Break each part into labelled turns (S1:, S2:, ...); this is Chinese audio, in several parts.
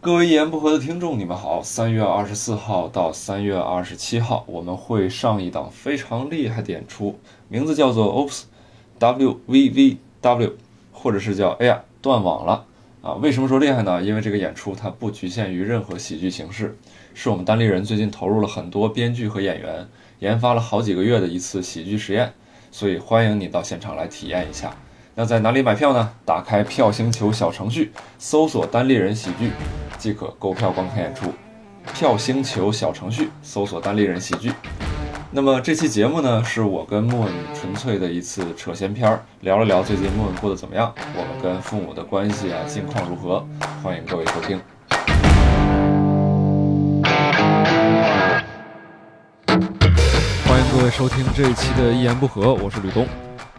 S1: 各位一言不合的听众，你们好。三月二十四号到三月二十七号，我们会上一档非常厉害的演出，名字叫做 Ops W V V W，或者是叫哎呀断网了啊。为什么说厉害呢？因为这个演出它不局限于任何喜剧形式，是我们单立人最近投入了很多编剧和演员，研发了好几个月的一次喜剧实验，所以欢迎你到现场来体验一下。那在哪里买票呢？打开票星球小程序，搜索“单立人喜剧”，即可购票观看演出。票星球小程序搜索“单立人喜剧”。那么这期节目呢，是我跟莫恩纯粹的一次扯闲篇儿，聊了聊最近莫恩过得怎么样，我们跟父母的关系啊，近况如何？欢迎各位收听。欢迎各位收听这一期的《一言不合》，我是吕东。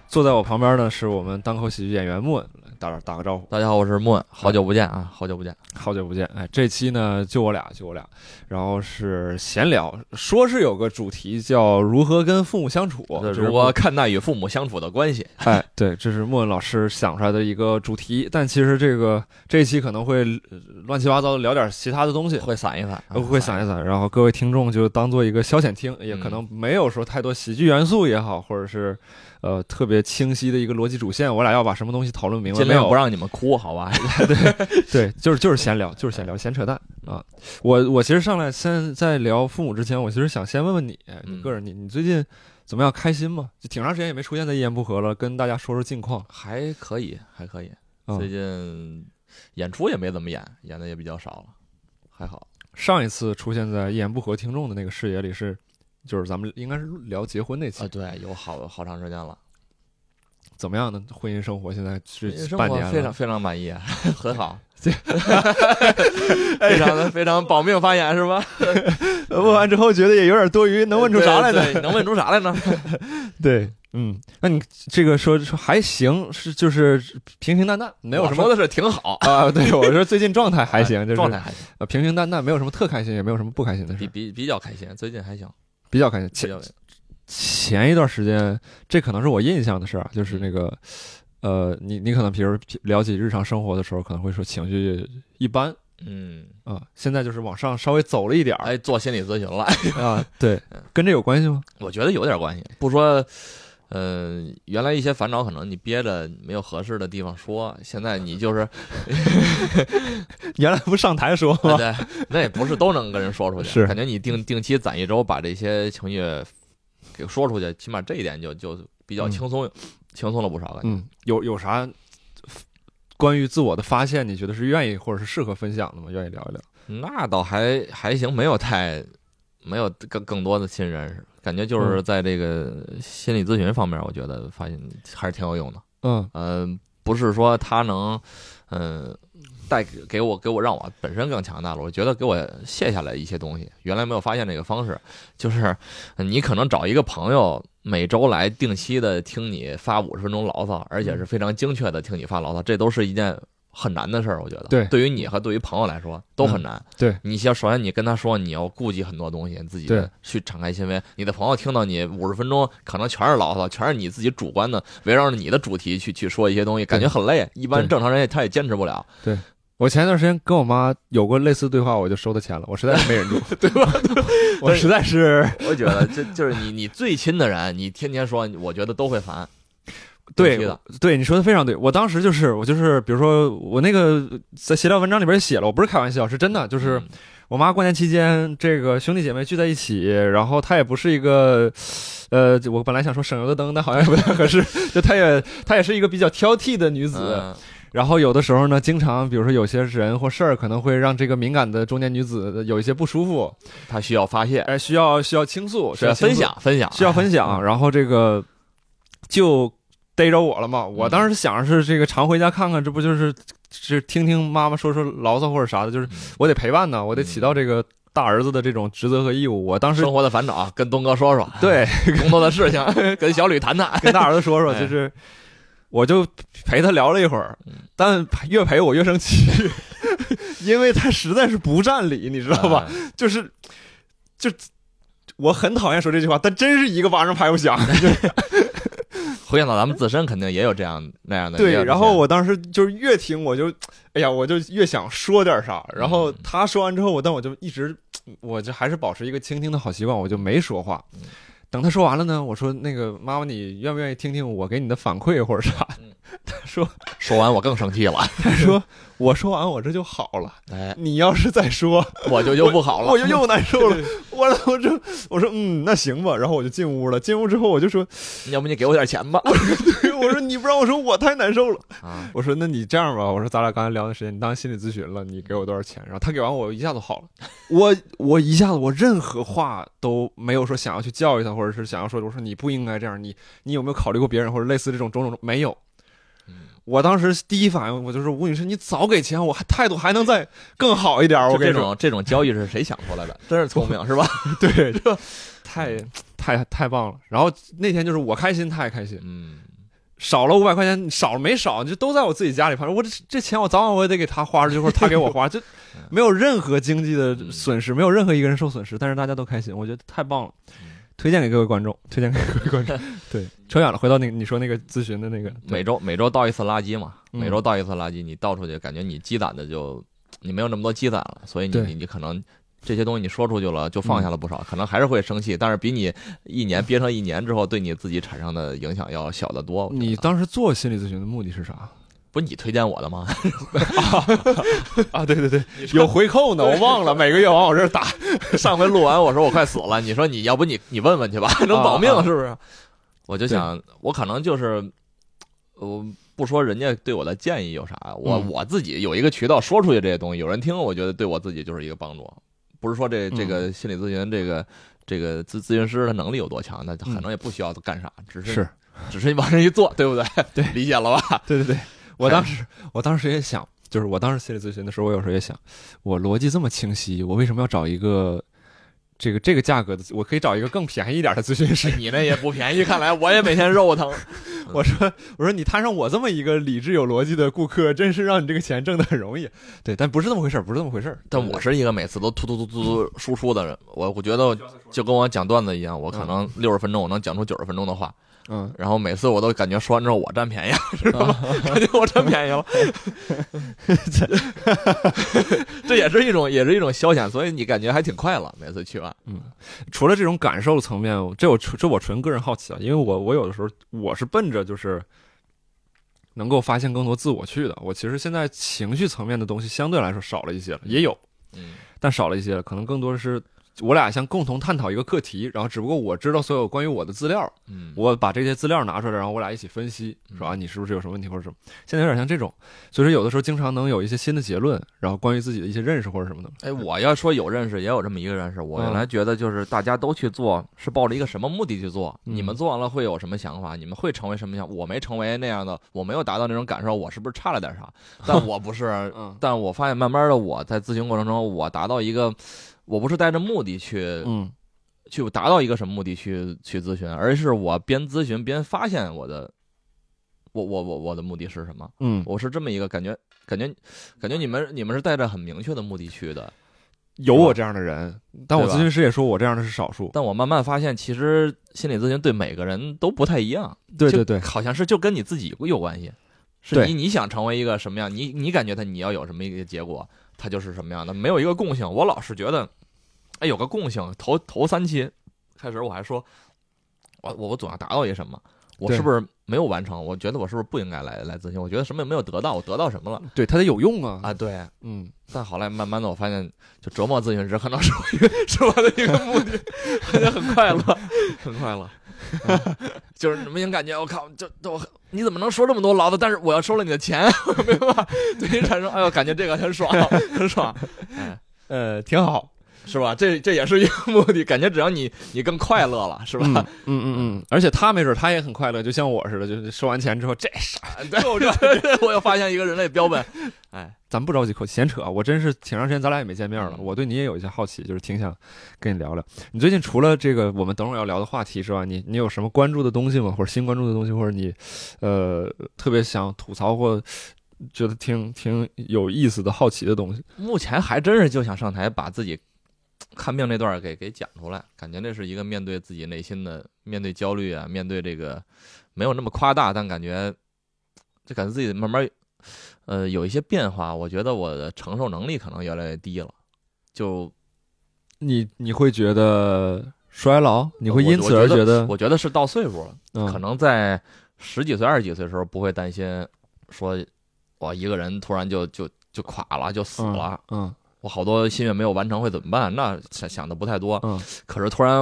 S1: 坐在我旁边呢是我们单口喜剧演员莫恩，打打个招呼，
S2: 大家好，我是莫恩，好久不见啊，好久不见。
S1: 好久不见。哎，这期呢就我俩，就我俩，然后是闲聊，说是有个主题叫如何跟父母相处，这是
S2: 如何看待与父母相处的关系？
S1: 哎，对，这是莫文老师想出来的一个主题，但其实这个这一期可能会呃乱七八糟的聊点其他的东西，
S2: 会散啊一散，
S1: 会散一散，然后各位听众就当做一个消遣听，也
S2: 嗯
S1: 可能没有说太多喜剧元素也好，或者是呃特别清晰的一个逻辑主线，我俩要把什么东西讨论明白
S2: 尽
S1: 没
S2: 量
S1: 有
S2: 不？让你们哭，好吧？
S1: 对，就是就是闲聊，就是闲聊，闲扯淡啊！我我其实上来先在聊父母之前，我其实想先问问你，哎你
S2: 嗯
S1: 个人你你最近怎么样？开心吗？就挺长时间也没出现在一言不合了，跟大家说说近况。
S2: 还可以，还可以。
S1: 嗯
S2: 最近演出也没怎么演，演的也比较少了，还好。
S1: 上一次出现在一言不合听众的那个视野里是，就是咱们应该是聊结婚那期，
S2: 啊，对，有好好长时间了，
S1: 怎么样呢？婚姻生活现在是
S2: 生
S1: 半
S2: 活
S1: 年
S2: 非常
S1: 了，
S2: 非常满意，啊 很好。 非常
S1: 哎
S2: 的非常保命发言是吧？
S1: 问完之后觉得也有点多余， 能问出啥来呢？
S2: 对？对能问出啥来呢？
S1: 对，嗯，那你这个说说还行，是就是平平淡淡， 没有
S2: 我
S1: 什
S2: 说
S1: 么
S2: 的是挺好，
S1: 啊。对，我说最近状态还行，就是
S2: 状态还行，
S1: 呃平平淡淡，没有什么特开心，也没有什么不开心的
S2: 比
S1: 事，
S2: 比比较开心，最近还行，
S1: 比较开心。
S2: 比
S1: 前
S2: 较
S1: 前一段时间，这可能是我印象的事儿啊，就是那个，呃，你你可能比如聊起日常生活的时候，可能会说情绪一般
S2: 嗯，
S1: 啊、现在就是往上稍微走了一点儿
S2: 哎，做心理咨询了。
S1: 啊， 对，跟这有关系吗？
S2: 我觉得有点关系。不说，呃，原来一些烦恼可能你憋着没有合适的地方说，现在 你就是
S1: 原来不上台说
S2: 哎
S1: 吗？
S2: 对，那也不是都能跟人说出去。
S1: 是
S2: 感觉你定定期攒一周，把这些情绪给说出去，起码这一点就就比较
S1: 嗯
S2: 轻松，轻松了不少。感觉
S1: 嗯，有有啥关于自我的发现，你觉得是愿意或者是适合分享的吗？愿意聊一聊？
S2: 那倒还还行，没有太没有更更多的新认识。感觉
S1: 嗯
S2: 就是在这个心理咨询方面，我觉得发现还是挺有用的。
S1: 嗯
S2: 嗯，不是说他能，嗯，带给给我给我让我本身更强大了。我觉得给我卸下来一些东西，原来没有发现这个方式，就是嗯你可能找一个朋友每周来定期的听你发五十分钟牢骚，而且
S1: 嗯
S2: 是非常精确的听你发牢骚，这都是一件。很难的事儿，我觉得
S1: 对嗯
S2: 于你和对于朋友来说都很难。
S1: 对
S2: 你先，首先你跟他说，你要顾及很多东西，自己
S1: 对
S2: 去敞开心扉。你的朋友听到你五十分钟，可能全是牢骚，全是你自己主观的围绕着你的主题去去说一些东西，感觉很累。一般
S1: 对
S2: 正常人也他也坚持不了，
S1: 我前一段时间跟我妈有过类似对话，我就收她钱了，我实在是没忍住， 对吧？我实在是
S2: 我觉得这就是你你最亲的人，你天天说，我觉得都会烦。
S1: 对
S2: 定期的
S1: 对，你说的非常对。我当时就是我就是，比如说我那个在闲聊文章里边写了，我不是开玩笑，是真的，就是
S2: 嗯
S1: 我妈过年期间这个兄弟姐妹聚在一起，然后她也不是一个，呃，我本来想说省油的灯，但好像也不太合适， 就她也她也是一个比较挑剔的女子。
S2: 嗯
S1: 然后有的时候呢，经常比如说有些人或事儿可能会让这个敏感的中年女子有一些不舒服，
S2: 他需要发泄，
S1: 哎，需要需要倾诉，需要倾
S2: 分
S1: 诉
S2: 享分享，啊
S1: 需要分享，然后这个就逮着我了嘛。我当时想是这个常回家看看，这不就是是听听妈妈说说牢骚或者啥的，
S2: 嗯
S1: 就是我得陪伴呢，我得起到这个大儿子的这种职责和义务。我当时
S2: 生活的烦恼，跟东哥说说，
S1: 对
S2: 工作的 事情，跟小吕谈谈。
S1: 跟大儿子说说，
S2: 哎
S1: 就是我就陪他聊了一会儿，但越陪我越生气， 因为他实在是不占理， 你知道吧？
S2: 嗯？
S1: 就是就。我很讨厌说这句话，但真是一个巴掌拍不响。
S2: 回想到咱们自身，肯定也有这样那样的。也有
S1: 对，
S2: 这
S1: 然后
S2: 些
S1: 我当时就是越听我就，哎呀，我就越想说点啥。然
S2: 嗯
S1: 后他说完之后，我但我就一直，我就还是保持一个倾听的好习惯，我就没说话。
S2: 嗯
S1: 等他说完了呢，我说那个妈妈，你愿不愿意听听我给你的反馈或者啥？ 他说
S2: 说完，我更生气了，
S1: 他 说我说完我这就好了，
S2: 哎，
S1: 你要是再说，
S2: 我就又不好了
S1: 我。就又难受 了。我我这我说嗯，那行吧。然后我就进屋了。进屋之后我就说，
S2: 要不你给我点钱吧？
S1: 我说你不让我说，我太难受了。
S2: 啊，
S1: 我说那你这样吧，我说咱俩刚才聊的时间，你当心理咨询了，你给我多少钱？然后他给完我一下子好了，我我一下子我任何话都没有说想要去教育他，或者是想要说我说你不应该这样，你你有没有考虑过别人或者类似这种种种没有
S2: 嗯。
S1: 我当时第一反应我就说吴女士，你早给钱，我还态度还能再更好一点。我
S2: 就
S1: 跟你
S2: 这
S1: 说，
S2: 种这种交易是谁想出来的？真是聪明是吧？
S1: 对，这太太太棒了。然后那天就是我开心，他也开心，
S2: 嗯，
S1: 少了五百块钱，少了没少，就都在我自己家里。反正我这这钱我早晚我也得给他花出去，或者他给我花， 就没有任何经济的损失，没有任何一个人受损失，但是大家都开心，我觉得太棒了。 推荐给各位观众，推荐给各位观 众。对，扯远了，回到那个你说那个咨询的那个，
S2: 每周每周倒一次垃圾嘛，
S1: 嗯
S2: 每周倒一次垃圾，你倒出去，感觉你积攒的就你没有那么多积攒了，所以你
S1: 对嗯
S2: 你你可能。这些东西你说出去了，就放下了不少，可能还是会生气，但是比你一年憋上一年之后对你自己产生的影响要小得多。我觉得
S1: 你当时做心理咨询的目的是啥
S2: 不是你推荐我的吗？
S1: 啊？对对对，有回扣呢，我忘 了，每个月往我这儿打。
S2: 上回录完我说我快死了，你说你要不你你问问去 吧，能保
S1: 啊
S2: 命是不是？我就想，我可能就是，我不说人家对我的建议有啥，我、
S1: 嗯
S2: 我自己有一个渠道说出去这些东西，有人听，我觉得对我自己就是一个帮助。不是说这
S1: 嗯
S2: 这个心理咨询这个这个咨咨询师的能力有多强，那
S1: 嗯
S2: 可能也不需要干啥，只是只是往这一坐，对不对？
S1: 对
S2: 理解了吧？
S1: 对对对，我当时我当时也想，就是我当时心理咨询的时候，我有时候也想，我逻辑这么清晰，我为什么要找一个这个这个价格的？我可以找一个更便宜一点的咨询师。
S2: 你那也不便宜，看来我也每天肉疼。
S1: 我说我说你摊上我这么一个理智有逻辑的顾客，真是让你这个钱挣的很容易。对，但不是这么回事儿，不是这么回事儿。
S2: 但我是一个每次都突突突突突输出的人，我我觉得就跟我讲段子一样，我可能六十分钟我能讲出九十分钟的话，
S1: 嗯，
S2: 然后每次我都感觉说完之后我占便宜，知道吗？感觉我占便宜了， 这也是一种也是一种消遣，所以你感觉还挺快乐，每次去完，
S1: 除了这种感受层面，这我纯这我纯个人好奇啊，因为我我有的时候我是奔着就是能够发现更多自我去的。我其实现在情绪层面的东西相对来说少了一些了，也有。
S2: 嗯
S1: 但少了一些了，可能更多的是我俩想共同探讨一个课题，然后只不过我知道所有关于我的资料，
S2: 嗯，
S1: 我把这些资料拿出来，然后我俩一起分析，说啊你是不是有什么问题或者什么，现在有点像这种，所以说有的时候经常能有一些新的结论，然后关于自己的一些认识或者什么的，
S2: 哎，我要说有认识，也有这么一个认识。我
S1: 嗯
S2: 原来觉得就是大家都去做，是抱着一个什么目的去做？
S1: 嗯，
S2: 你们做完了会有什么想法？你们会成为什么样？我没成为那样的，我没有达到那种感受，我是不是差了点啥？但我不是
S1: 嗯
S2: 但我发现慢慢的我在咨询过程中，我达到一个，我不是带着目的去、
S1: 嗯
S2: 去达到一个什么目的去去咨询，而是我边咨询边发现我的，我我我我的目的是什么？
S1: 嗯，
S2: 我是这么一个感觉，感觉感觉你们你们是带着很明确的目的去的。
S1: 有我这样的人，但我
S2: 对吧
S1: 咨询师也说我这样的是少数，
S2: 但我慢慢发现，其实心理咨询对每个人都不太一样。
S1: 对
S2: 就
S1: 对对，
S2: 好像是就跟你自己有关系，是
S1: 对
S2: 你你想成为一个什么样，你你感觉他你要有什么一个结果，他就是什么样的，没有一个共性。我老是觉得，哎，有个共性。头头三期开始我还说，我我我总要达到一个什么。我
S1: 对
S2: 是不是没有完成？我觉得我是不是不应该来来咨询？我觉得什么也没有得到，我得到什么了
S1: 对他得有用啊，
S2: 啊？对，
S1: 嗯，
S2: 但后来慢慢的，我发现，就折磨咨询师可能是我一个是我的一个目的，感觉很快乐，很快乐，嗯就是明显感觉，我靠，就就我你怎么能说这么多牢骚？但是我要收了你的钱， 我没办法，对你产生，哎呦，感觉这个很爽，很爽，哎
S1: 呃，挺好，
S2: 是吧？这这也是一个目的，感觉只要你你更快乐了，是吧？
S1: 嗯嗯嗯嗯，而且他没准他也很快乐，就像我似的，就是收完钱之后这傻
S2: 对，我又发现一个人类标本，哎，
S1: 咱不着急口闲扯啊，我真是挺长时间咱俩也没见面了，
S2: 嗯
S1: 我对你也有一些好奇，就是挺想跟你聊聊。你最近除了这个我们等会儿要聊的话题之外，你你有什么关注的东西吗？或者新关注的东西，或者你呃特别想吐槽或觉得挺挺有意思的好奇的东西？
S2: 目前还真是就想上台把自己看病那段儿给给讲出来，感觉那是一个面对自己内心的，面对焦虑啊，面对这个没有那么夸大，但感觉就感觉自己慢慢呃有一些变化。我觉得我的承受能力可能越来越低了，就
S1: 你你会觉得衰老，你会
S2: 我
S1: 因此而
S2: 我觉
S1: 得
S2: 我觉得是到岁数了，
S1: 嗯
S2: 可能在十几岁、二十几岁的时候不会担心说我一个人突然就就就垮了，就死了。
S1: 嗯
S2: 我好多心愿没有完成会怎么办？那想想的不太多。
S1: 嗯
S2: 可是突然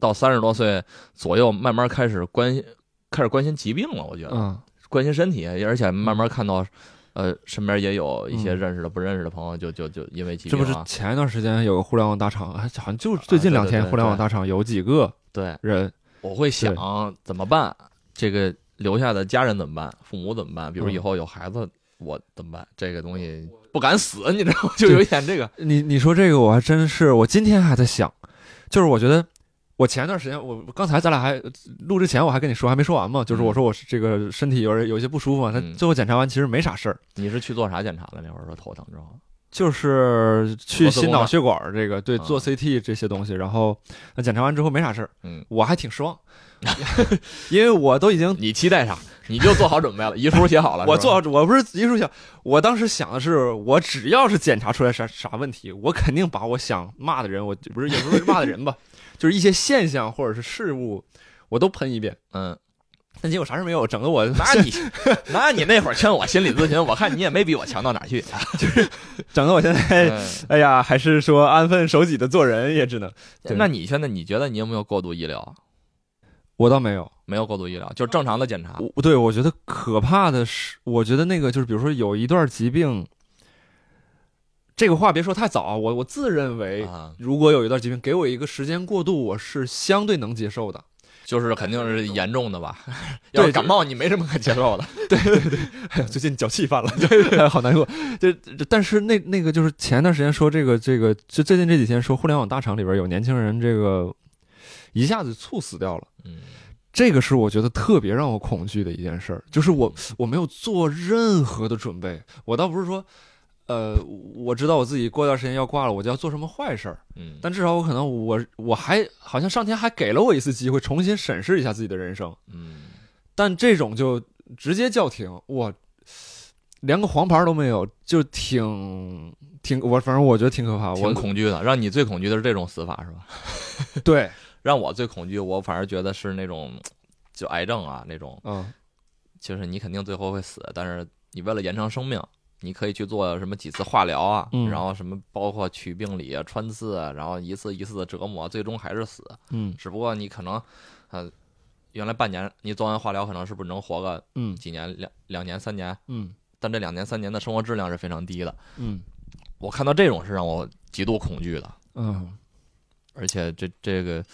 S2: 到三十多岁左右，慢慢开始关心，开始关心疾病了。我觉得、
S1: 嗯
S2: 关心身体，而且慢慢看到，呃，身边也有一些
S1: 嗯
S2: 认识的、不认识的朋友，就就就因为疾
S1: 这
S2: 病
S1: 不是
S2: 啊，
S1: 前一段时间有个互联网大厂，哎好像就是最近
S2: 啊对
S1: 两天
S2: 对对
S1: 互联网大厂有几个
S2: 对，
S1: 人，
S2: 我会想怎么办？这个留下的家人怎么办？父母怎么办？比如
S1: 嗯
S2: 以后有孩子，我怎么办？这个东西不敢死，你知道吗？就有一点这个，
S1: 你你说这个我还真是，我今天还在想，就是我觉得我前段时间，我刚才咱俩还录之前我还跟你说还没说完嘛，就是我说我是这个身体有点有一些不舒服嘛，他
S2: 嗯
S1: 最后检查完其实没啥事儿，
S2: 你是去做啥检查了？那会儿说头疼之后，
S1: 就是去心脑血管儿这个对
S2: 嗯
S1: 做 CT 这些东西，然后那检查完之后没啥事儿，
S2: 嗯，
S1: 我还挺失 望，因为我都已经
S2: 你期待啥？你就做好准备了，遗书写好了，
S1: 我
S2: 是吧
S1: 做我啊不是一术想，我当时想的是，我只要是检查出来啥啥问题，我肯定把我想骂的人，我不是也不是骂的人吧，就是一些现象或者是事物，我都喷一遍。
S2: 嗯，
S1: 但结果啥事没有，整的我
S2: 那你，那你那会儿劝我心理咨询，我看你也没比我强到哪儿去。啊 嗯
S1: 整的我现在，哎呀，还是说安分守己的做人也只能。对
S2: 那你现在你觉得你有没有过度医疗？
S1: 我倒没有，
S2: 没有过度医疗，就是正常的检查。
S1: 我对我觉得可怕的是，我觉得那个就是，比如说有一段疾病，这个话别说太早啊，我我自认为。
S2: 啊，
S1: 如果有一段疾病给我一个时间过渡，我是相对能接受的。
S2: 就是肯定是严重的 吧？
S1: 对
S2: 要是感冒，你没什么可接受的。
S1: 哎 呀，最近脚气犯了，对，哎好难过。这这，但是那那个就是前段时间说这个这个，就最近这几天说互联网大厂里边有年轻人这个一下子猝死掉了，
S2: 嗯，
S1: 这个是我觉得特别让我恐惧的一件事儿，就是我我没有做任何的准备，我倒不是说。呃，我知道我自己过段时间要挂了，我就要做什么坏事儿。
S2: 嗯，
S1: 但至少我可能我我还好像上天还给了我一次机会，重新审视一下自己的人生。
S2: 嗯，
S1: 但这种就直接叫停，我连个黄牌都没有，就挺挺我反正我觉得挺可怕。我
S2: 挺恐惧的。让你最恐惧的是这种死法是吧？
S1: 对，
S2: 让我最恐惧，我反而觉得是那种就癌症啊那种，
S1: 嗯
S2: 就是你肯定最后会死，但是你为了延长生命。你可以去做什么几次化疗啊，
S1: 嗯
S2: 然后什么包括取病理啊、穿刺啊，然后一次一次的折磨，最终还是死。
S1: 嗯
S2: 只不过你可能，呃，原来半年你做完化疗，可能是不是能活个
S1: 嗯
S2: 几年、两两年、三年？
S1: 嗯
S2: 但这两年、三年的生活质量是非常低的。
S1: 嗯
S2: 我看到这种是让我极度恐惧的，
S1: 嗯
S2: 而且这这个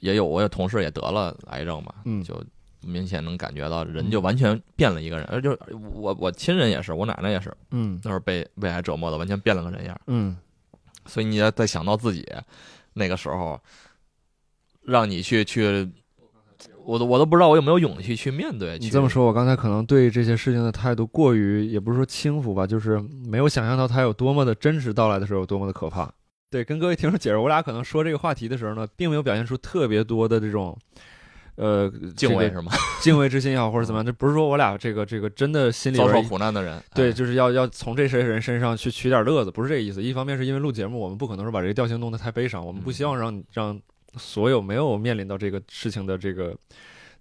S2: 也有我有同事也得了癌症嘛，
S1: 嗯
S2: 就明显能感觉到人就完全变了一个人，而就是我我亲人也是，我奶奶也是，
S1: 嗯
S2: 那会儿被胃癌折磨的，完全变了个人样儿。
S1: 嗯
S2: 所以你要再想到自己那个时候，让你去去，我都我都不知道我有没有勇气去面对。
S1: 你
S2: 去
S1: 这么，说，我刚才可能对这些事情的态度过于，也不是说轻浮吧，就是没有想象到它有多么的真实到来的时候有多么的可怕。对，跟各位听众解释，我俩可能说这个话题的时候呢，并没有表现出特别多的这种，呃，
S2: 敬畏
S1: 这个
S2: 是吗？
S1: 敬畏之心也好，或者怎么样，这不是说我俩这个这个真的心里
S2: 遭
S1: 边
S2: 受
S1: 一
S2: 苦难的人，
S1: 对，
S2: 哎，
S1: 就是要要从这些人身上去取点乐子，不是这个意思。一方面是因为录节目，我们不可能说把这个调性弄得太悲伤，我
S2: 嗯
S1: 们不希望让你让所有没有面临到这个事情的这个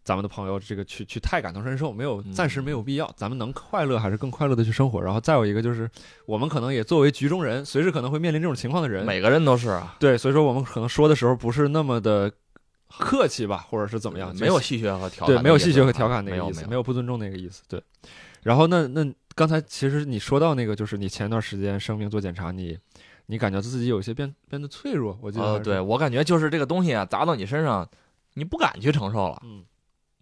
S1: 咱们的朋友，这个去去太感同身受，没有
S2: 嗯
S1: 暂时没有必要。咱们能快乐还是更快乐的去生活。然后再有一个就是，我们可能也作为局中人，随时可能会面临这种情况的人，
S2: 每个人都是啊，
S1: 对，所以说我们可能说的时候不是那么的客气吧，或者是怎么样，就是
S2: 没有戏谑和调侃的意
S1: 对，
S2: 思，
S1: 没有戏谑和调侃那
S2: 啊没
S1: 个
S2: 有
S1: 意思，
S2: 没
S1: 没
S2: 有，
S1: 有不尊重那个意思。对，然后那那刚才其实你说到那个，就是你前段时间生病做检查，你你感觉自己有一些变变得脆弱，我记得好
S2: 呃，
S1: 像是、
S2: 对我感觉就是这个东西啊，砸到你身上，你不敢去承受了，
S1: 嗯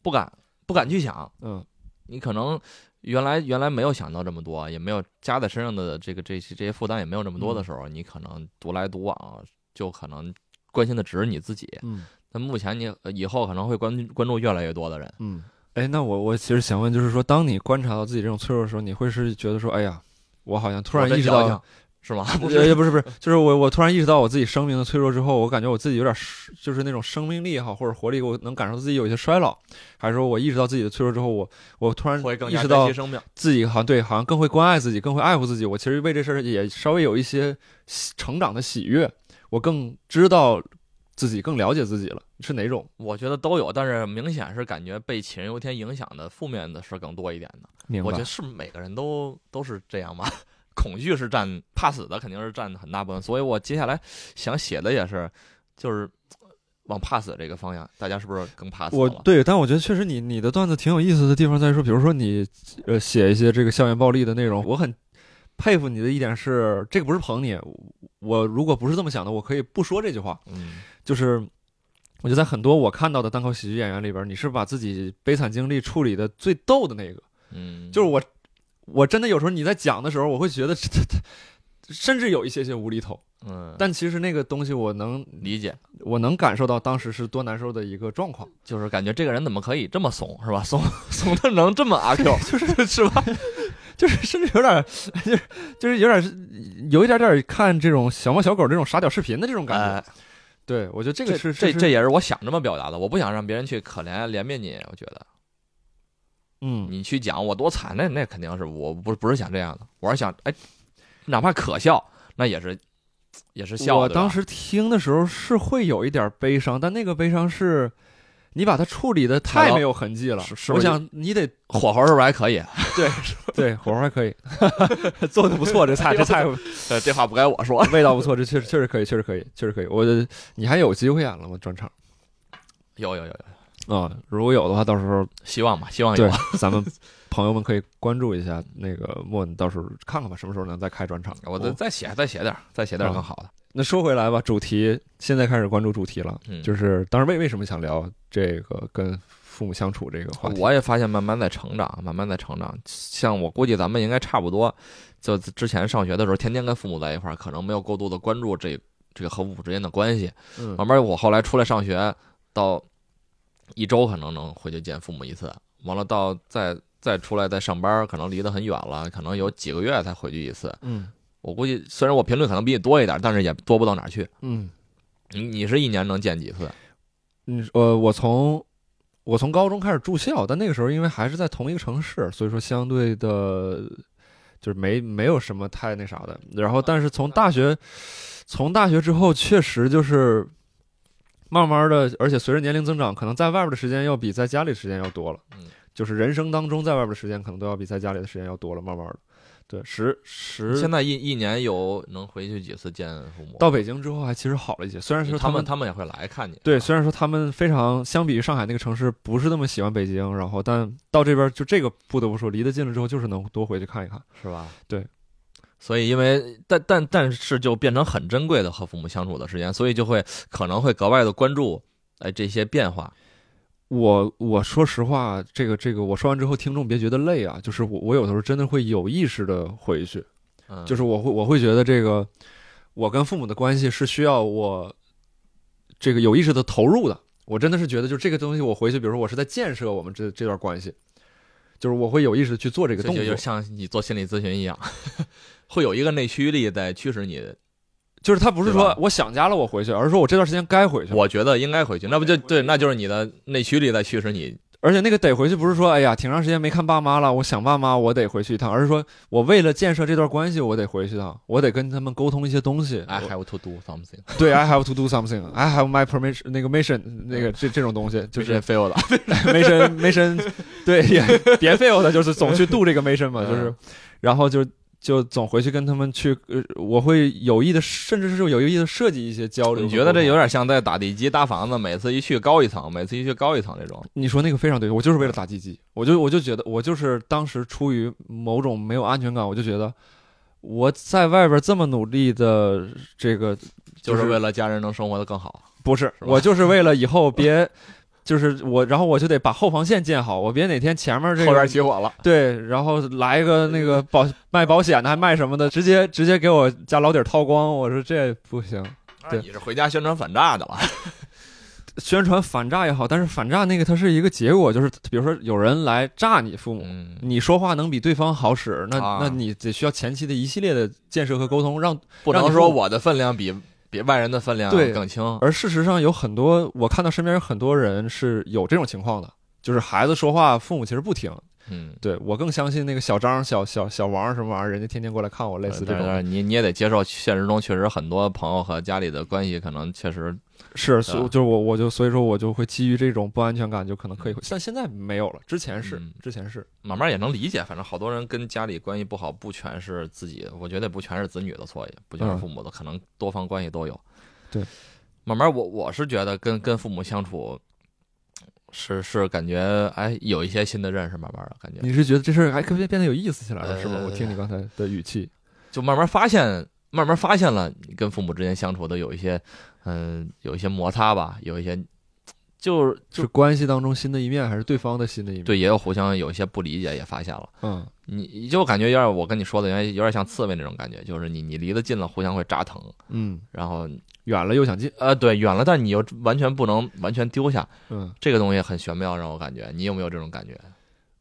S2: 不敢不敢去想，
S1: 嗯
S2: 你可能原来原来没有想到这么多，也没有加在身上的这个这些这些负担也没有这么
S1: 嗯
S2: 多的时候，你可能独来独往，就可能关心的只是你自己。
S1: 嗯
S2: 那目前你呃以后可能会关关注越来越多的人，
S1: 嗯。哎，那我我其实想问，就是说，当你观察到自己这种脆弱的时候，你会是觉得说，哎呀，我好像突然呃
S2: 我真
S1: 意识
S2: 矫
S1: 到
S2: 情是吗？
S1: 不是，不是，不是，就是我，我突然意识到我自己生命的脆弱之后，我感觉我自己有点失，就是那种生命力也好，或者活力，我能感受自己有一些衰老，还是说我意识到自己的脆弱之后，我我突然
S2: 会更
S1: 意
S2: 加
S1: 识
S2: 珍
S1: 到
S2: 惜生命。
S1: 自己好像对，好像更会关爱自己，更会爱护自己。我其实为这事儿也稍微有一些喜成长的喜悦，我更知道自己，更了解自己了，是哪种？
S2: 我觉得都有，但是明显是感觉被杞人忧天影响的负面的是更多一点的。
S1: 明
S2: 我觉得是每个人都都是这样吧。恐惧是占怕死的，肯定是占很大部分。所以我接下来想写的也是，就是呃往怕死这个方向。大家是不是更怕死
S1: 我
S2: 了？
S1: 对，但我觉得确实你你的段子挺有意思的地方在于说，比如说你呃写一些这个校园暴力的内容，我很佩服你的一点是，这个不是捧你，我如果不是这么想的，我可以不说这句话。
S2: 嗯，
S1: 就是我觉得在很多我看到的单口喜剧演员里边，你是把自己悲惨经历处理的最逗的那个，
S2: 嗯，
S1: 就是我我真的有时候你在讲的时候，我会觉得 甚至有一些些无厘头，
S2: 嗯，
S1: 但其实那个东西我能
S2: 理解，
S1: 我能感受到当时是多难受的一个状况。
S2: 就是感觉这个人怎么可以这么怂，是吧？怂怂的能这么 阿 Q，就是是吧？
S1: 就是甚至有点儿， 就是就是有点儿有一点点儿看这种小猫小狗这种傻屌视频的这种感觉。
S2: 哎，
S1: 对，我觉得这
S2: 这
S1: 个是
S2: 这
S1: 是
S2: 这也是我想这么表达的，我不想让别人去可怜怜悯你，我觉得
S1: 嗯，
S2: 你去讲我多惨，那那肯定是我不不是想这样的，我是想哎，哪怕可笑，那也是也是笑。
S1: 我
S2: 对吧
S1: 当时听的时候是会有一点儿悲伤，但那个悲伤是你把它处理的太没有痕迹了。
S2: 是是
S1: 我
S2: 不是
S1: 想你 得
S2: 火候是不是还可 以？
S1: 对火候还可以， 做的不错，这 菜这菜
S2: 呃，这话不该我说。
S1: 味道不错，这确实确实可以，确实可以，确实可以。我你还有机会演了吗？专场
S2: 有有有有，
S1: 啊、如果有的话，到时候
S2: 希望吧，希望有
S1: 对。，咱 们朋友们可以关注一下那个莫，你到时候看看吧，什么时候能再开专场？
S2: 我嗯再再写再写点儿，再写点儿更好的。
S1: 那说回来吧，主题现在开始关注主题了，
S2: 嗯
S1: 就是当时为为什么想聊这个跟父母相处这个话题？
S2: 我也发现慢慢在成长，慢慢在成长。像我估计咱们应该差不多，就之前上学的时候，天天跟父母在一块儿，可能没有过度的关注这这个和父母之间的关系。
S1: 嗯
S2: 慢慢啊我后来出来上学，到一周可能能回去见父母一次，完了到再再出来再上班，可能离得很远了，可能有几个月才回去一次。
S1: 嗯
S2: 我估计虽然我频率可能比你多一点，但是也多不到哪儿去。
S1: 嗯，
S2: 你你是一年能见几次？
S1: 你呃，我从我从高中开始住校，但那个时候因为还是在同一个城市，所以说相对的，就是没没有什么太那啥的。然后，但是从大学从大学之后，确实就是慢慢的，而且随着年龄增长，可能在外边的时间要比在家里的时间要多了。
S2: 嗯，
S1: 就是人生当中在外边的时间可能都要比在家里的时间要多了，慢慢的。对，十十
S2: 现在一一年有能回去几次见父母？
S1: 到北京之后还其实好了一些，虽然说
S2: 他
S1: 们
S2: 他们也会来看你。
S1: 对，虽然说他们非常相比于上海那个城市不是那么喜欢北京，然后但到这边就这个不得不说，离得近了之后就是能多回去看一看。
S2: 是吧？
S1: 对，
S2: 所以因为但但但是就变成很珍贵的和父母相处的时间，所以就会可能会格外的关注哎这些变化。
S1: 我我说实话，这个这个我说完之后，听众别觉得累啊，就是我我有的时候真的会有意识的回去，
S2: 嗯，
S1: 就是是我会我会觉得这个我跟父母的关系是需要我这个有意识的投入的。我真的是觉得，就这个东西，我回去，比如说我是在建设我们这这段关系，就是我会有意识的去做这
S2: 这
S1: 个动
S2: 就
S1: 作
S2: 就。像你做心理咨询一样， 会有一个内驱力在驱使你。
S1: 就是他不是
S2: 对
S1: 说
S2: 吧
S1: 我想家了我回去，而是说我这段时间该回去。
S2: 我觉得应该回去，那不就对？那就是你的内驱力在驱使你。
S1: 而且那个得回去不是说哎呀挺长时间没看爸妈了，我想爸妈，我得回去一趟，而是说我为了建设这段关系，我得回去一趟，我得跟他们沟通一些东西。
S2: I
S1: 我
S2: have 哎 to do something，
S1: 对，I have to do something，I have my permission，那个 mission，那 个这这种东西就是
S2: fail 的。
S1: mission mission，对，也 别 fail 的，就是总去 do 这个 mission 嘛，就是
S2: 嗯，
S1: 然后就。就总回去跟他们去，呃，我会有意的，甚至是有意的设计一些交流。
S2: 你觉得这有？点像在打地基搭房子，每次一去高一层，每次一去高一层这种。
S1: 你说那个非常对，我就是为了打鸡鸡，我就我就觉得我就是当时出于某种没有安全感，我就觉得我在外边这么努力的这个，
S2: 就
S1: 就
S2: 是
S1: 是
S2: 为了家人能生活的更好，
S1: 不是
S2: 是吧
S1: 我就是为了以后别，就是我，然后我就得把后防线建好，我别哪天前面这
S2: 后边
S1: 个
S2: 起火了，
S1: 对，然后来个那个保卖保险的还卖什么的，直接直接给我家老底儿掏光，我说这不行。对
S2: 你是回家宣传反诈的了。
S1: 宣传反诈也好，但是反诈那个它是一个结果，就是比如说有人来诈你父母，
S2: 嗯，
S1: 你说话能比对方好使，那、
S2: 啊
S1: 那你得需要前期的一系列的建设和沟通，让
S2: 不
S1: 让
S2: 能
S1: 你
S2: 说
S1: 父母
S2: 我的分量比比外人的分量
S1: 对
S2: 更轻。
S1: 而事实上有很多我看到身边有很多人是有这种情况的，就是孩子说话，父母其实不听。
S2: 嗯，
S1: 对我更相信那个小张、小小小王什么玩意儿，人家天天过来看我，类似这
S2: 但
S1: 种。
S2: 是你你也得接受，现实中确实很多朋友和家里的关系可能确实
S1: 是，
S2: 对
S1: 所
S2: 吧
S1: 就是我我就所以说我就会基于这种不安全感，就可能可以，但现在没有了，之前是
S2: 嗯
S1: 之前是，
S2: 慢慢也能理解。反正好多人跟家里关系不好，不全是自己，我觉得不全是子女的错，也不全是
S1: 嗯
S2: 父母的，可能多方关系都有。
S1: 对，
S2: 慢慢我我是觉得跟跟父母相处。是是，感觉哎，有一些新的认识，慢慢的感觉
S1: 你是觉得这事儿还可变变得有意思起来了是吧？
S2: 呃
S1: 我听你刚才的语气，
S2: 就慢慢发现，慢慢发现了你跟父母之间相处的有一些，嗯，有一些摩擦吧，有一些，就是就是
S1: 关系当中新的一面，还是对方的新的一面？
S2: 对，也有互相有一些不理解，也发现了。
S1: 嗯，
S2: 你你就感觉有点，我跟你说的，原来有点像刺猬那种感觉，就是你你离得近了，互相会扎疼，
S1: 嗯，
S2: 然后
S1: 远了又想近，
S2: 呃，对，远了，但你又完全不能完全丢下，
S1: 嗯，
S2: 这个东西很玄妙，让我感觉，你有没有这种感觉？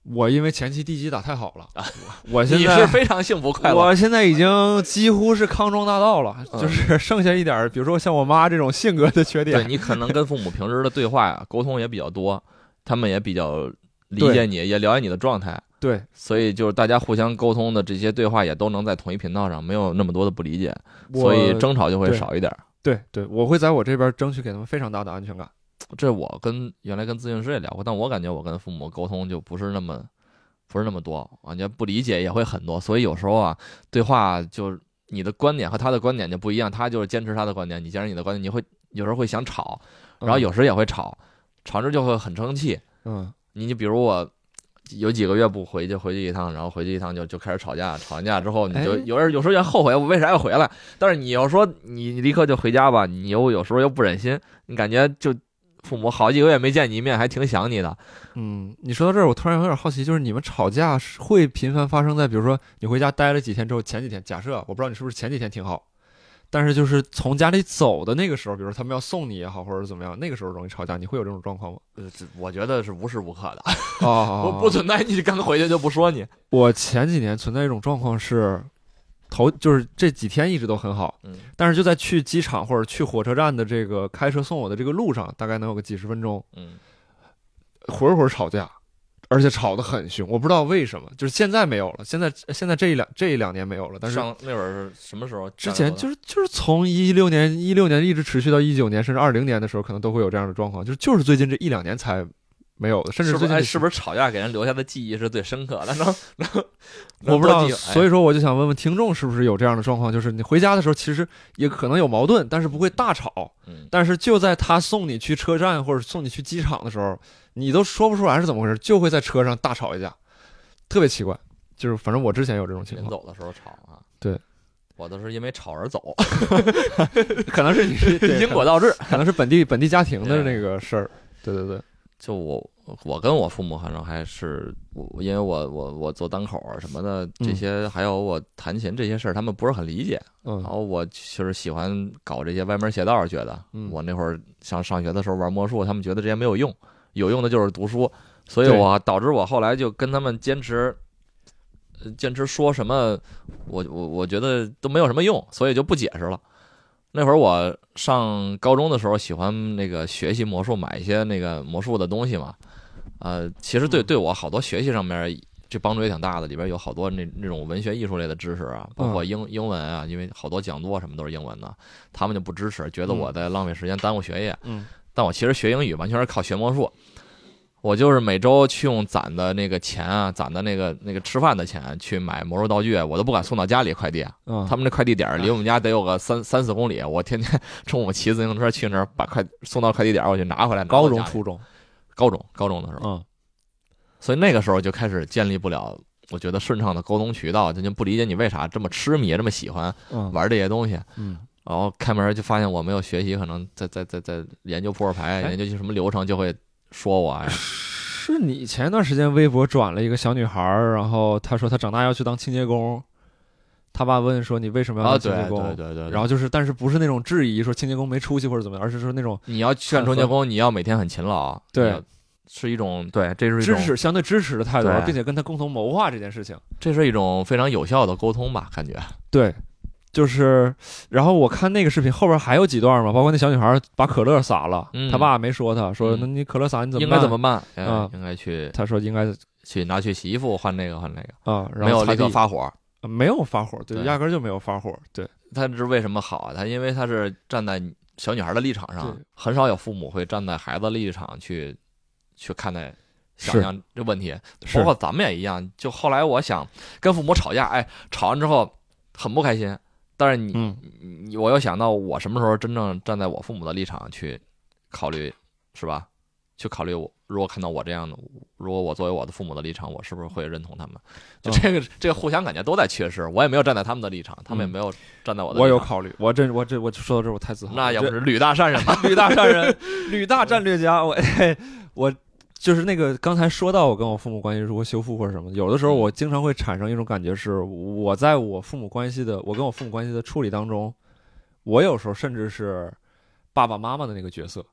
S1: 我因为前期地基打太好了，我 我现
S2: 啊你
S1: 在
S2: 是非常幸福快乐，嗯
S1: 我现在已经几乎是康庄大道了，就是剩下一点儿，比如说像我妈这种性格的缺
S2: 对
S1: 点，
S2: 你可能跟父母平时的对话呀、沟通也比较多，他们也比较理
S1: 对
S2: 解你，也了解你的状态，
S1: 对，
S2: 所以就是大家互相沟通的这些对话也都能在同一频道上，没有那么多的不理解，
S1: 我
S2: 所以争吵就会
S1: 对
S2: 少一点儿。
S1: 对对，我会在我这边争取给他们非常大的安全感。
S2: 这我跟原来跟咨询师也聊过，但我感觉我跟父母沟通就不是那么不是那么多，感觉不理解也会很多，所以有时候啊，对话就是你的观点和他的观点就不一样，他就是坚持他的观点，你坚持你的观点，你会有时候会想吵，嗯然后有时候也会吵，吵着就会很生气。
S1: 嗯，
S2: 你就比如我。有几个月不回去，回去一趟，然后回去一趟就就开始吵架，吵完架之后你就
S1: 哎
S2: 有时候有时候也后悔我为啥要回来，但是你要说你立刻就回家吧，你又有时候又不忍心，你感觉就父母好几个月没见你一面，还挺想你的。
S1: 嗯，你说到这儿，我突然有点好奇，就是你们吵架是会频繁发生在，比如说你回家待了几天之后，前几天，假设啊我不知道你是不是前几天挺好，但是就是从家里走的那个时候，比如说他们要送你也好，或者怎么样，那个时候容易吵架，你会有这种状况 吗？
S2: 呃，这我觉得是无时无刻的，
S1: 哦
S2: 我 不存在你刚回去就不说你。
S1: 我前几年存在一种状况是，头就是这几天一直都很好，
S2: 嗯
S1: 但是就在去机场或者去火车站的这个开车送我的这个路上，大概能有个几十分钟，
S2: 嗯，
S1: 回儿回儿吵架，而且吵得很凶，我不知道为什么，就是现在没有了，现在现在这一两这一两年没有了，但是
S2: 上那会儿是什么时候？
S1: 之前就是是就是从一六年一六年一直持续到一九年甚至二零年的时候，可能都会有这样的状况，就是就是最近这一两年才没有的，甚至
S2: 是不
S1: 最
S2: 是
S1: 近
S2: 哎
S1: 这
S2: 是不是吵架给人留下的记忆是最深刻的？ 能能，
S1: 我不知道，所
S2: 以
S1: 以说我就想问问听众是不是有这样的状况，就是你回家的时候其实也可能有矛盾，但是不会大吵，
S2: 嗯
S1: 但是就在他送你去车站或者送你去机场的时候，你都说不出来是怎么回事，就会在车上大吵一架，特别奇怪。 就是反正我之前有这种情
S2: 临
S1: 况，
S2: 走的时候吵啊。
S1: 对，
S2: 我都是因为吵 而走，
S1: 可能是你是
S2: 因果 倒置。
S1: 可能是本地本地家庭的
S2: 对
S1: 那个事儿。对对对，
S2: 就我我跟我父母反正还是我，因为我我我做单口啊什么的这
S1: 嗯
S2: 些，还有我弹琴这些事儿，他们不是很理解。然
S1: 嗯
S2: 后我就是喜欢搞这些歪门邪道，觉得
S1: 嗯
S2: 我那会儿上上学的时候玩魔术，他们觉得这些没有用，有用的就是读书，所以
S1: 对
S2: 我导致我后来就跟他们坚持。呃坚持说什么，我我我觉得都没有什么用，所以就不解释了。那会儿我上高中的时候，喜欢那个学习魔术，买一些那个魔术的东西嘛。呃，其实对
S1: 嗯
S2: 对我好多学习上面这帮助也挺大的，里边有好多那那种文学艺术类的知识啊，包
S1: 嗯
S2: 括英英文啊，因为好多讲座什么都是英文的，他们就不支持，觉得我在浪费时间耽误学业。
S1: 嗯，
S2: 但我其实学英语完全是靠学魔术，我就是每周去用攒的那个钱啊，攒的那个那个吃饭的钱去买魔术道具，我都不敢送到家里快递啊。
S1: 嗯
S2: 他们这快递点儿离我们家得有个三三四公里，我天 天中午骑自行车去那儿把快送到快递点儿，我就拿回来。拿
S1: 高
S2: 到
S1: 中
S2: 家里
S1: 初中，
S2: 高中高中的时候，
S1: 嗯
S2: 所以那个时候就开始建立不了我觉得顺畅的沟通渠道，就就不理解你为啥这么痴迷，这么喜欢
S1: 嗯
S2: 玩这些东西。
S1: 嗯，
S2: 然后开门就发现我没有学习，可能在在在在研究扑克牌，
S1: 哎
S2: 研究些什么流程，就会说我 哎，
S1: 是你前一段时间微博转了一个小女孩儿，然后她说她长大要去当清洁工，他爸问说你为什么要
S2: 啊，
S1: 当
S2: 对
S1: 清洁
S2: 对
S1: 工？
S2: 对对对，
S1: 然后就是，但是不是那种质疑说清洁工没出息或者怎么样，而是说那种
S2: 你要去干
S1: 很
S2: 清洁
S1: 合
S2: 工，你要每天很勤劳，啊
S1: 对
S2: 你要，是一种对，这是一
S1: 支
S2: 种
S1: 持相对支持的态度
S2: 对，
S1: 并且跟他共同谋划这件事情。
S2: 这是一种非常有效的沟通吧，感觉
S1: 对，就是，然后我看那个视频后边还有几段嘛，包括那小女孩把可乐洒了，
S2: 嗯
S1: 她爸没说她，说
S2: 嗯
S1: 那你可乐洒你怎么
S2: 应该
S1: 办
S2: 怎么？办？嗯
S1: 啊，
S2: 应该去
S1: 她说应该
S2: 去拿去洗衣服换那个换那个，
S1: 啊，然
S2: 没有
S1: 后
S2: 立
S1: 擦
S2: 刻
S1: 地
S2: 发火。
S1: 呃没有发火，对，
S2: 对
S1: 压根儿就没有发火，对
S2: 他这是为什么好啊？他因为他是站在小女孩的立场上
S1: 对，
S2: 很少有父母会站在孩子的立场去去看待。
S1: 是
S2: 想想这问题，
S1: 是
S2: 包括咱们也一样。就后来我想跟父母吵架，哎，吵完之后很不开心，但是你
S1: 嗯，
S2: 你我又想到我什么时候真正站在我父母的立场去考虑，是吧？去考虑我如果看到我这样的，如果我作为我的父母的立场，我是不是会认同他们？就
S1: 嗯
S2: 这个、这个互相感觉都在缺失，我也没有站在他们的立场，他们也没有站在我的立场。
S1: 嗯我有考虑，我这我这我说到这儿我太自豪了，
S2: 那要不嗯
S1: 这
S2: 是吕大善人吧？
S1: 吕大善人，吕大战略家，我我就是那个刚才说到我跟我父母关系如何修复或者什么，有的
S2: 嗯
S1: 时候我经常会产生一种感觉是，我在我父母关系的，我跟我父母关系的处理当中，我有时候甚至是爸爸妈妈的那个角色，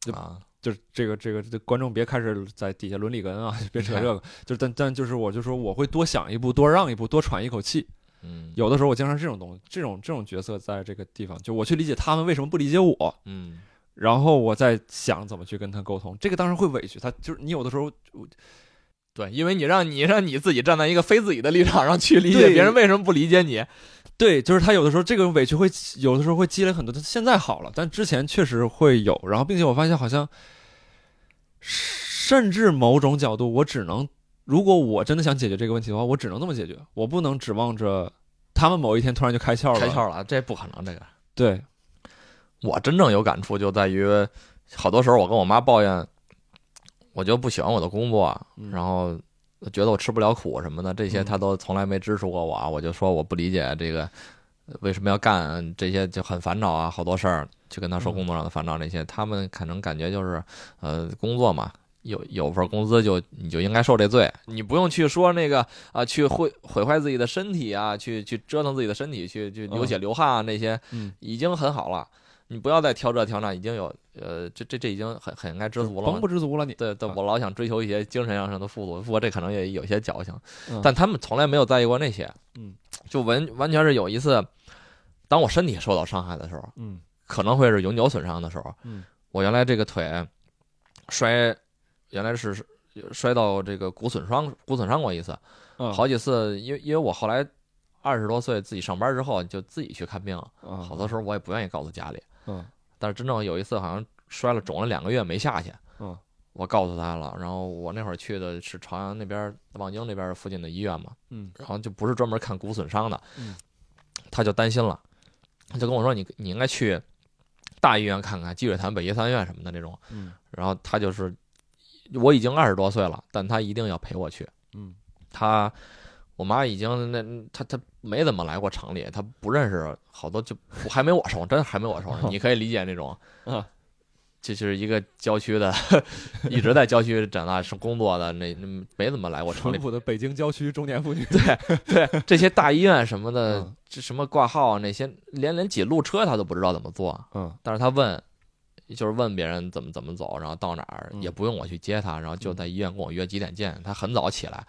S1: 就
S2: 啊，
S1: 就是这个这个这观众别开始在底下伦理哏啊， 别扯这 个，就是但但就是我就说我会多想一步，多让一步，多喘一口气。
S2: 嗯，
S1: 有的时候我经常是这种东西，这种这种角色在这个地方，就我去理解他们为什么不理解我，
S2: 嗯，
S1: 然后我再想怎么去跟他沟通。这个当然会委屈他，就是你有的时候
S2: 对，因为你让你让你自己站在一个非自己的立场上去理解
S1: 对
S2: 别人为什么不理解你，
S1: 对，就是他有的时候这个委屈会有的时候会积累很多。他现在好了，但之前确实会有。然后，并且我发现好像，甚至某种角度，我只能如果我真的想解决这个问题的话，我只能这么解决，我不能指望着他们某一天突然就开窍了。
S2: 开窍了，啊这不可能，这个。
S1: 对，
S2: 我真正有感触就在于，好多时候我跟我妈抱怨，我就不喜欢我的工作，啊
S1: 嗯
S2: 然后觉得我吃不了苦什么的，这些
S1: 嗯
S2: 她都从来没支持过我啊。我就说我不理解这个呃为什么要干这些，就很烦恼啊，好多事儿就跟她说
S1: 嗯
S2: 工作上的烦恼那些，他们可能感觉就是呃工作嘛。有有份工资就你就应该受这罪，你不用去说那个啊，去毁毁坏自己的身体啊，去去折腾自己的身体，去去流血流汗啊那些，
S1: 嗯，
S2: 已经很好了，你不要再挑这挑那，已经有呃，这这这已经很很应该知足了
S1: 甭
S2: 嘛
S1: 不。知足了你。
S2: 对对，
S1: 啊
S2: 我老想追求一些精神上的富足，不过这可能也有些矫情，
S1: 嗯
S2: 但他们从来没有在意过那些。
S1: 嗯，
S2: 就完完全是有一次，当我身体受到伤害的时候，
S1: 嗯
S2: 可能会是永久损伤的时候，
S1: 嗯，
S2: 我原来这个腿摔，原来是摔到这个骨损伤，骨损伤过一次，
S1: 嗯
S2: 好几次，因为因为我后来二十多岁自己上班之后就自己去看病，
S1: 嗯
S2: 好多时候我也不愿意告诉家里。
S1: 嗯
S2: 但是真正有一次好像摔了肿了两个月没下去，
S1: 嗯，
S2: 我告诉他了。然后我那会儿去的是朝阳那边望京那边附近的医院嘛，
S1: 嗯
S2: 然后就不是专门看骨损伤的，
S1: 嗯，
S2: 他就担心了，他就跟我说你你应该去大医院看看，积水潭、北医三院什么的这种。
S1: 嗯
S2: 然后他就是我已经二十多岁了，但他一定要陪我去。
S1: 嗯
S2: 他我妈已经那她她没怎么来过城里，她不认识好多就不还没我熟，真还没我熟呢。你可以理解那种
S1: 啊，
S2: 这就是一个郊区的， 一直在郊区长大是工作的，那那没怎么来过城
S1: 淳
S2: 里。
S1: 朴的北京郊区中年妇女。
S2: 对这些大医院什么的
S1: 嗯，
S2: 这什么挂号啊那些，连连几路车他都不知道怎么做，
S1: 嗯
S2: 但是他问。就是问别人怎么怎么走，然后到哪儿
S1: 嗯
S2: 也不用我去接他，然后就在医院跟我约几点见。他很早起来，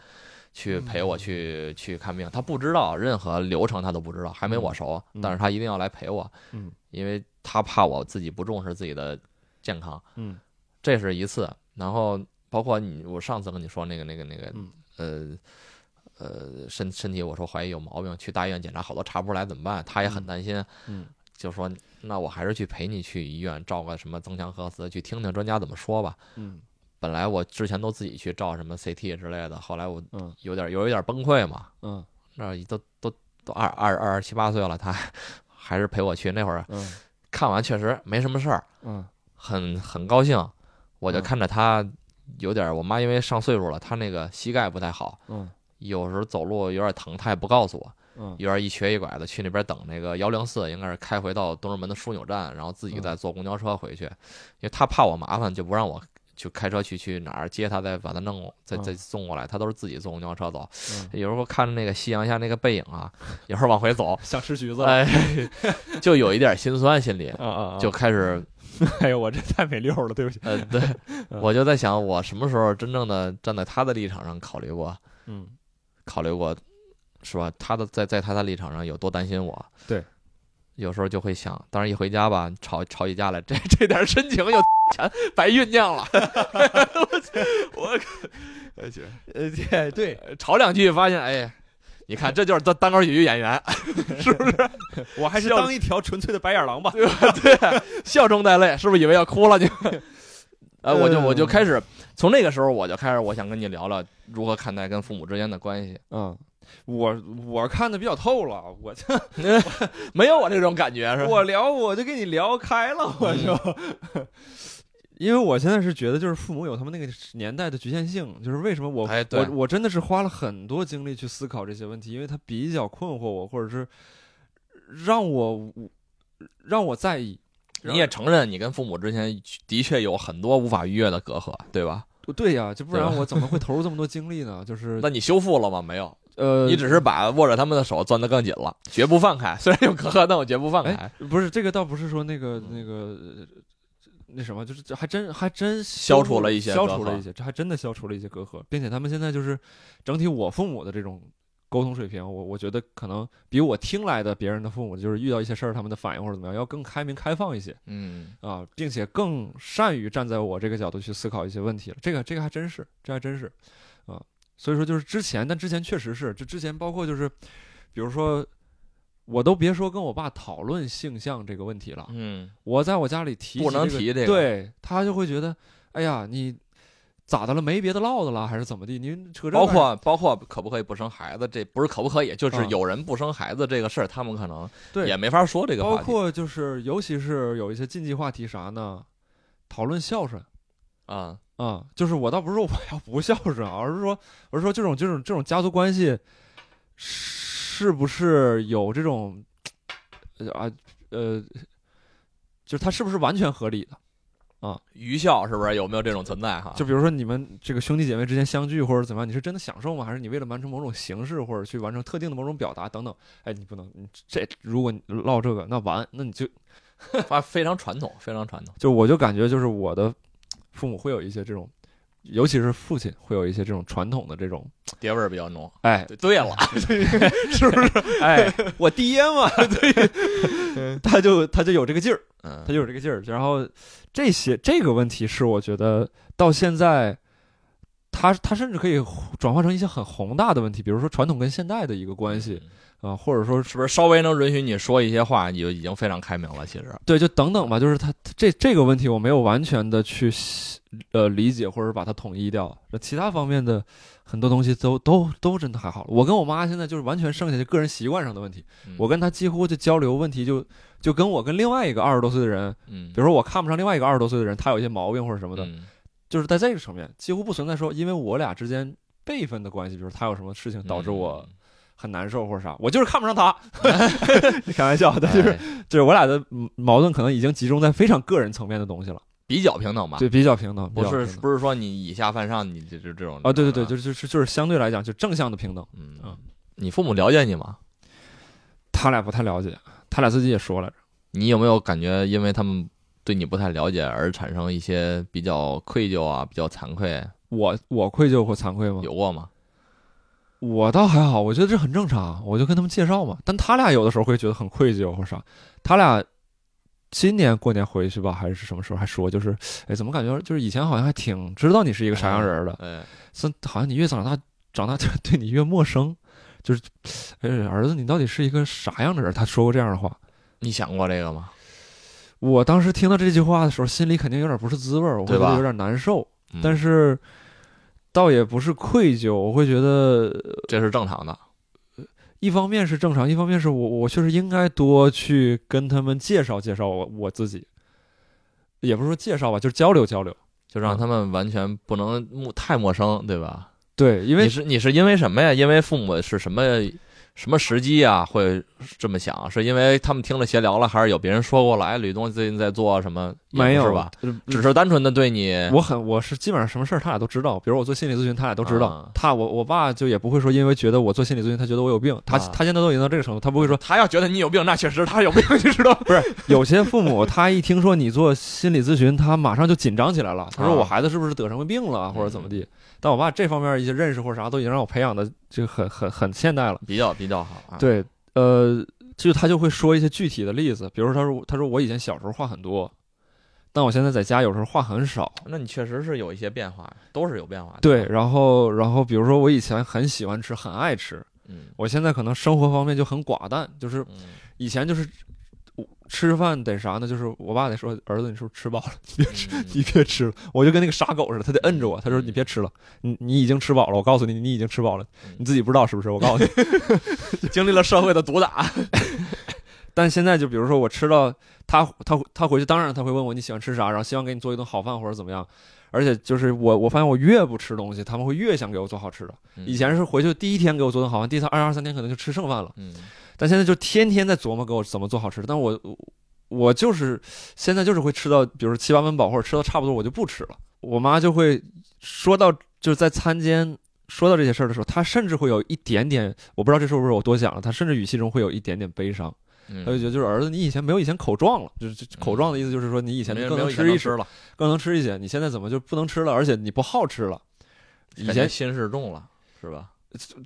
S2: 去陪
S1: 嗯
S2: 我去去看病，他不知道任何流程，他都不知道，还没我熟，
S1: 嗯
S2: 但是他一定要来陪我，
S1: 嗯
S2: 因为他怕我自己不重视自己的健康，
S1: 嗯
S2: 这是一次。然后包括你，我上次跟你说那个那个那
S1: 嗯
S2: 个，呃呃身身体，我说怀疑有毛病，去大医院检查好多查不出来怎么办，他也很
S1: 嗯
S2: 担心，
S1: 嗯
S2: 就说那我还是去陪你去医院照个什么增强核磁，去听听专家怎么说吧。
S1: 嗯
S2: 本来我之前都自己去照什么 CT 之类的，后来我
S1: 嗯
S2: 有点有一点崩溃嘛，
S1: 嗯
S2: 那都都都二二二十七八岁了，他还还是陪我去。那会儿
S1: 嗯
S2: 看完确实没什么事儿，
S1: 嗯
S2: 很很高兴。我就
S1: 嗯
S2: 看着他有点儿，我妈因为上岁数了，她那个膝盖不太好，
S1: 嗯
S2: 有时候走路有点疼，她也不告诉我，
S1: 嗯
S2: 有点一瘸一拐的去那边等那个幺零四，应该是开
S1: 嗯
S2: 回到东直门的枢纽站，然后自己再坐公交车回去，因为她怕我麻烦，就不让我去开车去去哪儿接他，再把他弄再再
S1: 嗯
S2: 送过来，他都是自己坐公交车走。
S1: 嗯，
S2: 有时候看那个夕阳下那个背影啊，有时候往回走
S1: 想吃橘子了，
S2: 哎，就有一点心酸，心里
S1: 啊啊，啊
S2: 就开始
S1: 哎呦，我这太没溜儿了，对不起。
S2: 呃，对
S1: 嗯
S2: 我就在想，我什么时候真正的站在他的立场上考虑过，
S1: 嗯，
S2: 考虑过，是吧？他的在在他的立场上有多担心我？
S1: 对，
S2: 有时候就会想，当然一回家吧，吵吵起架来，这这点深情就 全白酝酿了。我我，
S1: 呃，对对，
S2: 呃吵两句发现，哎，你看这就是单单口喜剧演员，是不是？
S1: 我还是
S2: 笑
S1: 当一条纯粹的白眼狼吧。
S2: 笑中带泪，是不是以为要哭 了你？哎，我就
S1: 嗯
S2: 我就开始从那个时候我就开始，我想跟你聊聊如何看待跟父母之间的关系。
S1: 嗯，我我看的比较透了，我就
S2: 没有我这种感觉是吧？
S1: 我聊我就跟你聊开了，我就。 因为我现在是觉得，就是父母有他们那个年代的局限性，就是为什么我、
S2: 哎对
S1: 我我真的是花了很多精力去思考这些问题，因为他比较困惑我，或者是让我让我在意。
S2: 你也承认你跟父母之间的确有很多无法逾越的隔阂，对吧？
S1: 对呀、就不然
S2: 对吧
S1: 我怎么会投入这么多精力呢？就是
S2: 那你修复了吗？没有，
S1: 呃，
S2: 你只是把握着他们的手攥得更紧了，绝不放开。虽然有隔阂，但我绝不放开。
S1: 不是这个，倒不是说那个
S2: 嗯
S1: 那个呃那什么，就是这还真还真
S2: 消除了一些
S1: 消
S2: 隔
S1: 除了
S2: 阂
S1: 一些，这还真的消除了一些隔阂，并且他们现在就是整体我父母的这种沟通水平，我我觉得可能比我听来的别人的父母，就是遇到一些事儿他们的反应或者怎么样，要更开明开放一些
S2: 嗯，
S1: 啊，并且更善于站在我这个角度去思考一些问题了。这个这个还真是，这还真是啊，所以说就是之前，但之前确实是，这之前包括就是比如说。我都别说跟我爸讨论性向这个问题了，
S2: 嗯，
S1: 我在我家里提起
S2: 不能
S1: 这个
S2: 提这个
S1: 对他就会觉得，哎呀，你咋的了？没别的唠的了，还是怎么地？您扯这
S2: 包
S1: 干啥
S2: 括包括可不可以不生孩子，这不是可不可以，就是
S1: 嗯
S2: 有人不生孩子这个事儿，他们可能
S1: 对
S2: 也没法说这个
S1: 包
S2: 话题
S1: 括就是，尤其是有一些禁忌话题啥呢？讨论孝顺
S2: 啊。
S1: 啊、就是我倒不是说我要不孝顺啊，而是说，我是说这种这种这种家族关系，是不是有这种呃啊呃，就是它是不是完全合理的？
S2: 愚孝是不是有没有这种存在哈？
S1: 就比如说你们这个兄弟姐妹之间相聚或者怎么样，你是真的享受吗？还是你为了完成某种形式或者去完成特定的某种表达等等？哎，你不能，你这如果你唠这个，那完，那你就
S2: 啊，非常传统，非常传统。
S1: 就我就感觉就是我的父母会有一些这种，尤其是父亲会有一些这种传统的这种，
S2: 爹味儿比较浓。
S1: 哎
S2: 对对了， 是不 是？
S1: 哎，我爹 嘛，对， 他就他就有这个劲儿，
S2: 嗯
S1: 他，就有这个劲儿。然后这些这个问题是我觉得到现在，他他甚至可以转化成一些很宏大的问题，比如说传统跟现代的一个关系
S2: 嗯
S1: 啊，或者说是
S2: 是不是稍微能允许你说一些话，你就已经非常开明了？其实，
S1: 对，就等等吧，就是他他这这个问题我没有完全的去呃理解或者把它统一掉，其他方面的很多东西都都都真的还好。我跟我妈现在就是完全剩下的个人习惯上的问题，
S2: 嗯
S1: 我跟她几乎就交流问题就就跟我跟另外一个二十多岁的人，
S2: 嗯，
S1: 比如说我看不上另外一个二十多岁的人，他有一些毛病或者什么的，
S2: 嗯
S1: 就是在这个层面几乎不存在说，因为我俩之间辈分的关系，比如他有什么事情导致
S2: 嗯
S1: 我很难受或者啥，我就是看不上 他。 开玩笑的，
S2: 哎
S1: 就是就是我俩的嗯矛盾可能已经集中在非常个人层面的东西了，
S2: 比较平等吧，
S1: 对，比较平等，
S2: 不是
S1: 比较平等
S2: 不是说你以下犯上，你这这这种
S1: 啊，对对对，就是就是就是相对来讲就正向的平等。
S2: 嗯
S1: 嗯，
S2: 你父母了解你吗？
S1: 他俩不太了解，他俩自己也说来着，
S2: 你有没有感觉，因为他们对你不太了解而产生一些比较愧疚啊，比较惭愧，
S1: 我我愧疚或惭愧吗？
S2: 有过吗？
S1: 我倒还好，我觉得这很正常，我就跟他们介绍嘛。但他俩有的时候会觉得很愧疚或啥。他俩今年过年回去吧，还是什么时候还说，就是哎，怎么感觉就是以前好像还挺知道你是一个啥样人儿的，
S2: 哎，
S1: 但好像你越长大长大就 对你越陌生。就是，哎，儿子，你到底是一个啥样的人？他说过这样的话。
S2: 你想过这个吗？
S1: 我当时听到这句话的时候，心里肯定有点不是滋味儿，我会
S2: 对
S1: 觉
S2: 吧
S1: 得有点难受。
S2: 嗯
S1: 但是，倒也不是愧疚，我会觉得
S2: 这是正常的。
S1: 一方面是正常，一方面是我我确实应该多去跟他们介绍介绍我我自己，也不是说介绍吧，就是交流交流。
S2: 就让他们完全不能陌太陌生，对吧？
S1: 对，因为
S2: 你是你是因为什么呀？因为父母是什么什么时机啊会这么想？是因为他们听了闲聊了，还是有别人说过了？哎，吕东最近在做什么？也不
S1: 没
S2: 是
S1: 有
S2: 吧？？
S1: 呃
S2: 只是单纯的对你，
S1: 我很我是基本上什么事儿他俩都知道，比如我做心理咨询，他俩都知道。
S2: 啊
S1: 他我我爸就也不会说因为觉得我做心理咨询，他觉得我有病。他、
S2: 啊
S1: 他现在都已经到这个程度，他不会说
S2: 他要觉得你有病，那确实他有病， 你知道吗？
S1: 不是。有些父 母他一听说你做心理咨询，他马上就紧张起来了。他说
S2: 啊嗯
S1: 我孩子是不是得什么病了，啊或者怎么地？但我爸这方面一些认识或者啥都已经让我培养的就很很很现代了。
S2: 比较比较好啊。
S1: 对，呃，就他就会说一些具体的例子，比如说他说他说我以前小时候话很多，但我现在在家有时候话很少。
S2: 那你确实是有一些变化，都是有变化的。
S1: 对，，然后然后比如说我以前很喜欢吃，很爱吃，
S2: 嗯
S1: 我现在可能生活方面就很寡淡，就是
S2: 嗯，
S1: 以前就是我吃饭得啥呢？就是我爸得说儿子，你是不是吃饱了？ 你
S2: 嗯
S1: 别吃了，我就跟那个傻狗似的，他得摁着我，他说
S2: 嗯
S1: 你别吃了，你你已经吃饱了，我告诉你，你已经吃饱了
S2: 嗯，
S1: 你自己不知道是不是？我告诉你。
S2: 经历了社会的毒打，
S1: 但现在就比如说我吃到他他他回去，当然他会问我你喜欢吃啥，然后希望给你做一顿好饭或者怎么样。而且就是我我发现我越不吃东西，他们会越想给我做好吃的。
S2: 嗯
S1: 以前是回去第一天给我做顿好饭，第三二二三天可能就吃剩饭了。
S2: 嗯，
S1: 但现在就天天在琢磨给我怎么做好吃的。但我我就是现在就是会吃到，比如说七八分饱，或者吃到差不多，我就不吃了。我妈就会说到，就是在餐间说到这些事儿的时候，她甚至会有一点点，我不知道这是不是我多想了，她甚至语气中会有一点点悲伤。
S2: 嗯
S1: 她就觉得就是儿子，你以前没有以前口壮了，就是就口壮的意思就是说你以前
S2: 没
S1: 更
S2: 没
S1: 能
S2: 有以前
S1: 吃
S2: 能
S1: 一
S2: 吃
S1: 吃，
S2: 了，
S1: 更能吃一些，你现在怎么就不能吃了？而且你不好吃了。以
S2: 感
S1: 前
S2: 觉心事重了，是吧？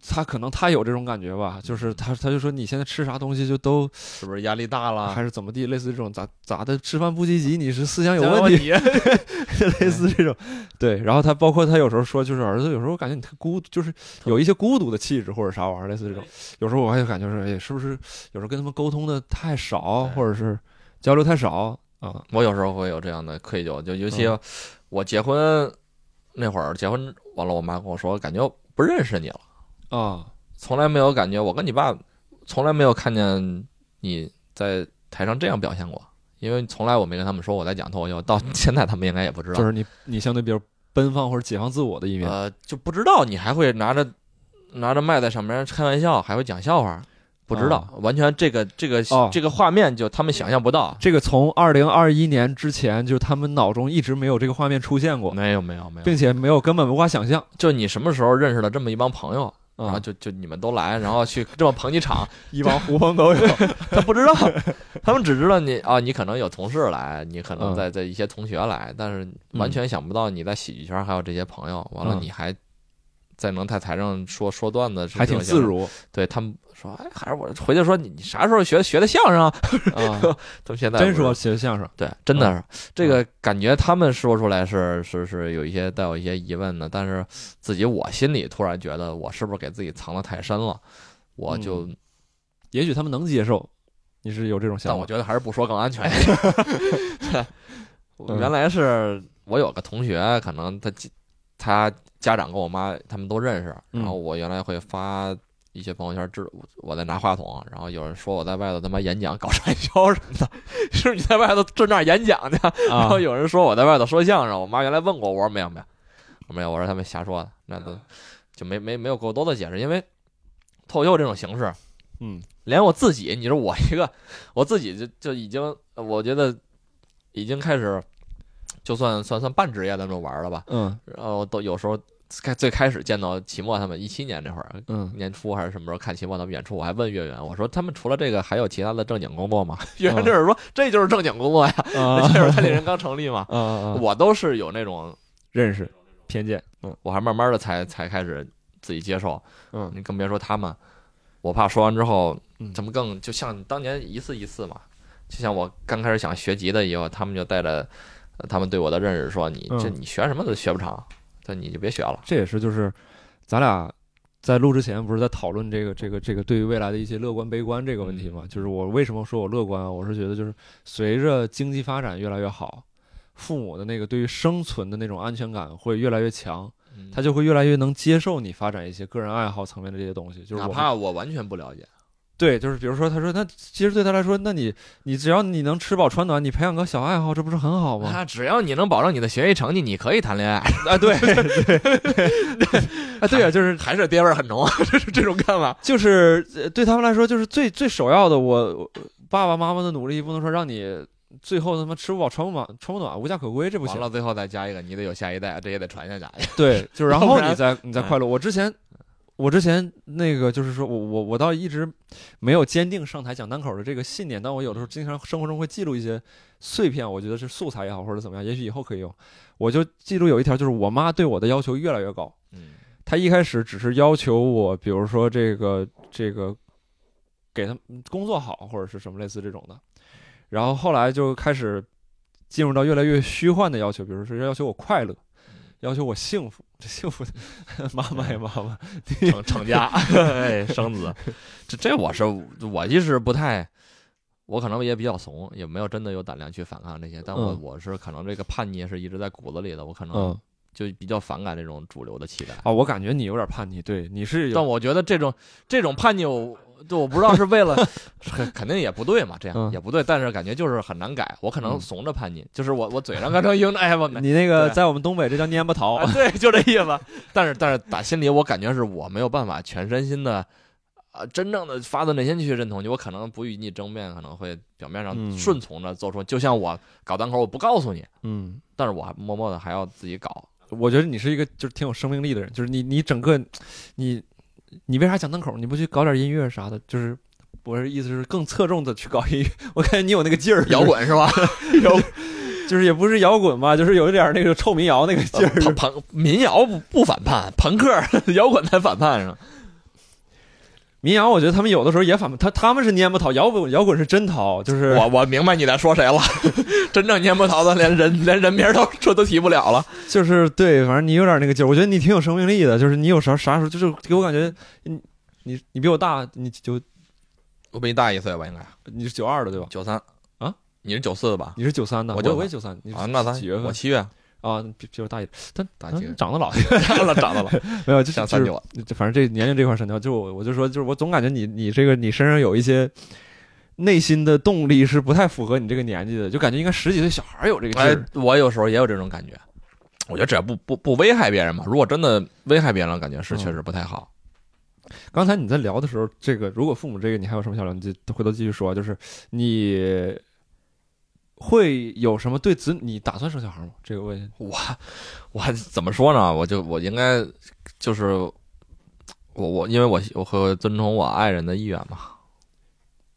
S1: 她可能她有这种感觉吧，就是她她就说你现在吃啥东西就都
S2: 是不是压力大了？
S1: 还是怎么地，类似这种咋咋的，吃饭不积极，你是思哎想有
S2: 想
S1: 问
S2: 问
S1: 题，
S2: 你
S1: 类似这种。对，然后他包括他有时候说，就是儿子有时候我感觉你特孤，就是有一些孤独的气质或者啥玩意儿，类似这种。有时候我还有感觉是，哎，是不是有时候跟他们沟通的太少，
S2: 对
S1: 或者是交流太少啊？
S2: 我有时候会有这样的愧疚，就尤其
S1: 嗯
S2: 我结婚那会儿，结婚完了，我妈跟我说，感觉我不认识你了，
S1: 啊，
S2: 从来没有感觉，我跟你爸从来没有看见你在台上这样表现过，因为从来我没跟他们说我在讲脱口秀，到现在他们应该也不知道
S1: 就，是你你相对比较奔放或者解放自我的一面，
S2: 呃，就不知道你还会拿着拿着麦在上面开玩笑，还会讲笑话。不知道，完全这个这个、
S1: 哦
S2: 这个画面就他们想象不到。
S1: 这个从二零二一年之前，就是他们脑中一直没有这个画面出现过，
S2: 没有没有没有，
S1: 并且没有根本无法想象
S2: 就你什么时候认识了这么一帮朋友，然后
S1: 啊，
S2: 就就你们都来，然后去这么捧你场，
S1: 一帮狐朋狗友。
S2: 他不知道，他们只知道你啊，你可能有同事来，你可
S1: 嗯
S2: 能在在一些同学来，但是完全想不到你在喜剧圈还有这些朋友。完了，
S1: 嗯
S2: 你还在能在台上说说段子，
S1: 还挺自。如
S2: 对他们说，哎，还是我回去说你你啥时候学学的相声啊？
S1: 啊，
S2: 他们现在
S1: 真
S2: 不是
S1: 说嗯学相声，
S2: 对，真的是这个感觉，他们说出来是是是有一些带有一些疑问的，但是自己我心里突然觉得我是不是给自己藏的太深了，我就、
S1: 嗯也许他们能接受。你是有这种
S2: 但
S1: 想
S2: 我
S1: 法？
S2: 觉得还是不说更安全。 对，我原来是我有个同学，可能他家他家长跟我妈他们都认识，
S1: 嗯
S2: 然后我原来会发。一些朋友圈，知我在拿话筒，然后有人说我在外头他妈演讲搞传销什么的， 是你在外头正那儿演讲呢？然
S1: 啊
S2: 后有人说我在外头说相声，我妈原来问过我，我说没有没有，我没有，我说他们瞎说的，那
S1: 嗯
S2: 都就没没没有过多的解释，因为脱口秀这种形式，
S1: 嗯，
S2: 连我自己，你说我一个我自己就就已经，我觉得已经开始就算算算半职业在那玩了吧，
S1: 嗯
S2: 然后都有时候开最开始见到齐墨他们一七年那会儿。
S1: 嗯，
S2: 年初还是什么时候看齐墨他们演出，我还问岳源，我说他们除了这个还有其他的正经工作吗？
S1: 嗯
S2: 岳源就是说这就是正经工作呀，
S1: 啊
S2: 这就是他那人刚成立嘛。
S1: 啊啊！嗯
S2: 我都是有那种，
S1: 认识偏见，
S2: 我还慢慢的才才开始自己接受，
S1: 嗯
S2: 你更别说他们，我怕说完之后
S1: 嗯，
S2: 咱们更就像当年一次一次嘛，就像我刚开始想学吉他以后，他们就带着呃他们对我的认识说，你
S1: 嗯
S2: 这你学什么都学不长，这你就别学了，
S1: 这也是就是咱俩在录之前不是在讨论这个这个这个对于未来的一些乐观悲观这个问题嘛？就是我为什么说我乐观啊？我是觉得就是随着经济发展越来越好，父母的那个对于生存的那种安全感会越来越强，他就会越来越能接受你发展一些个人爱好层面的这些东西。就是
S2: 哪
S1: 我
S2: 怕我完全不了解，
S1: 对，就是比如说，他说，那其实对他来说，那你你只要你能吃饱穿暖，你培养个小爱好，这不是很好吗？
S2: 啊，只要你能保证你的学习成绩，你可以谈恋爱。
S1: 啊，对 对啊，对啊， 就是
S2: 还是爹味儿很浓 啊，这是这种看法。
S1: 就是呃对他们来说，就是最最首要的我。我爸爸妈妈的努力不能说让你最后他妈吃不饱穿不暖穿不暖无家可归，这不
S2: 完
S1: 行。
S2: 了，最后再加一个，你得有下一代，这也得传下去。
S1: 对，就是然
S2: 要不
S1: 后
S2: 然
S1: 你再你再快乐。我之前我之前那个就是说我我我倒一直没有坚定上台讲单口的这个信念，但我有的时候经常生活中会记录一些碎片，我觉得是素材也好或者怎么样，也许以后可以用。我就记录有一条，就是我妈对我的要求越来越高。
S2: 嗯
S1: 她一开始只是要求我，比如说这个这个给他们工作好或者是什么类似这种的，然后后来就开始进入到越来越虚幻的要求，比如说要求我快乐，要求我幸福， 这幸福妈妈呀妈妈，
S2: 成成 家，哎，生子，这这我是我其实不太，我可能也比较怂，也没有真的有胆量去反抗这些，但我、
S1: 嗯
S2: 我是可能这个叛逆是一直在骨子里的，我可能
S1: 嗯
S2: 就比较反感这种主流的期待。
S1: 啊，我感觉你有点叛逆，对，你是有
S2: 但我觉得这种这种叛逆我，就我不知道是 为了，肯肯定也不对嘛，这样、
S1: 嗯
S2: 也不对，但是感觉就是很难改。我可能
S1: 嗯
S2: 怂着叛逆，就是我我嘴上干成硬的， 哎，我没
S1: 你那个
S2: 对
S1: 在我们东北这叫蔫巴桃
S2: 啊，，对，就这意思。 但是但是打心里我感觉是我没有办法全身心的，呃，真正的发自内心去认同你，我可能不与你争辩，可能会表面上
S1: 嗯
S2: 顺从着做出，就像我搞单口，我不告诉你，
S1: 嗯。
S2: 但是我还默默的还要自己 搞。
S1: 我觉得你是一个就是挺有生命力的人，就是你你整个你你为啥讲单口？你不去搞点音乐啥的？就是我是意思是更侧重的去搞音乐。 我感觉你有那个劲儿，
S2: 摇滚是吧？
S1: 就是就是也不是摇滚吧，就是有一点那个臭民谣那个劲儿。
S2: 朋朋民谣不不反叛，朋克 摇滚才反叛是吧？
S1: 民谣我觉得他们有的时候也反叛，他他们是蔫不淘，摇滚摇滚是真淘，就是
S2: 我我明白你在说谁了， 真正蔫不桃的连人连人名都说都提不了了。
S1: 就是对，反正你有点那个劲儿。我觉得你挺有生命力的，就是你有啥啥时候就是给我感觉你你你比我大，你九
S2: 我比你大一岁吧，应该
S1: 你是九二的对吧？
S2: 九三
S1: 啊？
S2: 你是九四的吧？
S1: 你是九三的，
S2: 我
S1: 我
S2: 93
S1: 我也九三，你
S2: 啊，那咱
S1: 几月份
S2: 我七月
S1: 啊？比比我大一点，但
S2: 大几个
S1: 嗯长得老。
S2: 长了长 了，
S1: 没有，就是
S2: 想
S1: 就
S2: 三
S1: 是
S2: 九了。
S1: 就反正这年龄这块删掉，就我我就说，就是我总感觉你你这个你身上有一些内心的动力是不太符合你这个年纪的，就感觉应该十几岁小孩有这个劲
S2: 哎
S1: 儿。，
S2: 我有时候也有这种感觉，我觉得只要不不不危害别人嘛，如果真的危害别人了，感觉是
S1: 嗯
S2: 确实不太好。
S1: 刚才你在聊的时候，这个如果父母这个你还有什么想聊，你就回头继续说。就是你会有什么对子女？你打算生小孩吗？这个问题
S2: 我我怎么说呢？我就我应该就是我我因为我我会尊重我爱人的意愿嘛，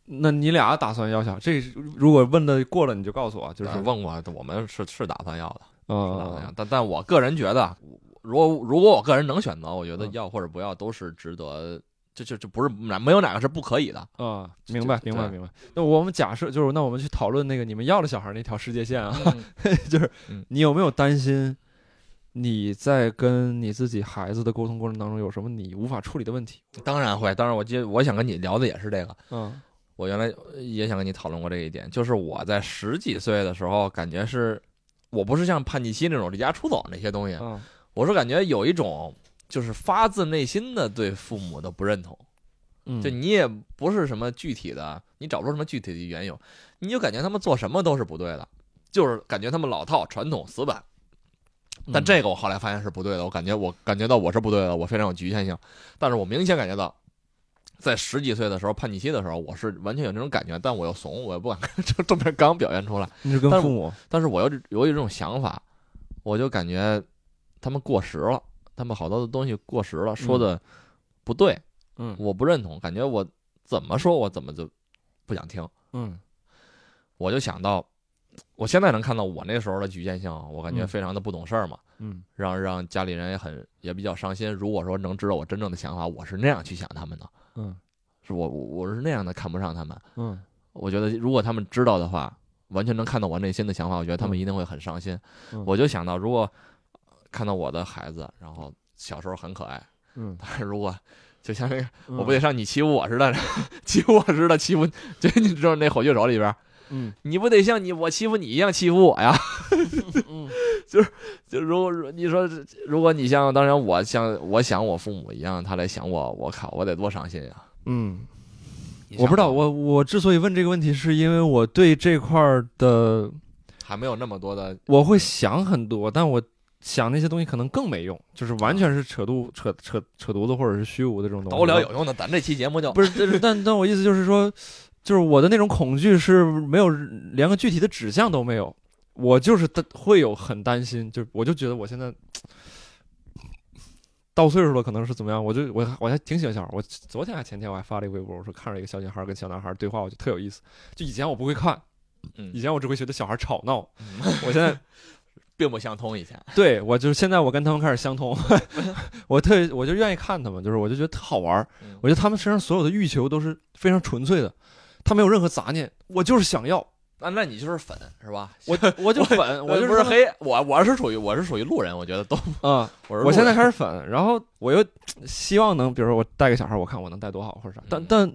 S1: 那你俩打算要小孩？这如果问的过了，你就告诉我，啊就
S2: 就是是问过我们是是打算要的，是打算要
S1: 嗯，
S2: 但但我个人觉得，如果如果我个人能选择，我觉得
S1: 嗯
S2: 要或者不要都是值得。这这这不是哪没有哪个是不可以的，
S1: 啊，明白，
S2: 对
S1: 明白，明白。那我们假设就是，那我们去讨论那个你们要了小孩那条世界线啊，就是
S2: 嗯
S1: 你有没有担心你在跟你自己孩子的沟通过程当中有什么你无法处理的问题？
S2: 当然会。当然，我接我想跟你聊的也是这个，
S1: 嗯
S2: 我原来也想跟你讨论过这一点，就是我在十几岁的时候，感觉是我不是像叛逆期那种离家出走那些东西，
S1: 嗯
S2: 我是感觉有一种就是发自内心的对父母的不认同，
S1: 嗯，
S2: 就你也不是什么具体的，你找不出什么具体的缘由，你就感觉他们做什么都是不对的，就是感觉他们老套、传统、死板。
S1: 嗯
S2: 但这个我后来发现是不对的，我感觉我感觉到我是不对的，我非常有局限性。但是我明显感觉到，在十几岁的时候叛逆期的时候，我是完全有这种感觉，但我又怂，我也不敢 正正面刚表现出来。
S1: 你是跟
S2: 但是
S1: 父母
S2: 但是我又有一种想法，我就感觉他们过时了，他们好多的东西过时了，说的不对，
S1: 嗯
S2: 我不认同，感觉我怎么说我怎么就不想听。
S1: 嗯
S2: 我就想到，我现在能看到我那时候的局限性，我感觉
S1: 嗯
S2: 非常的不懂事儿嘛。
S1: 嗯
S2: 让让家里人也很也比较伤心。如果说能知道我真正的想法，我是那样去想他们的，
S1: 嗯
S2: 是我我我是那样的看不上他们。
S1: 嗯
S2: 我觉得如果他们知道的话，完全能看到我内心的想法，我觉得他
S1: 嗯
S2: 们一定会很伤心。
S1: 嗯
S2: 我就想到，如果看到我的孩子，然后小时候很可爱，
S1: 嗯，
S2: 但是如果就像那个，我不
S1: 也
S2: 得像你欺负我似的，欺负我似的欺负，就你知道那火炬手里边，
S1: 嗯
S2: 你不得像你我欺负你一样欺负我呀？
S1: 嗯
S2: 就如果如你说，如果你像当然啊我像我想我父母一样，他来想我，我靠，我得多伤心呀、
S1: 嗯，
S2: 你想
S1: 我不知道，
S2: 想
S1: 我我之所以问这个问题，是因为我对这块儿的
S2: 还没有那么多的
S1: 我会想很多，但我想那些东西可能更没用，就是完全是扯肚扯扯扯犊子或者是虚无的这种东西。
S2: 都聊有用的，咱这期节目就
S1: 不是，但是但但我意思就是说，就是我的那种恐惧是没有连个具体的指向都没有，我就是担会有很担心，就是我就觉得我现在 到岁数了，可能是怎么样，我就我我还挺喜欢小孩儿，我昨天还前天我还发了一个微博，我说看着一个小女孩儿跟小男孩儿对话，我就特有意思。就以前我不会看，
S2: 嗯
S1: 以前我只会觉得小孩儿吵闹，
S2: 嗯
S1: 我现在
S2: 并不相通。以前
S1: 对我就是现在我跟他们开始相通， 我特我就愿意看他们，就是我就觉得特好玩儿
S2: 嗯，
S1: 我觉得他们身上所有的欲求都是非常纯粹的，他没有任何杂念，我就是想要，
S2: 那那你就是粉是吧？
S1: 我我就粉，我
S2: 我
S1: 就
S2: 呃不是
S1: 他们
S2: 黑，我我是属于我是属于路人，我觉得都
S1: 啊、
S2: 我是路人
S1: 我现在开始粉，然后我又希望能，比如说我带个小孩，我看我能带多好或者啥，但
S2: 嗯
S1: 但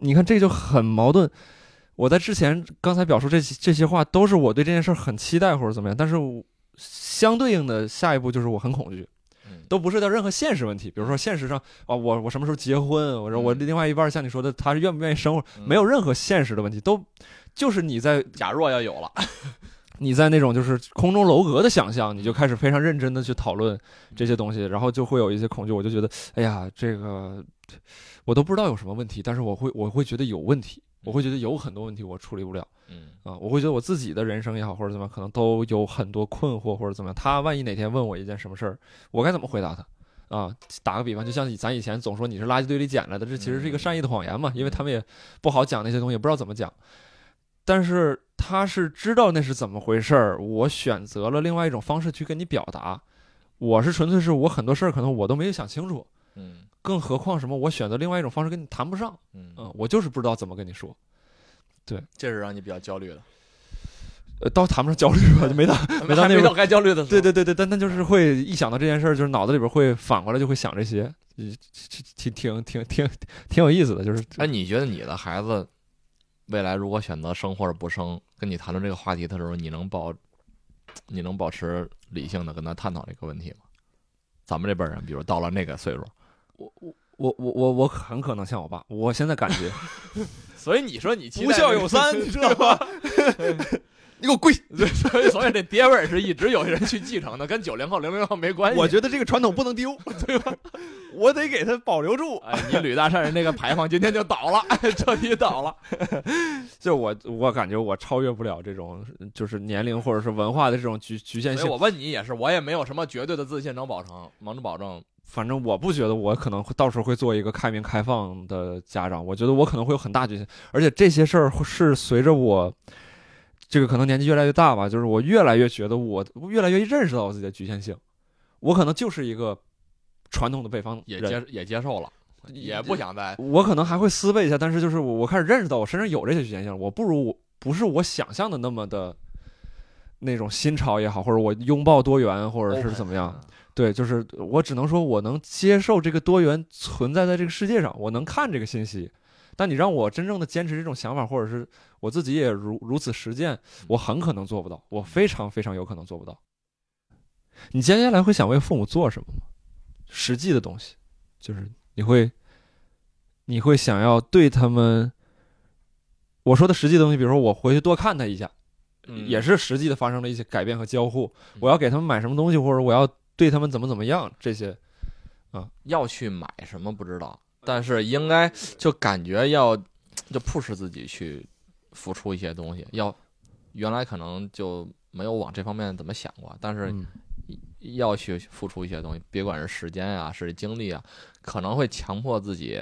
S1: 你看这就很矛盾。我在之前刚才表述这些这些话，都是我对这件事儿很期待或者怎么样，但是我相对应的下一步就是我很恐惧。
S2: 嗯
S1: 都不涉及到任何现实问题，比如说现实上啊，我我什么时候结婚，我说我
S2: 嗯
S1: 另外一半像你说的，他是愿不愿意生活，
S2: 嗯
S1: 没有任何现实的问题，都就是你在
S2: 假若要有了，
S1: 你在那种就是空中楼阁的想象，你就开始非常认真的去讨论这些东西，然后就会有一些恐惧，我就觉得，哎呀，这个我都不知道有什么问题，但是我会我会觉得有问题，我会觉得有很多问题我处理不了。
S2: 嗯
S1: 啊，我会觉得我自己的人生也好，或者怎么样，可能都有很多困惑或者怎么样。他万一哪天问我一件什么事儿，我该怎么回答他？啊，打个比方，就像咱以前总说你是垃圾堆里捡来的，这其实是一个善意的谎言嘛，因为他们也不好讲那些东西，也不知道怎么讲。但是他是知道那是怎么回事儿，我选择了另外一种方式去跟你表达。我是纯粹是我很多事儿可能我都没有想清楚，
S2: 嗯
S1: 更何况什么我选择另外一种方式跟你谈不上，
S2: 嗯，
S1: 嗯，我就是不知道怎么跟你说。
S2: 这是让你比较焦虑的，
S1: 呃，倒谈不上焦虑吧，就没谈，没到
S2: 还
S1: 那
S2: 没
S1: 会儿
S2: 到该焦虑的时候，
S1: 对对对对，但但就是会一想到这件事儿，就是脑子里边会反过来就会想这些，呃挺挺挺挺挺有意思的，就是
S2: 哎，你觉得你的孩子未来如果选择生或者不生，跟你谈论这个话题的时候，你能保你能保持理性的跟他探讨这个问题吗？咱们这辈儿人，比如到了那个岁数，
S1: 我我我我我我很可能像我爸，我现在感 觉
S2: 所以你说你
S1: 无孝有三，
S2: 你知道吗？ 你给我跪！所以，所以这爹味儿是一直有人去继承的，跟九零后、零零后没关系。
S1: 觉得这个传统不能丢，哎 对吧？我得给他保留住。
S2: 哎，你吕大善人那个牌坊今天就倒了， 彻底倒了。
S1: 就我我感觉我超越不了这种就是年龄或者是文化的这种局局限
S2: 所以
S1: 性
S2: 我，问你也是，我也没有什么绝对的自信能保证，能保证。
S1: 反正我不觉得我可能会到时候会做一个开明开放的家长，我觉得我可能会有很大决心，而且这些事儿是随着我这个可能年纪越来越大吧，就是我越来越觉得我越来越认识到我自己的局限性，我可能就是一个传统的北方
S2: 也
S1: 人
S2: 接也接受了，也不想再
S1: 我可能还会思维一下，但是就是我我开始认识到我身上有这些局限性了，我不如我不是我想象的那么的那种新潮也好，或者我拥抱多元，或者是
S2: open
S1: 怎么样。对，就是我只能说，我能接受这个多元存在在这个世界上，我能看这个信息。但你让我真正的坚持这种想法，或者是我自己也如如此实践，我很可能做不到，我非常非常有可能做不到。你接下来会想为父母做什么吗？实际的东西，就是你会，你会想要对他们。我说的实际的东西，比如说我回去多看他一下，
S2: 嗯
S1: 也是实际的发生了一些改变和交互。我要给他们买什么东西，或者我要对他们怎么怎么样，这些
S2: 要去买什么不知道，但是应该就感觉要就 push 自己去付出一些东西，要原来可能就没有往这方面怎么想过，但是
S1: 嗯
S2: 要去付出一些东西，别管是时间啊，是精力啊，可能会强迫自己，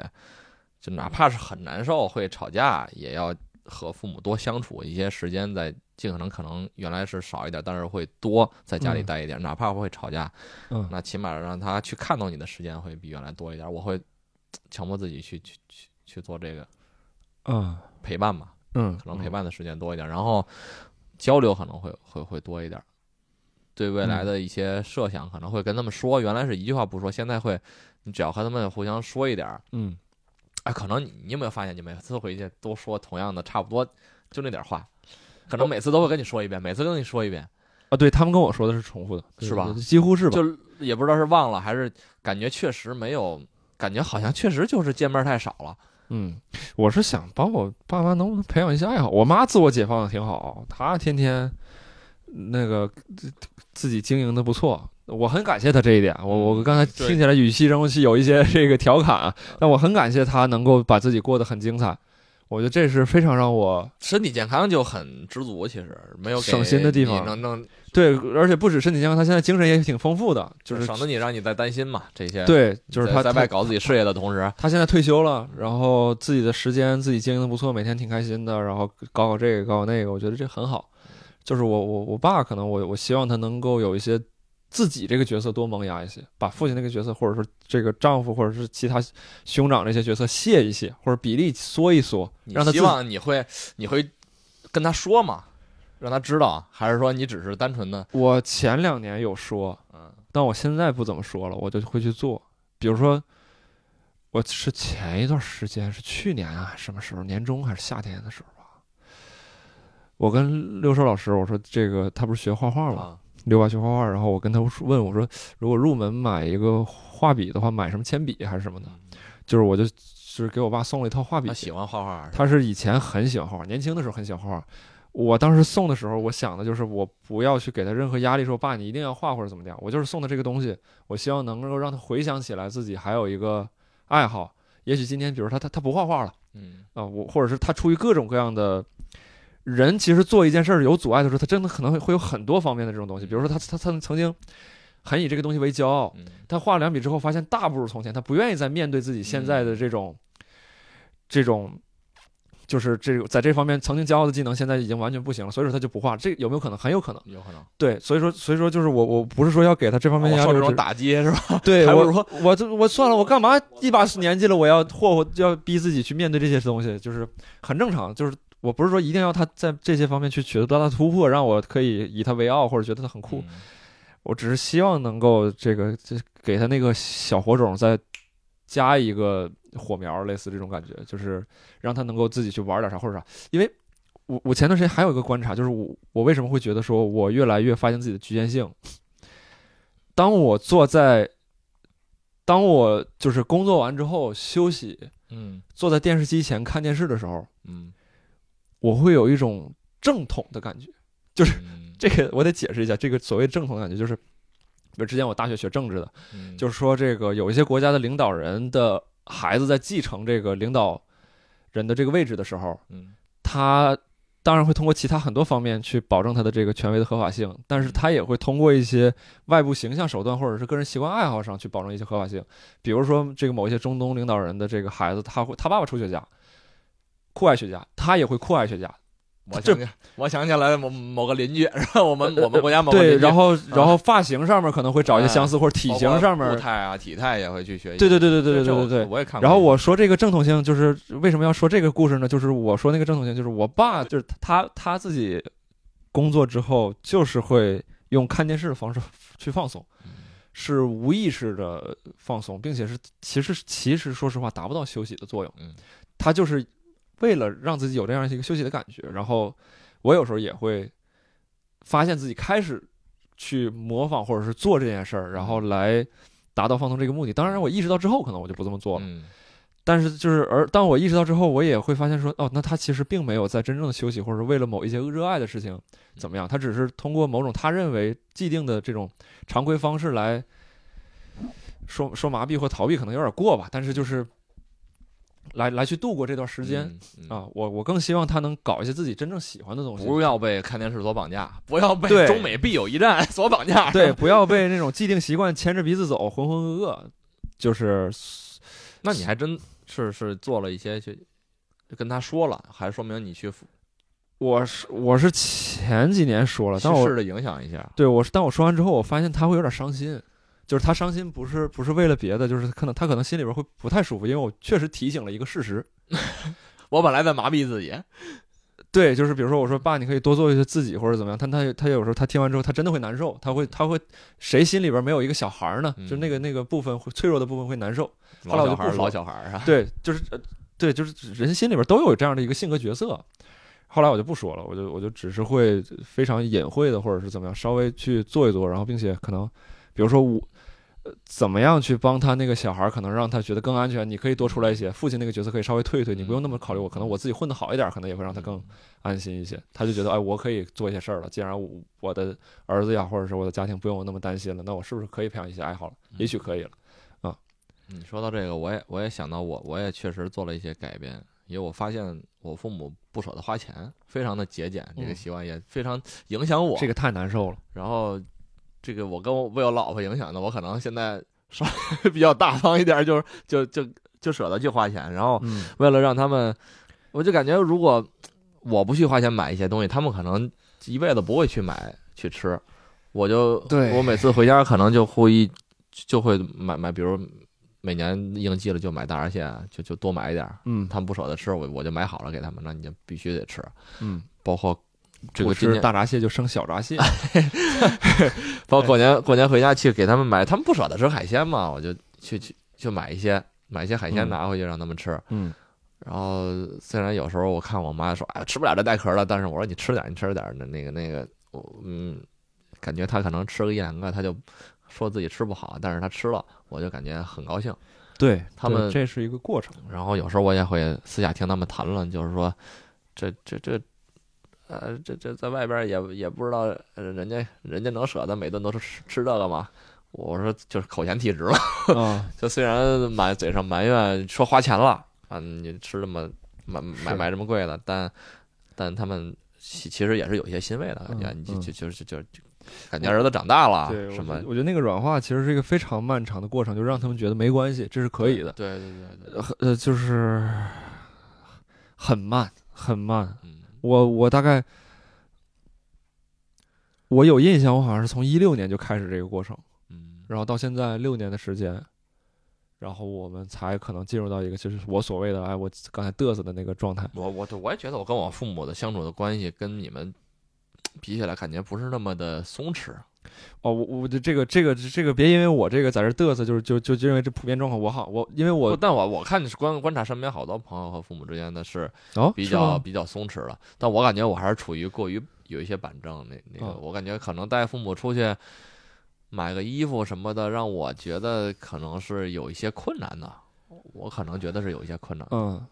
S2: 就哪怕是很难受，会吵架，也要和父母多相处一些时间，在尽可能可能原来是少一点，但是会多在家里
S1: 嗯
S2: 待一点，哪怕会吵架，
S1: 嗯
S2: 那起码让他去看到你的时间会比原来多一点。我会强迫自己去去去去做这个
S1: 啊
S2: 陪伴吧，
S1: 嗯，
S2: 可能陪伴的时间多一点，然后交流可能会会会多一点，对未
S1: 嗯
S2: 来的一些设想可能会跟他们说，原来是一句话不说，现在会你只要和他们互相说一点儿，
S1: 嗯
S2: 哎，可能你你有没有发现，你每次回去都说同样的差不多就那点儿话，可
S1: 哦
S2: 能每次都会跟你说一遍，每次都跟你说一遍，
S1: 啊，对他们跟我说的是重复的，对
S2: 是吧
S1: 几乎是吧？
S2: 就也不知道是忘了还是感觉确实没有，感觉好像确实就是见面太少了，
S1: 嗯，我是想帮我爸妈能不能培养一些爱好。我妈自我解放的挺好，她天天那个自己经营的不错，我很感谢她这一点。我我刚才
S2: 嗯对嗯
S1: 听起来语气中是有一些这个调侃啊，但我很感谢她能够把自己过得很精彩。我觉得这是非常让我
S2: 身体健康就很知足，其实没有给
S1: 省心的地方
S2: 你能能
S1: 对，而且不止身体健康，她现在精神也挺丰富的，就是
S2: 省得你让你在担心嘛，这些
S1: 对，就是
S2: 在
S1: 她
S2: 在
S1: 她
S2: 外搞自己事业的同时，
S1: 他现在退休了，然后自己的时间自己经营的不错，每天挺开心的，然后搞搞这个，搞搞那个，我觉得这很好。就是我我我爸可能我我希望他能够有一些自己这个角色多萌芽一些，把父亲那个角色，或者说这个丈夫，或者是其他兄长这些角色卸一卸，或者比例缩一缩，
S2: 你
S1: 让他自
S2: 希望你会你会跟他说嘛，让他知道，还是说你只是单纯的
S1: 我前两年有说，
S2: 嗯
S1: 但我现在不怎么说了，我就会去做。比如说，我是前一段时间是去年啊，什么时候？年中还是夏天的时候吧。我跟六兽老师我说，这个他不是学画画吗？
S2: 啊
S1: 六爸学画画，然后我跟他说问我说，如果入门买一个画笔的话，买什么铅笔啊还是什么的？
S2: 嗯
S1: 就是我就就是给我爸送了一套画笔
S2: 他，喜欢画画，
S1: 他是以前很喜欢画画，年轻的时候很喜欢画画。我当时送的时候，我想的就是我不要去给他任何压力，说爸你一定要画或者怎么样。我就是送的这个东西，我希望能够让他回想起来自己还有一个爱好。也许今天，比如他他他不画画了
S2: 嗯，
S1: 啊、我或者是他出于各种各样的人，其实做一件事儿有阻碍的时候，他真的可能会会有很多方面的这种东西。比如说他他他曾经很以这个东西为骄傲，
S2: 嗯
S1: 他画了两笔之后，发现大不如从前，他不愿意再面对自己现在的这种、这种，就是这个在这方面曾经骄傲的技能，现在已经完全不行了，所以说他就不画。这有没有可能？很有可能。
S2: 嗯有可能。啊
S1: 对，所以说，所以说就是我，我不是说要给他这方面
S2: 我
S1: 压
S2: 受
S1: 力，
S2: 这
S1: 我
S2: 种
S1: 只
S2: 打击是吧？
S1: 对
S2: 还不
S1: 我
S2: 如说
S1: 我就我算了，我干嘛一把年纪了，我要霍霍，要逼自己去面对这些东西，就是很正常。就是我不是说一定要他在这些方面去取得多大的突破，让我可以以他为傲或者觉得他很酷。
S2: 嗯
S1: 我只是希望能够这个这给他那个小火种再加一个火苗儿，类似这种感觉，就是让他能够自己去玩点啥或者啥。因为我我前段时间还有一个观察，就是我我为什么会觉得说我越来越发现自己的局限性。当我坐在，当我就是工作完之后休息，
S2: 嗯
S1: 坐在电视机前看电视的时候，
S2: 嗯，
S1: 我会有一种正统的感觉。就是
S2: 嗯
S1: 这个我得解释一下，这个所谓正统的感觉就是，比如之前我大学学政治的，
S2: 嗯
S1: 就是说这个有一些国家的领导人的孩子在继承这个领导人的这个位置的时候，
S2: 嗯
S1: 他当然会通过其他很多方面去保证他的这个权威的合法性，但
S2: 嗯
S1: 是他也会通过一些外部形象手段或者是个人习惯爱好上去保证一些合法性。比如说，这个某一些中东领导人的这个孩子，他会他爸爸抽雪茄，酷爱雪茄，他也会酷爱雪茄，
S2: 我
S1: 这
S2: 想起我想起来某某个邻居，然后我们我们国家某个邻
S1: 呃对，
S2: 居，
S1: 然后然后发型上面可能会找一些相似，或者体
S2: 哎包括
S1: 型上面
S2: 步态啊、体态也会去学习。
S1: 对对对对对对
S2: 这
S1: 对
S2: 我
S1: 对。
S2: 我也看过。
S1: 然后我说这个正统性，就是为什么要说这个故事呢？就是我说那个正统性，就是我爸，就是他他自己工作之后，就是会用看电视的方式去放松，是无意识的放松，并且是其实其实说实话达不到休息的作用
S2: 嗯。
S1: 他就是为了让自己有这样一个休息的感觉。然后我有时候也会发现自己开始去模仿或者是做这件事儿，然后来达到放松这个目的。当然，我意识到之后，可能我就不这么做了。
S2: 嗯
S1: 但是就是而当我意识到之后，我也会发现说，哦，那他其实并没有在真正的休息，或者是为了某一些热爱的事
S2: 嗯
S1: 情怎么样，他只是通过某种他认为既定的这种常规方式来说说麻痹或逃避，可能有点过吧，但是就是来来去度过这段时间。
S2: 嗯嗯
S1: 啊，我我更希望他能搞一些自己真正喜欢的东西，
S2: 不要被看电视所绑架，不要被
S1: 对
S2: 中美必有一战 所绑架。
S1: 对，不要被那种既定习惯牵着鼻子走，浑浑噩噩。就是
S2: 那你还真是是做了一些去跟他说了，还说明你去
S1: 我是我是前几年说了，但我
S2: 试着影响一下。
S1: 对我是，但我说完之后，我发现他会有点伤心，就是他伤心不是不是为了别的，就是可能他可能心里边会不太舒服，因为我确实提醒了一个事实。
S2: 我本来在麻痹自己，
S1: 对，就是比如说我说爸，你可以多做一些自己或者怎么样，但他他有时候他听完之后，他真的会难受，他会他会谁心里边没有一个小孩儿呢？就那个那个部分会脆弱的部分会难受。后来
S2: 老
S1: 我就
S2: 小孩儿
S1: 不说
S2: 老小孩儿啊，
S1: 对，就是呃对，就是人心里边都有这样的一个性格角色。后来我就不说了，我就我就只是会非常隐晦的，或者是怎么样，稍微去做一做，然后并且可能，比如说我呃怎么样去帮他那个小孩，可能让他觉得更安全？你可以多出来一些，父亲那个角色可以稍微退一退，你不用那么考虑我，可能我自己混得好一点，可能也会让他更安心一些。他就觉得，哎，我可以做一些事儿了。既然我我的儿子呀，或者是我的家庭不用我那么担心了，那我是不是可以培养一些爱好了？也许可以了。
S2: 你说到这个，我也我也想到我我也确实做了一些改变，因为我发现我父母不舍得花钱，非常的节俭，这个
S1: 嗯
S2: 习惯也非常影响我。
S1: 这个太难受了。
S2: 然后这个我跟我被我老婆影响的，我可能现在稍微 比较大方一点，就是就就就舍得去花钱。然后
S1: 嗯，
S2: 为了让他们，我就感觉如果我不去花钱买一些东西，他们可能一辈子不会去买去吃。我就
S1: 对
S2: 我每次回家可能就会一就会买买，比如每年应季了就买大闸蟹，就就多买一点儿。
S1: 嗯
S2: 他们不舍得吃，我我就买好了给他们，那你就必须得吃。
S1: 嗯，
S2: 包括这
S1: 不
S2: 个今
S1: 吃
S2: 年啊
S1: 大闸蟹就生小闸蟹。
S2: 包括过年过年回家去给他们买，他们不舍得吃海鲜嘛，我就去去去买一些买一些海鲜
S1: 嗯
S2: 拿回去让他们吃。
S1: 嗯
S2: 然后虽然有时候我看我妈说哎吃不了这带壳了，但是我说你吃点儿你吃点儿那那个那个我嗯，感觉她可能吃个一两个她就说自己吃不好，但是她吃了我就感觉很高兴。
S1: 对
S2: 他们
S1: 对这是一个过程。
S2: 然后有时候我也会私下听他们谈论，就是说，这这这，呃，这这在外边也也不知道呃人家人家能舍得每顿都吃吃这个吗？我说就是口嫌体直了，
S1: 啊，
S2: 就虽然满嘴上埋怨说花钱了啊，你吃这么买买
S1: 是
S2: 买这么贵的，但但他们其其实也是有些欣慰的感觉，
S1: 嗯
S2: 你就
S1: 嗯
S2: 就就就就就感觉儿子长大了
S1: 对，我
S2: 啊什
S1: 觉
S2: 么
S1: 得我觉得那个软化其实是一个非常漫长的过程，就让他们觉得没关系，这是可以的。
S2: 对对对对对，
S1: 呃呃，就是很慢，很慢。
S2: 嗯
S1: 我我大概我有印象，我好像是从一六年就开始这个过程，
S2: 嗯
S1: 然后到现在六年的时间，然后我们才可能进入到一个就是我所谓的哎，我刚才嘚瑟的那个状态。
S2: 我我我也觉得我跟我父母的相处的关系跟你们比起来，感觉不是那么的松弛。
S1: 哦，我我这这个这个这个别因为我这个在这嘚瑟，就是就就就认为这普遍状况我好，我因为我
S2: 不但我我看你是观观察身边好多朋友和父母之间的是
S1: 哦
S2: 比
S1: 是
S2: 较
S1: 吗
S2: 比较松弛了，但我感觉我还是处于过于有一些板正那那个，
S1: 嗯
S2: 我感觉可能带父母出去买个衣服什么的，让我觉得可能是有一些困难的。我可能觉得是有一些困难，
S1: 嗯。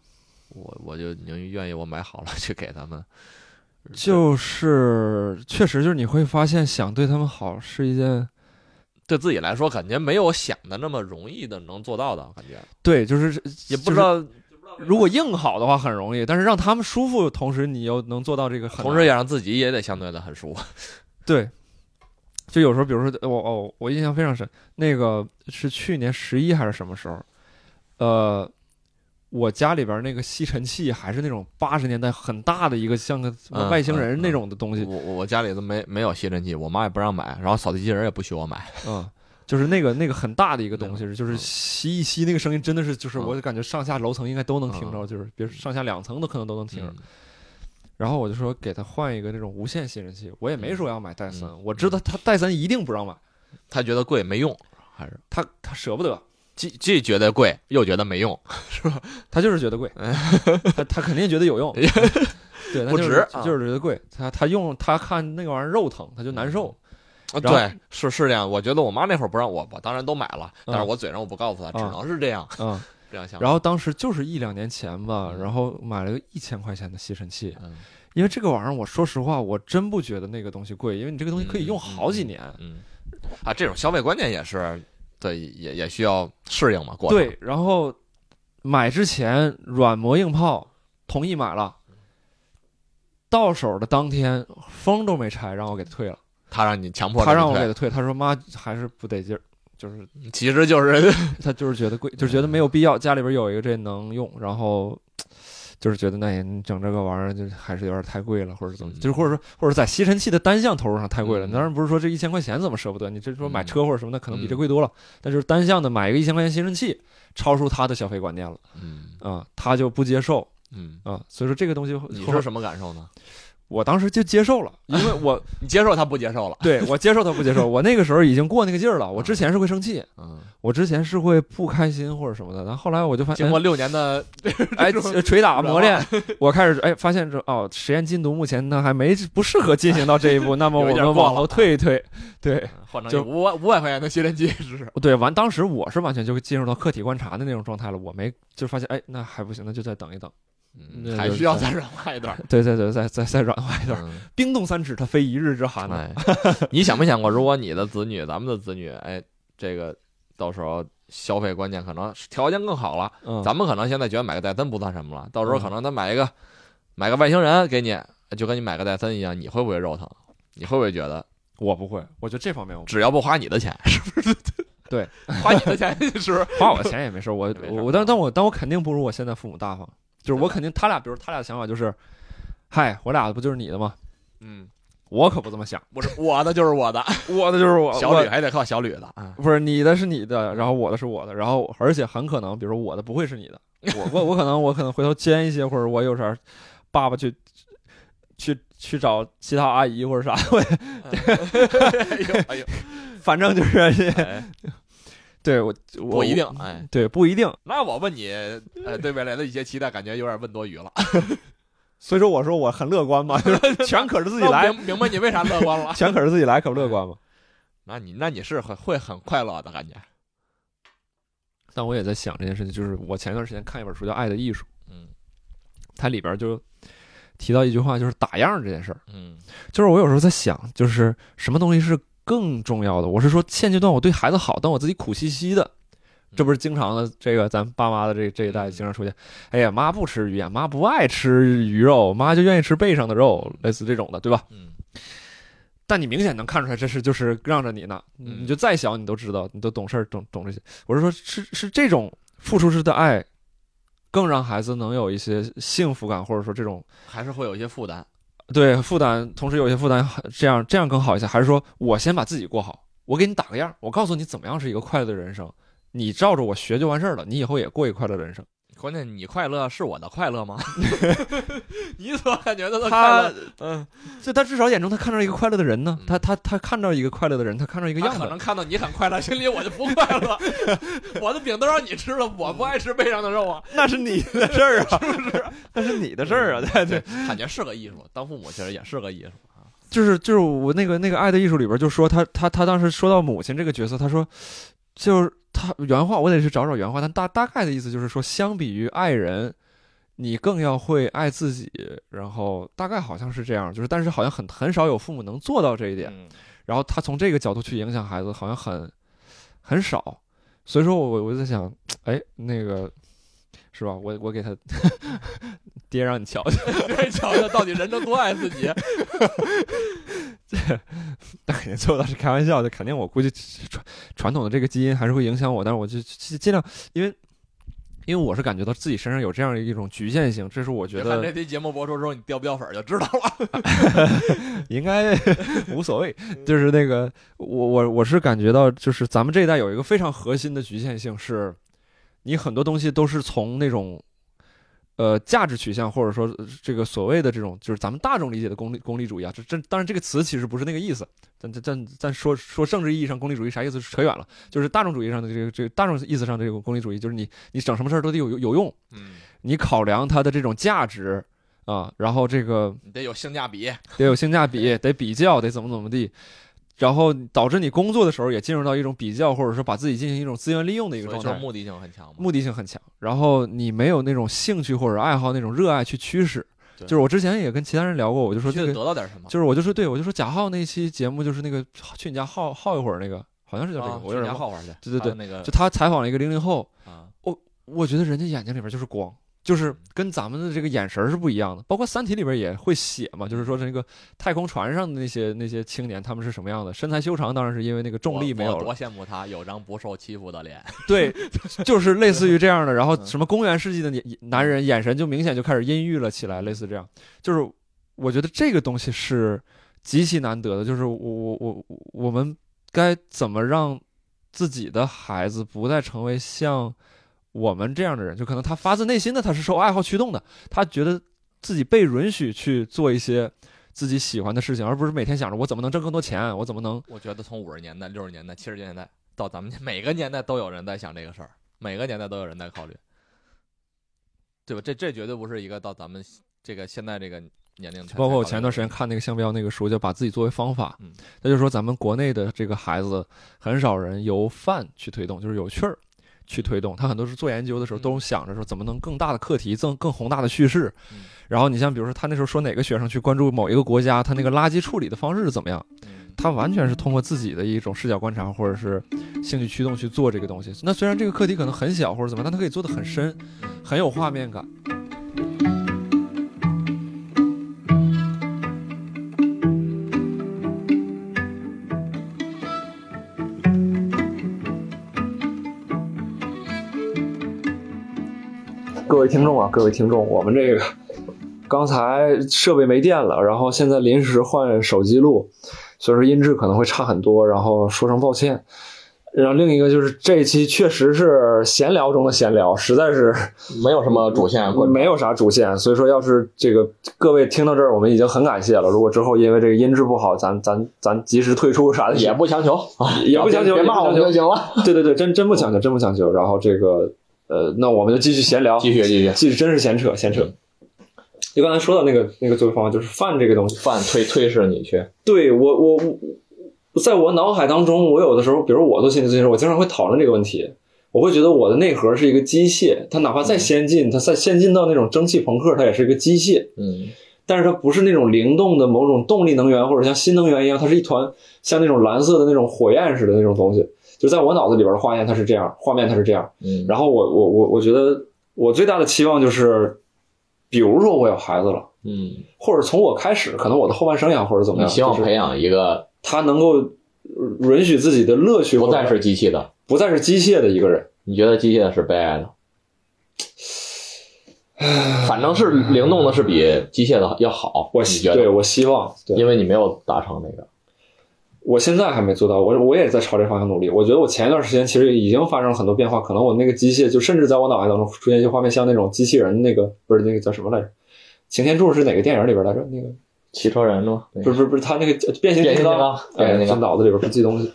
S2: 我我就宁愿意我买好了去给他们。
S1: 就是确实就是你会发现，想对他们好是一件
S2: 对自己来说，感觉没有想的那么容易的能做到的感觉，
S1: 对，就是
S2: 也不知。道
S1: 就是如果硬好的话很容易，但是让他们舒服，同时你又能做到这个很难，
S2: 同时也让自己也得相对的很舒服。
S1: 对。就有时候，比如说我哦，我印象非常深，那个是去年十一还是什么时候？呃，我家里边那个吸尘器还是那种八十年代很大的一个像个什么
S2: 嗯
S1: 外星
S2: 嗯
S1: 人
S2: 嗯
S1: 那种的东西，
S2: 我我家里都没没有吸尘器，我妈也不让买，然后扫地机器人也不许我买。
S1: 嗯，就是那个那个很大的一个东
S2: 那
S1: 西，就是
S2: 嗯
S1: 吸一吸那个声音，真的是就是
S2: 嗯
S1: 我感觉上下楼层应该都能听
S2: 嗯
S1: 着，就是别说上下两层都可能都能听着
S2: 嗯。
S1: 然后我就说给他换一个那种无线吸尘器，我也没说要买戴森，
S2: 嗯
S1: 我知道他戴森一定不让买，
S2: 她觉得贵没用，还是
S1: 他他舍不得，
S2: 既既觉得贵又觉得没用。
S1: 他就是觉得贵， 他他肯定觉得有用， 对，他
S2: 哎不
S1: 就是
S2: 值啊
S1: 就是觉得贵，他他用他看那个玩意儿肉疼，他就难受，
S2: 啊
S1: 然后
S2: 对，是是这样。我觉得我妈那会儿不让我，我当然都买了，
S1: 嗯
S2: 但是我嘴上我不告诉她，
S1: 嗯
S2: 只能是这样
S1: 嗯，
S2: 这样想。
S1: 然后当时就是一两年前吧，
S2: 嗯
S1: 然后买了个一千块钱的吸尘器，
S2: 嗯
S1: 因为这个玩意儿，我说实话，我真不觉得那个东西贵，因为你这个东西可以用好几年。
S2: 嗯啊，这种消费观念也是对，也也需要适应嘛。过程
S1: 对，然后买之前软磨硬泡，同意买了，到手的当天封都没拆，让我给他退了。
S2: 她让你强迫
S1: 他
S2: 着
S1: 让我
S2: 退
S1: 给他退，他说妈还是不得劲儿，就是
S2: 其实就是
S1: 他就是觉得
S2: 嗯
S1: 贵，就是觉得没有必要，家里边有一个这能用，然后。就是觉得那你整这个玩意儿就还是有点太贵了，或者怎么，
S2: 嗯
S1: 就是或者说或者在吸尘器的单项投入上太贵了。
S2: 嗯
S1: 当然不是说这一千块钱怎么舍不得，你这说买
S2: 嗯
S1: 车或者什么的可能比这
S2: 嗯
S1: 贵多了，但就是单项的买一个一千块钱吸尘器，超出他的消费观念了
S2: 嗯
S1: 啊、他就不接受
S2: 嗯，
S1: 啊、所以说这个东西
S2: 你是什么感受呢？
S1: 我当时就接 受了，因为我
S2: 你接受他不接受了，
S1: 对我接受他不接受，我那个时候已经过那个劲儿了。我之前是会生气，
S2: 嗯，
S1: 我之前是会不开心或者什么的，然后后来我就发现
S2: 经过六年的
S1: 哎，
S2: 种
S1: 捶打
S2: 软
S1: 磨练， 我开始哎发现这哦，实验进度目前呢还没不适合进行到这一步，那么
S2: 有一
S1: 我
S2: 点
S1: 们
S2: 过
S1: 往
S2: 了
S1: 后退一 退。对
S2: 换成
S1: 就
S2: 五万五百块钱的吸尘器是
S1: 对，完当时我是完全就进入到客体观察的那种状态了，我没就发现哎那还不行，那就再等一等。
S2: 嗯，
S1: 那
S2: 还
S1: 就是
S2: 需要再软化一段。
S1: 对对对，再再再软化一段。
S2: 嗯
S1: 冰冻三尺，它非一日之寒呢。
S2: 哎， 你想没想过，如果你的子女，咱们的子女，哎，这个到时候消费观念可能条件更好了，
S1: 嗯，
S2: 咱们可能现在觉得买个戴森不算什么了，到时候
S1: 嗯
S2: 可能他买一个买个外星人给你，就跟你买个戴森一样，你会不会肉疼？你会不会觉得
S1: 我不会，我觉得这方面我
S2: 只要不花你的钱，是不 是？
S1: 对，
S2: 花你的钱是 不是？
S1: 花我钱也没事儿，我
S2: 没事儿
S1: 我我但但我但我肯定不如我现在父母大方，就是我肯定他俩，比如他俩的想法就是，嗨，我俩不就是你的吗？
S2: 嗯，
S1: 我可不这么想，
S2: 不是我的就是我的，
S1: 我的就是我，
S2: 小
S1: 我
S2: 吕还得靠小吕的啊。
S1: 不是你的是你的，然后我的是我的，然后而且很可能，比如说我的不会是你的， 我我我可能我可能回头兼一些，或者我有啥，爸爸去去去找其他阿姨或者啥， 我
S2: 哎呦哎呦，
S1: 反正就是
S2: 哎
S1: 对我我
S2: 不一定，哎。
S1: 对不一定，
S2: 那我问你，呃，对未来的一些期待，感觉有点问多余了。
S1: 所以说我说我很乐观嘛， 就是全可是自己
S2: 那
S1: 来，？
S2: 明明白你为啥乐观了
S1: 全可是自己来，可不乐观嘛。
S2: 那你那你是很会很快乐的感觉，
S1: 但我也在想这件事情，就是我前一段时间看一本书叫《爱的艺术》，
S2: 嗯
S1: 它里边就提到一句话，就是打样这件事儿。
S2: 嗯
S1: 就是我有时候在想，就是什么东西是更重要的？我是说，现阶段我对孩子好，但我自己苦兮兮的，这不是经常的这个咱爸妈的这这一代经常出现。哎呀，妈不吃鱼呀，妈不爱吃鱼肉，妈就愿意吃背上的肉，类似这种的，对吧？
S2: 嗯
S1: 但你明显能看出来，这是就是让着你呢。
S2: 嗯
S1: 你就再小，你都知道，你都懂事儿，懂懂这些。我是说，是是这种付出式的爱，更让孩子能有一些幸福感，或者说这种
S2: 还是会有一些负担。
S1: 对负担，同时有一些负担，这样这样更好一些。还是说我先把自己过好，我给你打个样儿，我告诉你怎么样是一个快乐的人生，你照着我学就完事儿了，你以后也过一快乐的人生。
S2: 关键你快乐是我的快 乐吗？你怎么感觉到的快
S1: 他
S2: 乐？嗯，
S1: 就他至少眼中他看到一个快乐的人呢
S2: 嗯，
S1: 他他他看到一个快乐的人，他看到一个
S2: 他
S1: 样
S2: 可能
S1: 子。
S2: 看到你很快乐，心里我就不快 乐。我的饼都让你吃了，我不爱吃背上的肉啊。
S1: 那是你的事儿啊，是不是？ 那是你的事儿啊，对对。
S2: 感觉是个艺术，当父母其实也是个艺术。
S1: 就是就是我那个那个《爱的艺术》里边就说他他他当时说到母亲这个角色，他说就是他原话，我得去找找原话，但大大概的意思就是说，相比于爱人，你更要会爱自己，然后大概好像是这样，就是但是好像很很少有父母能做到这一点，
S2: 嗯
S1: 然后他从这个角度去影响孩子，好像很很少，所以说我我就在想，哎，那个是吧？我我给他 爹让你瞧瞧，
S2: 对，瞧瞧到底人能多爱自己。
S1: 但肯定最后当是开玩笑的，肯定我估计传传统的这个基因还是会影响我，但是我就尽尽量，因为因为我是感觉到自己身上有这样的一种局限性，这是我觉
S2: 看这
S1: 得
S2: 期节目播出之后，你掉不掉粉儿就知道了。
S1: 应该 无所谓，就是那个我我我是感觉到，就是咱们这一代有一个非常核心的局限性是，你很多东西都是从那种。呃，价值取向或者说呃这个所谓的这种，就是咱们大众理解的功利功利主义啊，这这当然这个词其实不是那个意思，咱咱咱咱说说政治意义上功利主义啥意思扯远了，就是大众主义上的这个这个大众意思上的这个功利主义，就是你你整什么事儿都得有有有用，
S2: 嗯，
S1: 你考量它的这种价值啊，然后这个
S2: 你得有性价比。
S1: 得有性价比，得比较，得怎么怎么地，然后导致你工作的时候也进入到一种比较，或者说把自己进行一种资源利用的一个
S2: 所以
S1: 状
S2: 就是
S1: 态，
S2: 目的性很强嘛。
S1: 目的性很强。然后你没有那种兴趣或者爱好那种热爱去驱使，
S2: 对
S1: 就是我之前也跟其他人聊过，我就说
S2: 必须
S1: 这
S2: 得
S1: 个
S2: 得到点什么。
S1: 就是我就说对我就说贾浩那期节目就是那个去你家耗耗一会儿那个，好像是叫这个，
S2: 啊
S1: 我有点
S2: 去年
S1: 忘了
S2: 好玩去，
S1: 对对
S3: 啊
S2: 还有
S1: 对
S2: 那个
S1: 就他采访了一个零零后，
S2: 啊，
S1: 我觉得人家眼睛里边就是光，就是跟咱们的这个眼神儿是不一样的。包括《三体》里边也会写嘛，就是说这个太空船上的那些那些青年他们是什么样的，身材修长，当然是因为那个重力
S2: 我
S1: 没有
S2: 我
S1: 了
S2: 多，羡慕他有张不受欺负的脸，
S1: 对，就是类似于这样的。然后
S2: 嗯
S1: 什么公元世纪的年男人眼神就明显就开始阴郁了起来，类似这样。就是我觉得这个东西是极其难得的，就是我我我我们该怎么让自己的孩子不再成为像我们这样的人？就可能他发自内心的他是受爱好驱动的，他觉得自己被允许去做一些自己喜欢的事情，而不是每天想着我怎么能挣更多钱，我怎么能
S3: 我觉得从五十年代、六十年代、七十年代到咱们这每个年代都有人在想这个事儿，每个年代都有人在考虑，对吧？这这绝对不是一个到咱们这个现在这个年龄才。
S1: 包括我前段时
S3: 才
S1: 间
S3: 考
S1: 看那个项标那个书，叫把自己作为方法
S3: 嗯，
S1: 他就说咱们国内的这个孩子很少人由饭去推动，就是有趣儿去推动。他很多是做研究的时候
S3: 嗯
S1: 都想着说怎么能更大的课题、更更宏大的叙事
S3: 嗯。
S1: 然后你像比如说他那时候说哪个学生去关注某一个国家，他
S3: 嗯
S1: 那个垃圾处理的方式是怎么样，
S3: 虑，嗯
S1: 他完全是通过自己的一种视角观察或者是兴趣驱动去做这个东西。那虽然这个课题可能很小或者怎么样，但他可以做得很深，很有画面感。各位听众啊，各位听众，我们这个刚才设备没电了，然后现在临时换手机录，所以说音质可能会差很多，然后说声抱歉。然后另一个就是这一期确实是闲聊中的闲聊，实在是
S2: 没有什么主线观众
S1: 没有啥主线，所以说要是这个各位听到这儿，我们已经很感谢了。如果之后因为这个音质不好，咱咱咱及时退出啥的
S2: 也不强求啊，
S1: 也不强求，
S2: 别别骂我们就行了。
S1: 对对对，真真不强求，真不强求。然后这个呃，那我们就继续闲聊，
S2: 继续嗯继续，
S1: 继续真是闲扯闲扯。就刚才说到那个那个作为方法，就是饭这个东西，
S2: 饭推推是你去，
S1: 对我我我，在我脑海当中，我有的时候，比如我做心理咨询师，我经常会讨论这个问题。我会觉得我的内核是一个机械，它哪怕
S2: 嗯
S1: 再先进，它再先进到那种蒸汽朋克，它也是一个机械。
S2: 嗯，
S1: 但是它不是那种灵动的某种动力能源，或者像新能源一样，它是一团像那种蓝色的那种火焰似的那种东西。就在我脑子里边的画面，它是这样，画面它是这样。
S2: 嗯，
S1: 然后我我我我觉得我最大的期望就是，比如说我有孩子了，
S2: 嗯，
S1: 或者从我开始，可能我的后半生涯或者怎么
S2: 你
S1: 样，
S2: 希望
S1: 就是
S2: 培养一个
S1: 他能够呃允许自己的乐趣
S2: 不再
S1: 或者
S2: 是机器的，
S1: 不再是机械的一个人。
S2: 你觉得机械的是悲哀 的？反正是灵动的，是比机械的要好。
S1: 我
S2: 你
S1: 希
S2: 觉
S1: 对
S2: 得？
S1: 我希望，对
S2: 因为你没有达成那个。
S1: 我现在还没做到，我我也在朝这方向努力。我觉得我前一段时间其实已经发生了很多变化，可能我那个机械就甚至在我脑海当中出现一些画面，像那种机器人那个不是那个叫什么来着？擎天柱是哪个电影里边来着？那个
S2: 汽车人吗？
S1: 不是不是不是，他那个呃变形
S2: 变形
S1: 金
S2: 金刚
S1: 刚，，
S2: 对那
S1: 哎，就
S2: 个，
S1: 脑子里边不记东西。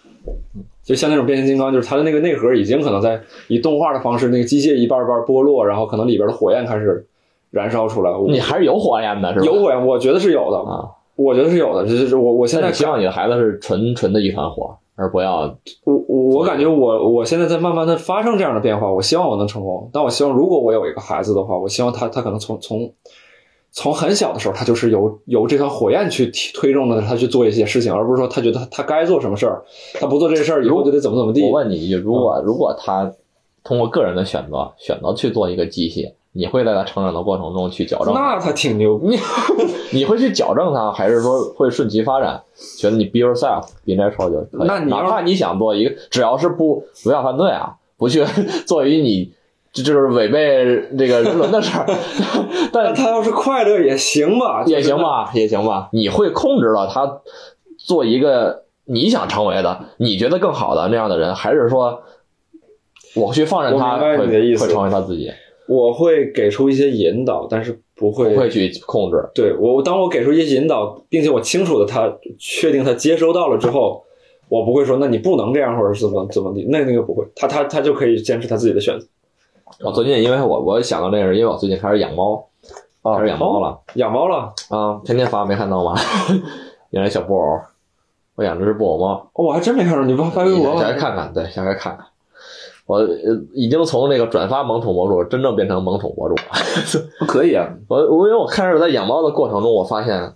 S1: 嗯就像那种变形金刚，就是它的那个内核已经可能在以动画的方式，那个机械一瓣一瓣剥落，然后可能里边的火焰开始燃烧出来。我
S2: 你还是有火焰的，是吧？
S1: 有火焰，我觉得是有的，
S2: 啊！
S1: 我觉得是有的。就是我我现在
S2: 那你希
S1: 看
S2: 望你的孩子是纯纯的一团火，而不要
S1: 我我我感觉我我现在在慢慢的发生这样的变化。我希望我能成功，但我希望如果我有一个孩子的话，我希望他他可能从从从很小的时候，他就是由由这团火焰去提推动着他去做一些事情，而不是说他觉得他他该做什么事儿，他不做这事儿以后就得怎么怎么地。
S2: 我问你一句，如
S1: 嗯
S2: 果如果他通过个人的选择选择去做一个机器，你会在他成长的过程中去矫正他？
S1: 那他挺牛逼，
S2: 你 你会去矫正他，还是说会顺其发展？觉得你 be yourself, be natural 就可以。
S1: 那你要
S2: 哪怕你想做一个，只要是不违法犯罪啊，不去 做一你这就是违背这个人伦的事儿，
S1: 但
S2: 但
S1: 他要是快乐也行吧，
S2: 也行。吧，也行吧。你会控制到他做一个你想成为的、你觉得更好的那样的人，还是说我去放任他
S1: 我明白
S2: 会
S1: 你的意思
S2: 会成为他自己，
S1: 我会给出一些引导，但是不
S2: 不
S1: 会
S2: 会去控制？
S1: 对我，我当我给出一些引导，并且我清楚的他确定他接收到了之后，我不会说那你不能这样，或者是怎么怎么地，那那个不会，他他他就可以坚持他自己的选择。
S2: 我哦最近因为我我想到这个，是因为我最近开始养猫，开哦始养猫了
S1: 哦养猫了，
S2: 啊，天天发没看到吗？ 养了小布偶，我养了只布偶猫。
S1: 哦我还真没看着，你不发微博
S2: 你下
S1: 吗
S2: 来？看看，对，下来看看。我呃已经从那个转发萌宠博主真正变成萌宠博主了，可以啊。我我因为我开始在养猫的过程中，我发现，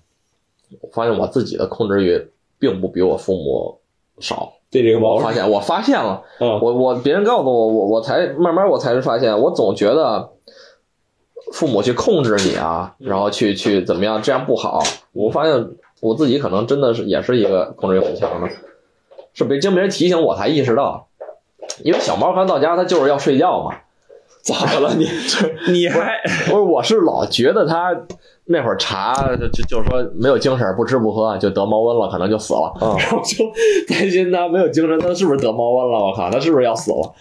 S2: 我发现我自己的控制欲并不比我父母少。
S1: 对这个
S2: 我
S1: 猫，
S2: 发现，我发现了，
S1: 嗯，
S2: 我我别人告诉我，我我才慢慢我才发现，我总觉得父母去控制你啊，然后去去怎么样，这样不好。我发现我自己可能真的是也是一个控制欲很强的，是别经别人提醒我才意识到，因为小猫刚到家它就是要睡觉嘛。咋了你？
S1: 你还
S2: 不是，我是老觉得它那会儿查就就就是说没有精神，不吃不喝就得猫瘟了，可能就死 了。
S1: 啊
S2: 然后就 担心他没有精神，他是不是得猫瘟了？我靠，他是不是要死了？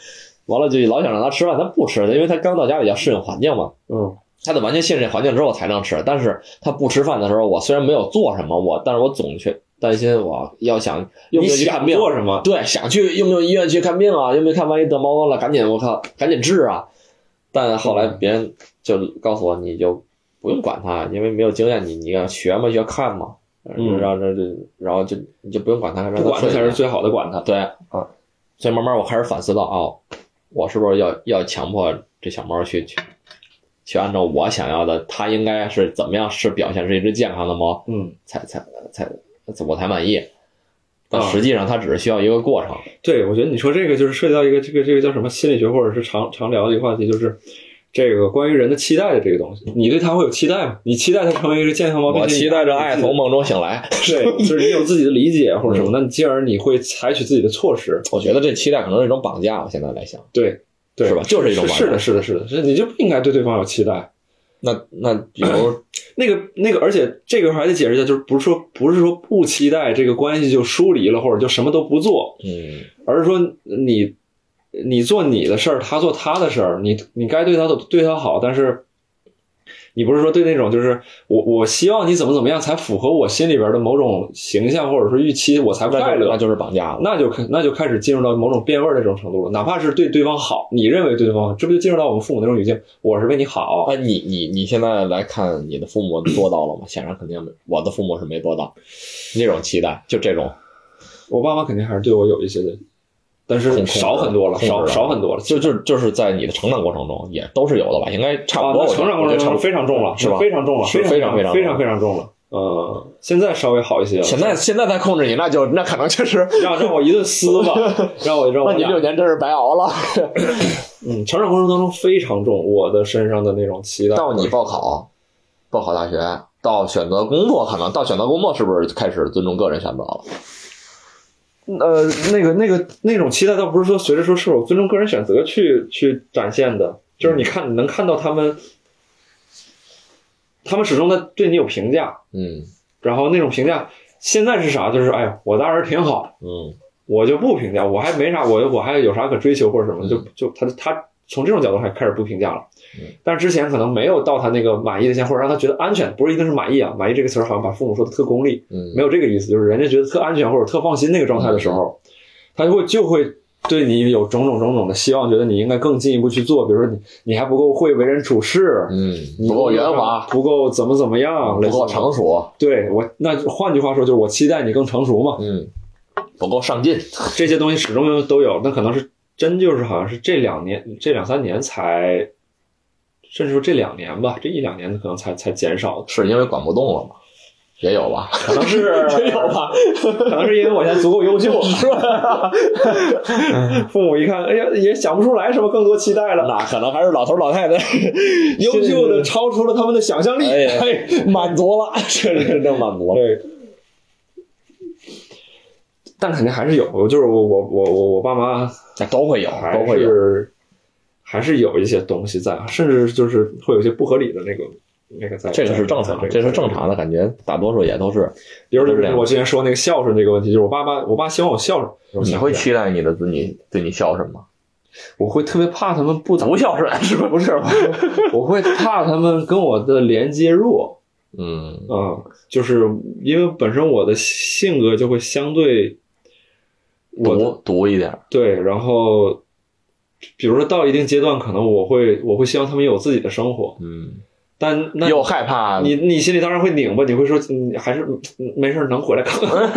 S2: 完了就老想让他吃饭，他不吃，因为他刚到家里要适应环境嘛。
S1: 嗯，
S4: 他得完全信任这环境之后才能吃。但是他不吃饭的时候，我虽然没有做什么，我但是我总去担心，我要想用
S1: 你
S4: 不用去看
S1: 想
S4: 病，
S1: 做什么？
S4: 对，想去用不用医院去看病啊？用没看？万一得猫瘟了，赶紧我靠，赶紧治啊！但后来别人就告诉我，你就不用管它，因为没有经验，你你要学嘛，要看嘛，
S1: 嗯
S4: 然后这这，然后就你就不用管它，让它
S1: 不管它
S4: 睡
S1: 才
S4: 一
S1: 是
S4: 下
S1: 最好的管它。
S4: 对
S1: 啊。
S4: 所以慢慢我开始反思到，哦，我是不是要要强迫这小猫去去去按照我想要的，它应该是怎么样是表现是一只健康的猫？
S1: 嗯，
S4: 才才才我才满意。但
S1: 啊
S4: 实际上，它只是需要一个过程。
S1: 对，我觉得你说这个就是涉及到一个这个这个叫什么心理学，或者是常常聊的一个话题，就是这个关于人的期待的这个东西。你对它会有期待吗？你期待它成为一个健康猫，
S4: 我
S1: 并且你
S4: 期待着爱从梦中醒来。
S1: 对，就是你有自己的理解或者
S4: 嗯
S1: 什么，那你进而你会采取自己的措施，
S4: 我觉得这期待可能是一种绑架。我现在来想，
S1: 对，对
S4: 是吧就是一种玩
S1: 是的，
S4: 法
S1: 是的，是的，是你就不应该对对方有期待。
S4: 那那 比如
S1: 那个那个，而且这个还得解释一下，就是不是说不是说不期待这个关系就疏离了，或者就什么都不做，
S4: 嗯，
S1: 而是说你你做你的事儿，他做他的事儿，你你该对他的对他好，但是你不是说对那种就是我我希望你怎么怎么样才符合我心里边的某种形象或者说预期，我才快
S4: 那就
S1: 乐
S4: 那。就是绑架了。
S1: 那就开那就开始进入到某种变味儿的这种程度了，哪怕是对对方好，你认为对对方好，这不就进入到我们父母那种语境？我是为你好，
S4: 啊，你你你现在来看，你的父母做到了吗？显然肯定没，我的父母是没做到。那种期待，就这种，
S1: 我爸妈肯定还是对我有一些的，但
S4: 控
S1: 是
S4: 制
S1: 少很多了，
S4: 控制
S1: 少
S4: 了
S1: 少很多了。
S4: 就就就是在你的成长过程中也都是有的吧？应该差
S1: 啊
S4: 不，多。
S1: 那
S4: 我
S1: 成长过
S4: 我觉
S1: 程中
S4: 得差不多
S1: 非常重了，
S4: 是吧？
S1: 非常重了，非
S4: 是非常
S1: 非常
S4: 非常
S1: 非常非常重了。呃，现在稍微好一些了，
S4: 现在现在再控制你，那就那可能确实，
S1: 让让我一顿撕 吧，让我让我
S4: 那你
S1: 俩
S4: 六年真是白熬了。
S1: 嗯，成长过程当中非常重，我的身上的那种期待。
S4: 到你报考，报考大学，到选择工作，可能到选择工作是不是开始尊重个人选择了？
S1: 呃，那个、那个、那种期待，倒不是说随着说是我尊重个人选择去去展现的，就是你看你能看到他们，他们始终在对你有评价，
S4: 嗯
S1: 然后那种评价现在是啥？就是哎呀，我当时挺好，
S4: 嗯
S1: 我就不评价，我还没啥，我我还有啥可追求或者什么，就就他他从这种角度还开始不评价了
S4: 嗯。
S1: 但是之前可能没有到他那个满意的线，或者让他觉得安全，不是一定是满意啊，满意这个词儿好像把父母说的特功利，
S4: 嗯，
S1: 没有这个意思，就是人家觉得特安全或者特放心那个状态的时候，
S4: 嗯
S1: 他就会就会对你有种种种种的希望，觉得你应该更进一步去做，比如说你你还不够会为人处事，
S4: 嗯
S1: 你
S4: 不够圆滑，，
S1: 不够怎么怎么样，
S4: 不够成
S1: 熟。
S4: 熟，
S1: 对我，那换句话说就是我期待你更成熟嘛，
S4: 嗯，不够上进。
S1: 这些东西始终都有，那可能是真就是好像是这两年这两三年才。甚至说这两年吧，这一两年可能才才减少的，
S4: 是因为管不动了吗？也有吧，
S1: 可能 是
S4: 也有吧，
S1: 可能是因为我现在足够优 秀，是吧？ 父母一看，哎呀，也想不出来什么更多期待了。
S4: 那可能还是老头老太太
S1: 优
S4: 优
S1: 秀
S4: 秀
S1: 的
S4: 的
S1: 超出了他们的想象力，
S4: 哎呀
S1: 哎，
S4: 满足了， 确实真正满足了。
S1: 对。但肯定还是有，我就是我我我我我爸妈
S4: 那都会有，
S1: 还
S4: 都会有。
S1: 是还是有一些东西在，啊甚至就是会有一些不合理的那个那个在。
S4: 这个是正
S1: 在
S4: 常，这是正。常的感觉，大多数也都是。
S1: 比如就
S4: 都是这
S1: 是
S4: 样
S1: 我之前说那个孝顺这个问题，就是我爸爸，我爸希望我孝顺。
S4: 你会期待你的子女对你孝顺吗？
S1: 我会特别怕他们不怎么
S4: 不孝顺是不 是？
S1: 我会怕他们跟我的连接弱，
S4: 嗯
S1: 嗯，就是因为本身我的性格就会相对，我的
S4: 独独一点，
S1: 对，然后比如说到一定阶段，可能我会我会希望他们有自己的生活，
S4: 嗯，啊
S1: 但那
S4: 又害怕
S1: 你你心里当然会拧巴，你会说你还是嗯没事儿能回来看看，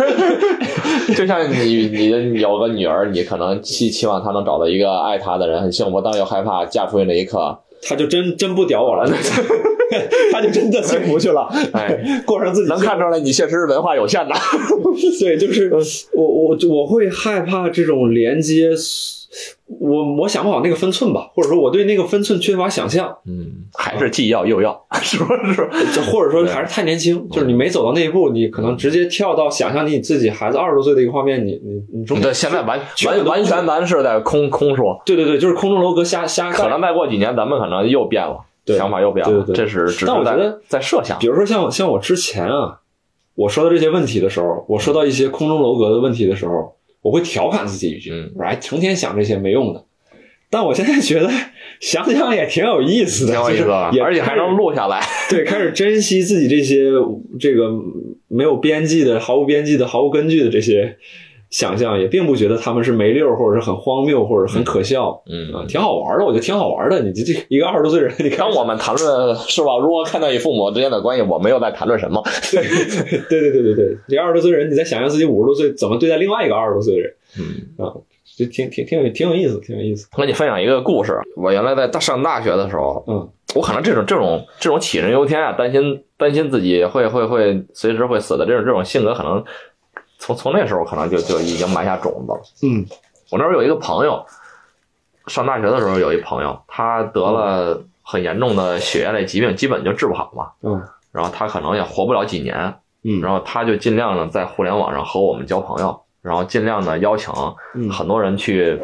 S4: 就像你你的有个女儿，你可能期期望她能找到一个爱她的人，很幸福，但又害怕嫁出去那一刻，
S1: 他就真真不屌我了， 他就真的幸福去了，
S4: 哎，
S1: 过上自己
S4: 能看出来你确实是文化有限的。
S1: 对，就是
S4: 呃
S1: 我我我会害怕这种连接，我我想不好那个分寸吧，或者说我对那个分寸缺乏想象，呃
S4: 嗯， 还是既要又要， 是不是？
S1: 就或者说还是太年
S4: 嗯
S1: 轻，就是你没走到那一步，你可能直接跳到想象你自己孩子二十多岁的一个画面，你你你中
S4: 对，现在 完完
S1: 全
S4: 完全咱是在空空说，
S1: 对对对，就是空中楼阁瞎瞎
S4: 可
S1: 盖。
S4: 能再过几年咱们可能又变了，
S1: 对
S4: 想法又变了，
S1: 对对对
S4: 这是只
S1: 但
S4: 是
S1: 我觉
S4: 在
S1: 得
S4: 在设想
S1: 比。如说像我像我之前啊，我说到这些问题的时候，我说到一些空中楼阁的问题的时候，我会调侃自己一句，
S4: 嗯
S1: 我还成天想这些没用的。但我现在觉得 想想也挺有意思的，
S4: 挺有意思的
S1: 就是也，
S4: 而且还
S1: 开始
S4: 能录下来。
S1: 对，开始珍惜自己这些这个没有边际的、毫无边际的、毫无根据的这些想象，也并不觉得他们是没溜儿，或者是很荒谬，或者很可笑。
S4: 嗯
S1: 啊，挺好玩的，我觉得挺好玩的。你这这一个二十多岁人，你看
S4: 当我们谈论是吧？如何看待与父母之间的关系，我们又在谈论什么？
S1: 对 对对对对对，这二十多岁人，你在想象自己五十多岁怎么对待另外一个二十多岁的人，啊
S4: 嗯，
S1: 就挺挺挺有挺有意思，挺有意思。
S4: 我跟你分享一个故事。我原来在大上大学的时候，
S1: 嗯，
S4: 我可能这种这种这种杞人忧天啊，担心担心自己会会会随时会死的这种这种性格，可能从从那时候可能就就已经埋下种子了。
S1: 嗯，
S4: 我那时候有一个朋友，上大学的时候有一朋友，他得了很严重的血液类疾病，基本就治不好嘛。
S1: 嗯，
S4: 然后他可能也活不了几年。
S1: 嗯
S4: 然后他就尽量呢在互联网上和我们交朋友，然后尽量呢邀请
S1: 嗯
S4: 很多人去、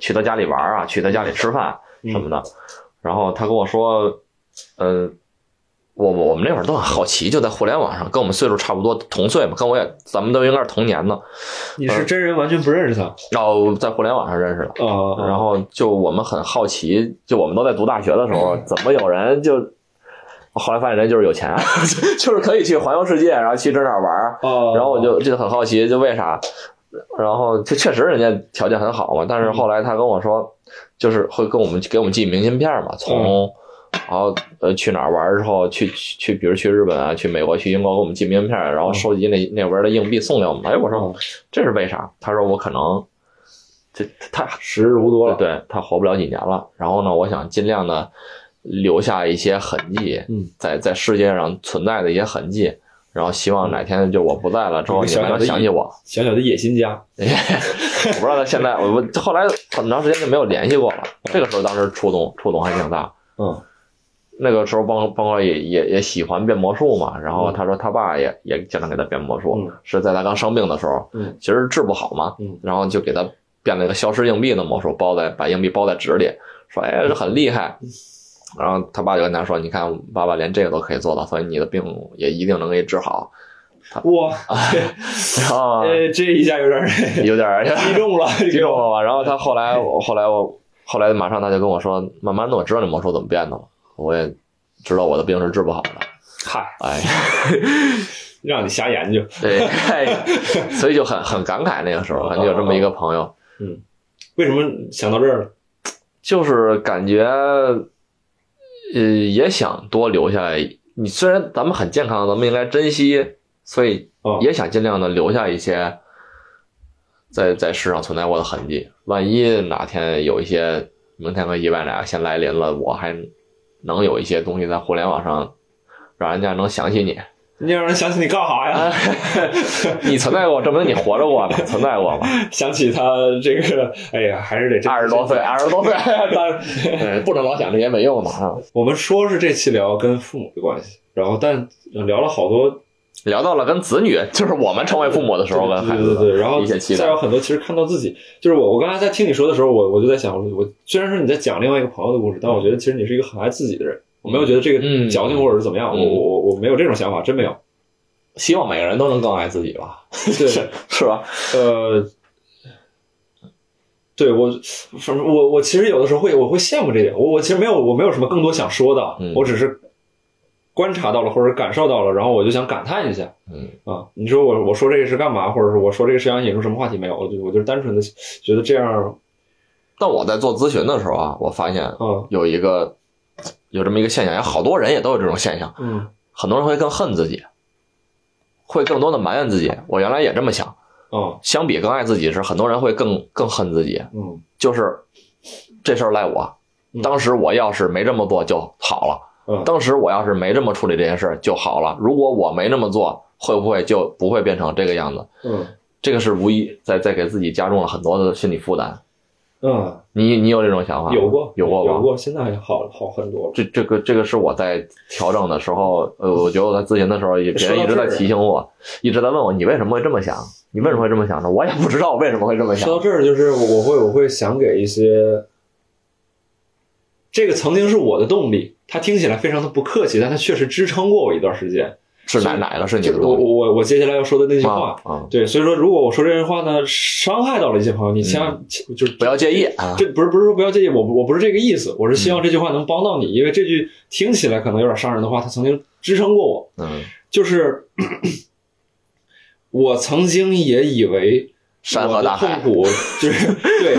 S4: 去他家里玩啊，去他家里吃饭什么的。然后他跟我说，嗯、我我我们那会儿都很好奇，就在互联网上，跟我们岁数差不多，同岁嘛，跟我也，咱们都应该是同年的，
S1: 你是真人完全不认识他
S4: 然后在互联网上认识的。
S1: 啊？
S4: 然后就我们很好奇，就我们都在读大学的时候，怎么有人就后来发现人就是有钱，啊 就是可以去环游世界，然后去这那儿玩儿，啊
S1: 哦，
S4: 然后我就就很好奇，就为啥？然后就确实人家条件很好嘛，但是后来他跟我说，就是会跟我们给我们寄明信片嘛，
S2: 嗯
S4: 从然后呃去哪儿玩儿之后，去去去，比如去日本啊，去美国，去英国，给我们寄明信片，然后收集那那边的硬币送给我们。哎，我说这是为啥？他说我可能这他
S1: 时日无多了。
S4: 对对，他活不了几年了。然后呢，我想尽量的留下一些痕迹，
S1: 嗯
S4: 在在世界上存在的一些痕迹。然后希望哪天就我不在了之后，
S1: 嗯
S4: 你们能想起我。
S1: 小小的野心家，
S4: 我不知道他现在，我我后来很长时间就没有联系过了。这个时候，当时触动触动还挺大。
S1: 嗯，
S4: 那个时候邦邦哥也也也喜欢变魔术嘛，然后他说他爸也也经常给他变魔术，
S1: 嗯
S4: 是在他刚生病的时候，
S1: 嗯
S4: 其实治不好嘛，
S1: 嗯
S4: 然后就给他变了一个消失硬币的魔术，包在把硬币包在纸里，说哎这很厉害，
S1: 嗯
S4: 然后他爸就跟他说，你看爸爸连这个都可以做到，所以你的病也一定能给你 治好，
S1: 哇，
S4: 啊然后
S1: 呃，这一下有 点儿
S4: 有点儿
S1: 激动了，
S4: 激动了吧？然后他后来，我后来我后来马上他就跟我说，慢慢的我知道那魔术怎么变的了，我也知道我的病是治不好的。
S1: 嗨，
S4: 哎，
S1: 让你瞎研究。
S4: 对，哎所以就很很感慨那个时候，感觉有这么一个朋友，
S1: 为什么想到这儿了？
S4: 就是感觉，呃，也想多留下。你虽然咱们很健康，咱们应该珍惜，所以
S1: 哦
S4: 也想尽量的留下一些在在世上存在过的痕迹。万一哪天有一些明天和意外俩先来临了，我还能有一些东西在互联网上，让人家能想起你。
S1: 你让人想起你干啥
S4: 啊
S1: 呀？
S4: 你存在过，证明你活着过嘛，存在过嘛。
S1: 想起他这个，哎呀，还是得
S4: 二十多 岁，。二十多岁，
S1: 当然，
S4: 对，不能老想这些没用的啊。
S1: 我们说是这期聊跟父母的关系，然后但呃聊了好多
S4: 聊到了跟子女，就是我们成为父母的时候跟孩
S1: 对
S4: 子
S1: 对对，然后
S4: 一些期待
S1: 再有很多其实看到自己，就是我我刚才在听你说的时候，我我就在想，我虽然说你在讲另外一个朋友的故事，但我觉得其实你是一个很爱自己的人，我没有觉得这
S4: 嗯
S1: 个矫情或者是怎么样，
S4: 嗯
S1: 我我我我没有这种想法，真没有。
S4: 希望每个人都能更爱自己吧，
S1: 对，
S4: 是吧？
S1: 呃，对我，反正我我其实有的时候会我会羡慕这点，我我其实没有我没有什么更多想说的，
S4: 嗯
S1: 我只是观察到了或者感受到了，然后我就想感叹一下
S4: 嗯
S1: 啊。你说我我说这个是干嘛，或者是我说这个是想引出什么话题没有？我就我就是单纯的觉得这样，
S4: 但我在做咨询的时候啊，我发现
S1: 嗯
S4: 有一个有这么一个现象，也好多人也都有这种现象，
S1: 嗯
S4: 很多人会更恨自己，会更多的埋怨自己。我原来也这么想，
S1: 嗯
S4: 相比更爱自己时，很多人会更更恨自己，
S1: 嗯
S4: 就是这事儿赖我
S1: 嗯。
S4: 当时我要是没这么做就好了，
S1: 嗯，
S4: 当时我要是没这么处理这件事儿就好了。如果我没那么做，会不会就不会变成这个样子？
S1: 嗯
S4: 这个是无疑在在给自己加重了很多的心理负担。
S1: 嗯，
S4: 你你有这种想法吗？
S1: 有过
S4: 有过吧？
S1: 有过，现在好好很多了。
S4: 这这个这个是我在调整的时候，呃，我觉得我在咨询的时候，也别
S1: 说到
S4: 人一直
S1: 这儿
S4: 在提醒我，一直在问我你为什么会这么想，你为什么会这么想呢？我也不知道为什么会这么想
S1: 说。到这儿，就是我我会我会想给一些，这个曾经是我的动力，它听起来非常的不客气，但它确实支撑过我一段时间。
S4: 是奶奶了，是你的
S1: 就我
S4: 弱点
S1: 我我接下来要说的那句话
S4: 啊，啊，
S1: 对，所以说如果我说这句话呢，伤害到了一些朋友，你千万千就是
S4: 嗯不要介意啊。
S1: 这不是不是说不要介意，我我不是这个意思，我是希
S4: 嗯
S1: 望这句话能帮到你，因为这句听起来可能有点伤人的话，它曾经支撑过我。
S4: 嗯，
S1: 就是 我曾经也以为
S4: 山河大
S1: 我
S4: 海
S1: 的痛苦就是 对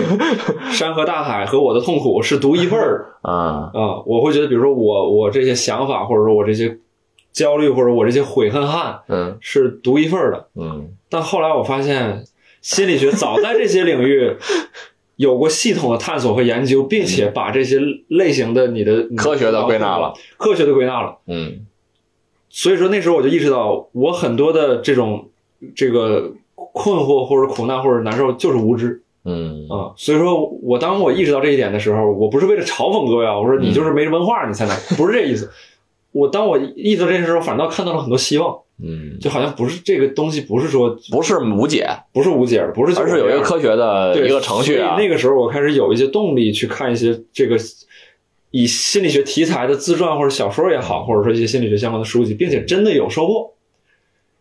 S1: 山河大海和我的痛苦是独一份儿的。
S4: 啊，
S1: 啊、我会觉得，比如说我我这些想法，或者说我这些焦虑，或者我这些悔恨汗
S4: 嗯
S1: 是独一份儿的。
S4: 嗯
S1: 但后来我发现，心理学早在这些领域有过系统的探索和研究，并且把这些类型的你的
S4: 嗯科学地归纳了，
S1: 科学的归纳了。
S4: 嗯
S1: 所以说那时候我就意识到，我很多的这种这个困惑或者苦难或者难受就是无知。
S4: 嗯
S1: 啊、所以说我当我意识到这一点的时候，我不是为了嘲讽各位啊，我说
S4: 嗯
S1: 你就是没文化，你才能，不是这意思。我当我意识到这件事时候，反倒看到了很多希望，
S4: 嗯，
S1: 就好像不是这个东西，不是说
S4: 不是无解，
S1: 不是无解的，不是就
S4: 而是有一个科学的
S1: 对
S4: 一个程序啊
S1: 所以。那个时候我开始有一些动力去看一些这个以心理学题材的自传或者小说也好，或者说一些心理学相关的书籍，并且真的有收获。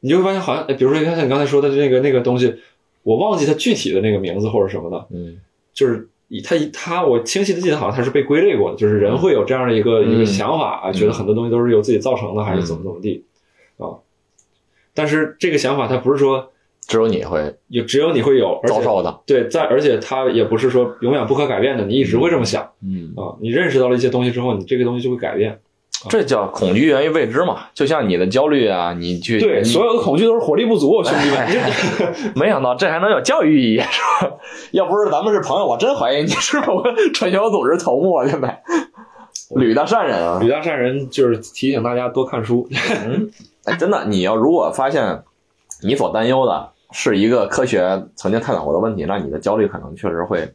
S1: 你就会发现，好像哎比如说像你刚才说的那个那个东西，我忘记它具体的那个名字或者什么的，
S4: 嗯
S1: 就是以他以他，我清晰的记得好像他是被归类过的，就是人会有这样的一个、
S4: 嗯
S1: 一个想法、啊，觉得很多东西都是由自己造成的，还是怎么怎么地啊。但是这个想法，它不是说
S4: 只有你会
S1: 有只有你会有，而
S4: 遭
S1: 且
S4: 受的。
S1: 对，在而且它也不是说永远不可改变的，你一直会这么想
S4: 嗯，
S1: 啊。你认识到了一些东西之后，你这个东西就会改变。
S4: 这叫恐惧源于未知嘛，就像你的焦虑啊，你去
S1: 对，所有的恐惧都是火力不足，啊兄
S4: 哎
S1: 弟们。你 这
S4: 没想到这还能有教育意义，是吧？要不是咱们是朋友，我真怀疑你是某个传销组织头目，啊现在吕大善人啊
S1: 吕！大善人就是提醒大家多看书，
S4: 哎，真的，你要如果发现你所担忧的是一个科学曾经探讨过的问题，那你的焦虑可能确实会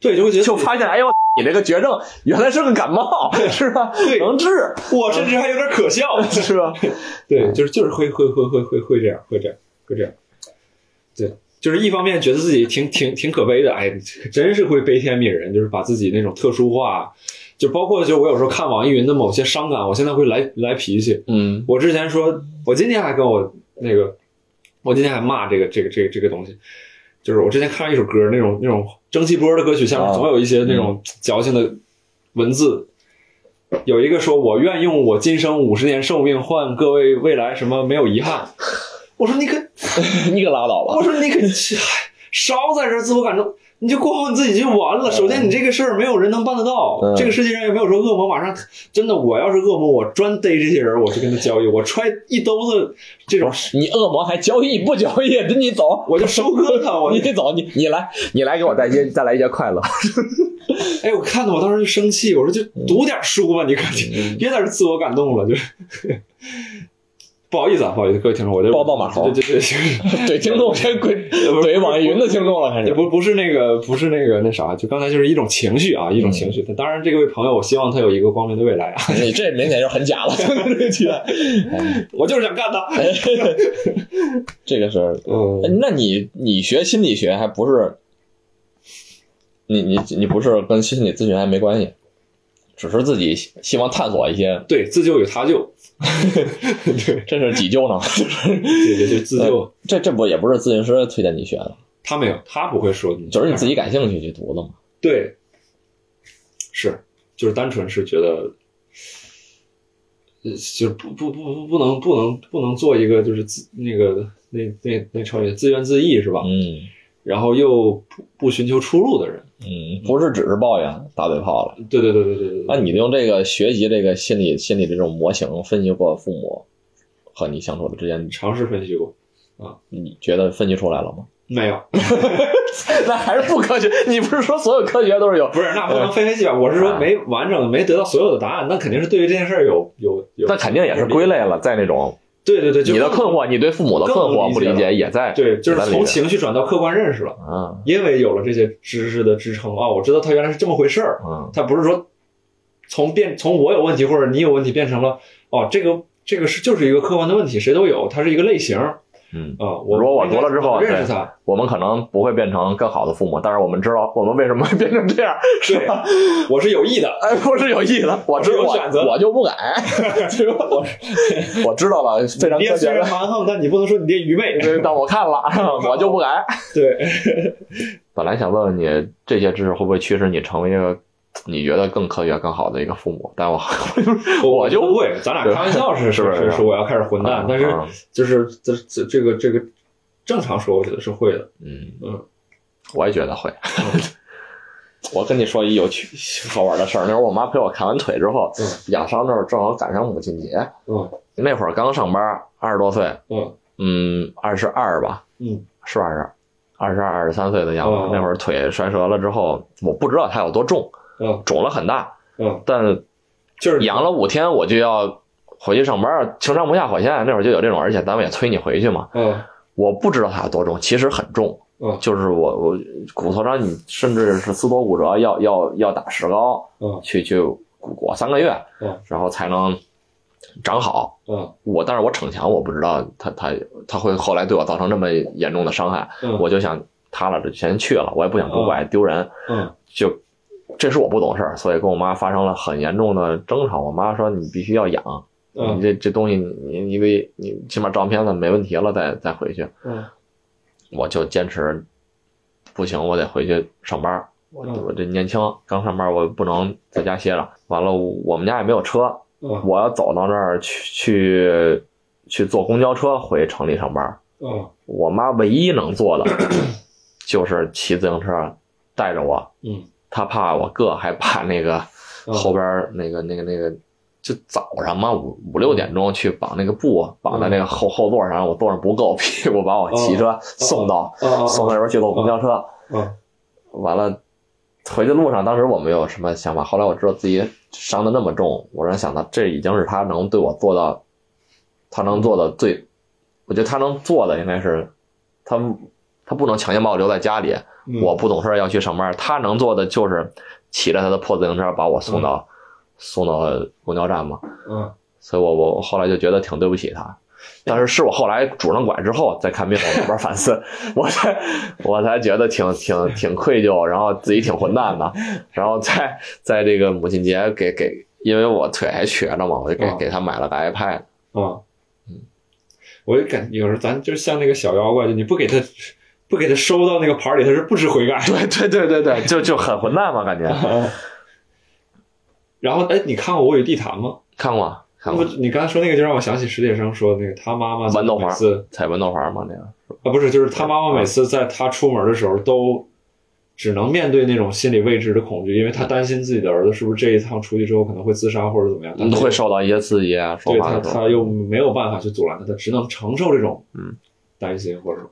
S1: 对，就会觉得
S4: 就发现，哎呦，你这个绝症原来是个感冒，是吧？
S1: 对
S4: 能治，嗯
S1: 我甚至还有点可笑。
S4: 是吧？
S1: 对，就是就是会会会会会会这样，会这样，会这样。对，就是一方面觉得自己挺挺挺可悲的，哎，真是会悲天悯人，就是把自己那种特殊化，就包括就我有时候看网易云的某些伤感，我现在会来来脾气。
S4: 嗯
S1: 我之前说，我今天还跟我那个，我今天还骂这个这个这个这个东西，就是我之前看了一首歌，那种那种蒸汽波的歌曲下面
S4: 啊
S1: 总有一些那种矫情的文字，有一个说我愿用我今生五十年寿命换各位未来什么没有遗憾， 我说你可
S4: 你可拉倒吧。
S1: 我说你可烧在这儿自我感动，你就过好你自己就完了。首先，你这个事儿没有人能办得到，
S4: 嗯
S1: 这个世界上也没有说恶魔马上真的。我要是恶魔，我专逮这些人，我去跟他交易，我揣一兜子这种，
S4: 你恶魔还交易不交易？你走，
S1: 我就收割他。我
S4: 你走，你你来，你来给我带些带来一些快乐。
S1: 哎，我看的我当时就生气，我说就读点书吧，你 可
S4: 嗯
S1: 别在这儿自我感动了，就是。 不好意思啊，不好意思，各位听众，我这
S4: 抱抱马猴
S1: 对对对，
S4: 怼听众先怼怼网易云的听众了，开
S1: 也
S4: 始。
S1: 不不是那个不是那个那啥，就刚才就是一种情绪啊，一
S4: 嗯
S1: 种情绪。但当然，这位朋友，我希望他有一个光明的未来啊。
S4: 你这明显就很假了，这个期待。嗯
S1: 我就是想干他。
S4: 这个是，哎
S1: 嗯，
S4: 那你你学心理学还不是？你你你不是跟心理咨询还没关系，只是自己希希望探索一些，
S1: 对，自救与他 救，对，
S4: 这是急救呢？
S1: 对对对，自救。
S4: 这这不也不是咨询师推荐你学的，
S1: 他没有，他不会说你，
S4: 就是你自己感兴趣去读的嘛。
S1: 对，是，就是单纯是觉得，呃，就是不不不不不能不能不能做一个就是自那个那那那成语自怨自艾是吧？
S4: 嗯
S1: 然后又不不寻求出路的人。
S4: 嗯，不是只是抱怨打嘴炮了。
S1: 对对对对对对对
S4: 那。你用这个学习这个心理心理这种模型分析过父母和你相处的之间，
S1: 尝试分析过。
S4: 你觉得分析出来了吗？
S1: 没有，
S4: 那还是不科学。你不是说所有科学都是有？
S1: 不是，那不能非黑即白。我是
S4: 啊
S1: 说没完整的，没得到所有的答案，那肯定是对于这件事儿有有有。
S4: 那肯定也是归类了，在那种
S1: 对对对，就
S4: 你的
S1: 更
S4: 困惑，你对父母的困惑不理
S1: 更能理解
S4: 解，也在
S1: 对，就是
S4: 也在里
S1: 从
S4: 面
S1: 情绪转到客观认识了，
S4: 啊
S1: 因为有了这些知识的支撑啊，我知道它原来是这么回事儿，
S4: 嗯
S1: 它不是说从变从我有问题或者你有问题变成了哦，这个这个是就是一个客观的问题，谁都有，它是一个类型，
S4: 嗯，
S1: 啊、我
S4: 如果我读了之后
S1: 我认识
S4: 对
S1: 他，
S4: 我们可能不会变成更好的父母，但是我们知道我们为什么会变成这样，是
S1: 对
S4: 吧？
S1: 我是有意的，
S4: 哎，不是有意的，我知
S1: 我有
S4: 我
S1: 选择
S4: 我就不 改，
S1: 对吧？我是
S4: 我知道了，非常
S1: 你爹
S4: 科学
S1: 虽然
S4: 的。
S1: 蛮横，但你不能说你爹愚昧，
S4: 对但我看 了，我就不改。
S1: 对，
S4: 本来想问问你，这些知识会不会驱使你成为一个你觉得更科学、更好的一个父母？ 但我
S1: 我
S4: 我就
S1: 不会，咱俩开玩笑是
S4: 是不是
S1: 是是，我要开始混蛋
S4: 啊，
S1: 但是
S4: 啊
S1: 就是这这这个这个正常说，我觉得是会的，
S4: 嗯
S1: 嗯，
S4: 我也觉得会。 我跟你说一有趣好玩的事儿，那会儿我妈陪我看完腿之后
S1: 嗯，
S4: 养伤那会儿正好赶上母亲节，
S1: 嗯
S4: 那会儿刚上班，二十多岁，
S1: 嗯
S4: 嗯，二十二吧，
S1: 嗯
S4: 是二十二，二十二、二十三岁的样子
S1: 哦。
S4: 那会儿腿摔折了之后，我不知道它有多重，
S1: 嗯
S4: 肿了很大，
S1: 嗯，
S4: 但
S1: 就是
S4: 养了五天我就要回去上班，情商不下火线。那会儿就有这种，而且单位也催你回去嘛。
S1: 嗯
S4: 我不知道它有多重，其实很重，
S1: 嗯
S4: 就是我我骨头上你甚至是撕脱骨折，要要要打石膏，
S1: 嗯
S4: 去去骨裹三个月，
S1: 嗯
S4: 然后才能长好。
S1: 嗯
S4: 我，但是我逞强，我不知道他他他会后来对我造成这么严重的伤害，
S1: 嗯
S4: 我就想塌了就先去了，我也不想多拐丢人，
S1: 嗯
S4: 就这是我不懂事儿，所以跟我妈发生了很严重的争吵。我妈说你必须要养，你
S1: 嗯
S4: 这这东西你你得你起码照片子没问题了再再回去，
S1: 嗯
S4: 我就坚持不行，我得回去上班儿。我
S1: 嗯
S4: 我这年轻刚上班，我不能在家歇着。完了，我们家也没有车，
S1: 嗯
S4: 我要走到那儿去去去坐公交车回城里上班。
S1: 嗯
S4: 我妈唯一能做的 就是骑自行车带着我，
S1: 嗯，
S4: 她怕我硌，还怕那个
S1: 嗯
S4: 后边儿那个那个那个，就早上嘛五五六点钟去绑那个布，绑在那
S1: 嗯
S4: 个后后座上，我坐上不够， 屁股把我骑车送到
S1: 啊
S4: 送那边去坐公交车。
S1: 嗯
S4: 完了，回去路上，当时我没有什么想法。后来我知道自己伤的那么重，我让想到这已经是他能对我做到，他能做的最，我觉得他能做的应该是，他他不能强行把我留在家里，
S1: 嗯
S4: 我不懂事儿要去上班，他能做的就是骑着他的破自行车把我送到、送到公交站嘛。
S1: 嗯
S4: 所以我我后来就觉得挺对不起他。但是是我后来拄上拐之后再看病，我慢慢反思， 我才我才觉得挺挺挺愧疚，然后自己挺混蛋的，然后在在这个母亲节给给，因为我腿还瘸着嘛，我就给
S1: 嗯
S4: 给他买了个 iPad，
S1: 啊，我就感有时候咱就像那个小妖怪，就你不给他不给他收到那个盘儿里，他是不知悔改。
S4: 对对对对对，就就很混蛋嘛，感觉
S1: 然后哎，你看过《我与地坛》吗？
S4: 看过
S1: 那
S4: 看
S1: 么
S4: 过，
S1: 你刚才说那个，就让我想起史铁生说那个他妈妈
S4: 豌豆黄
S1: 每次
S4: 踩豌豆黄嘛那个，
S1: 啊，不是，就是他妈妈每次在他出门的时候都。只能面对那种心理未知的恐惧，因为他担心自己的儿子是不是这一趟出去之后可能会自杀或者怎么样，但
S4: 你嗯会受到一些刺激啊，说
S1: 对
S4: 话
S1: 他
S4: 的时候
S1: 他，又没有办法去阻拦他，他只能承受这种
S4: 嗯
S1: 担心或者说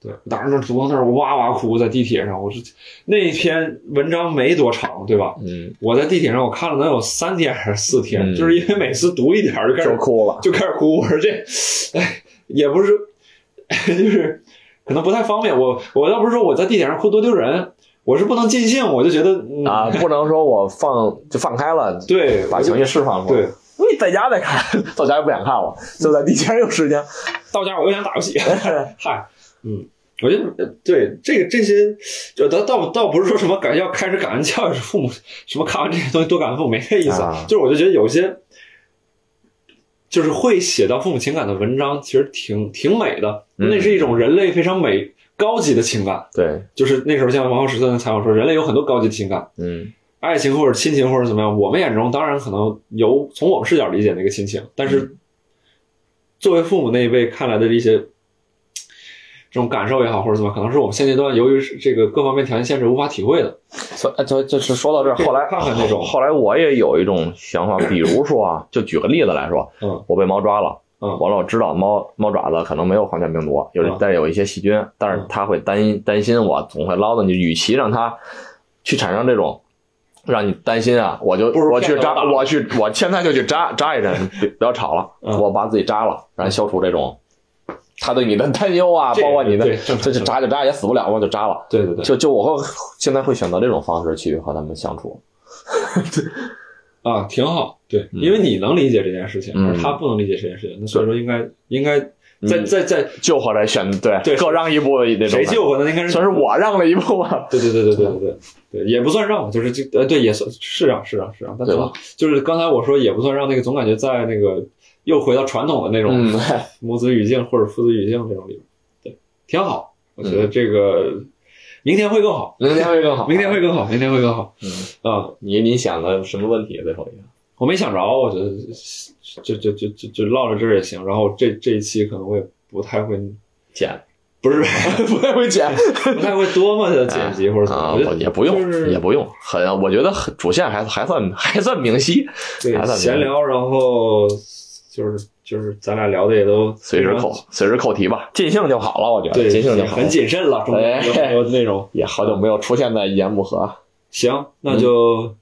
S1: 对，当时那读到那儿我哇哇哭，在地铁上，我是那篇文章没多长，对吧？
S4: 嗯，
S1: 我在地铁上我看了能有三天还是四天，
S4: 嗯
S1: 就是因为每次读一点儿就开始
S4: 就哭了，
S1: 就开始哭，我说这，哎，也不是， 就是可能不太方便。我我倒不是说我在地铁上哭多丢人，我是不能尽兴，我就觉得、嗯、
S4: 啊，不能说我放就放开了，
S1: 对，
S4: 把
S1: 我就
S4: 情绪释放出来。
S1: 对，
S4: 你在家再看， 到家也不想看了，就在地铁上有时间。
S1: 到家我又想打游 戏，嗨，嗯，我觉得呃对这个这些，就倒倒倒不是说什么感要开始感恩教育父母，什么看完这些东西多感恩父母没这意思，
S4: 啊
S1: 就是我就觉得有些就是会写到父母情感的文章，其实挺挺美的，
S4: 嗯
S1: 那是一种人类非常美高级的情感，
S4: 对，
S1: 就是那时候像王浩十三的采访说，人类有很多高级的情感。
S4: 嗯
S1: 爱情或者亲情或者怎么样，我们眼中当然可能有从我们视角理解那个亲情，但是作为父母那一辈看来的一些嘖这种感受也好或者怎么样，可能是我们现阶段由于是这个各方面条件限制无法体会的。
S4: 所以就就是说到这儿，后来
S1: 看看那种
S4: 后来我也有一种想法，比如说啊，就举个例子来说，
S1: 嗯，
S4: 我被猫抓了，
S1: 嗯
S4: 完了我知道猫猫爪子可能没有狂犬病毒，有
S1: 嗯
S4: 但是有一些细菌，但是
S1: 嗯
S4: 它会担担心我总会唠叨你，与其让它去产生这种。让你担心啊！我就
S1: 不如
S4: 我
S1: 骗
S4: 去
S1: 狗
S4: 扎，
S1: 打
S4: 我去，我现在就去扎扎 一针，别不要吵了，
S1: 嗯
S4: 我把自己扎了，然后消除这种他对你的担忧啊，
S1: 这
S4: 包括你的
S1: 对正常
S4: 这就扎就扎，也死不了嘛，就扎了。
S1: 对对对，
S4: 就就我会现在会选择这种方式去和他们相处。
S1: 啊，挺好。对，
S4: 嗯
S1: 因为你能理解这件事情，而
S4: 嗯
S1: 他不能理解这件事情，那所以说应该应该在
S4: 你
S1: 在在
S4: 救回来选对
S1: 对
S4: 各让一步那种。
S1: 谁救？我呢？应该是
S4: 算是我让了一步啊吧。
S1: 对对对对对对对对，也不算让，就是这呃对也算是让是让是让，但
S4: 对吧
S1: 就是刚才我说也不算让，那个总感觉在那个又回到传统的那种
S4: 嗯，
S1: 母子语境或者父子语境这种里面，对，挺好，我觉
S4: 嗯
S1: 得这个明天会更好，
S4: 明天会更好。
S1: 明天会更好，明天会更好，
S4: 嗯
S1: 啊，
S4: 你你想的什么问题？啊最后一个，
S1: 我没想着，我觉得就就就就就唠到这儿也行，然后这这一期可能我也不太会
S4: 剪
S1: 不是
S4: 不太会剪，
S1: 不太会多么的剪辑或者怎么 样，
S4: 啊，
S1: 我觉
S4: 我
S1: 得
S4: 也不
S1: 就是
S4: 用，也不用，很，我觉得很主线还还算还算明晰，
S1: 对
S4: 还算
S1: 闲聊，然后就是就是咱俩聊的也都
S4: 随时
S1: 非常
S4: 扣，随时扣题吧，尽兴就好了，我觉得
S1: 对，
S4: 尽兴就
S1: 也
S4: 好哎
S1: 很
S4: 了。
S1: 谨慎了，中间有很多内容。
S4: 也好久没有出现在一言不合，
S1: 行，那
S4: 嗯
S1: 就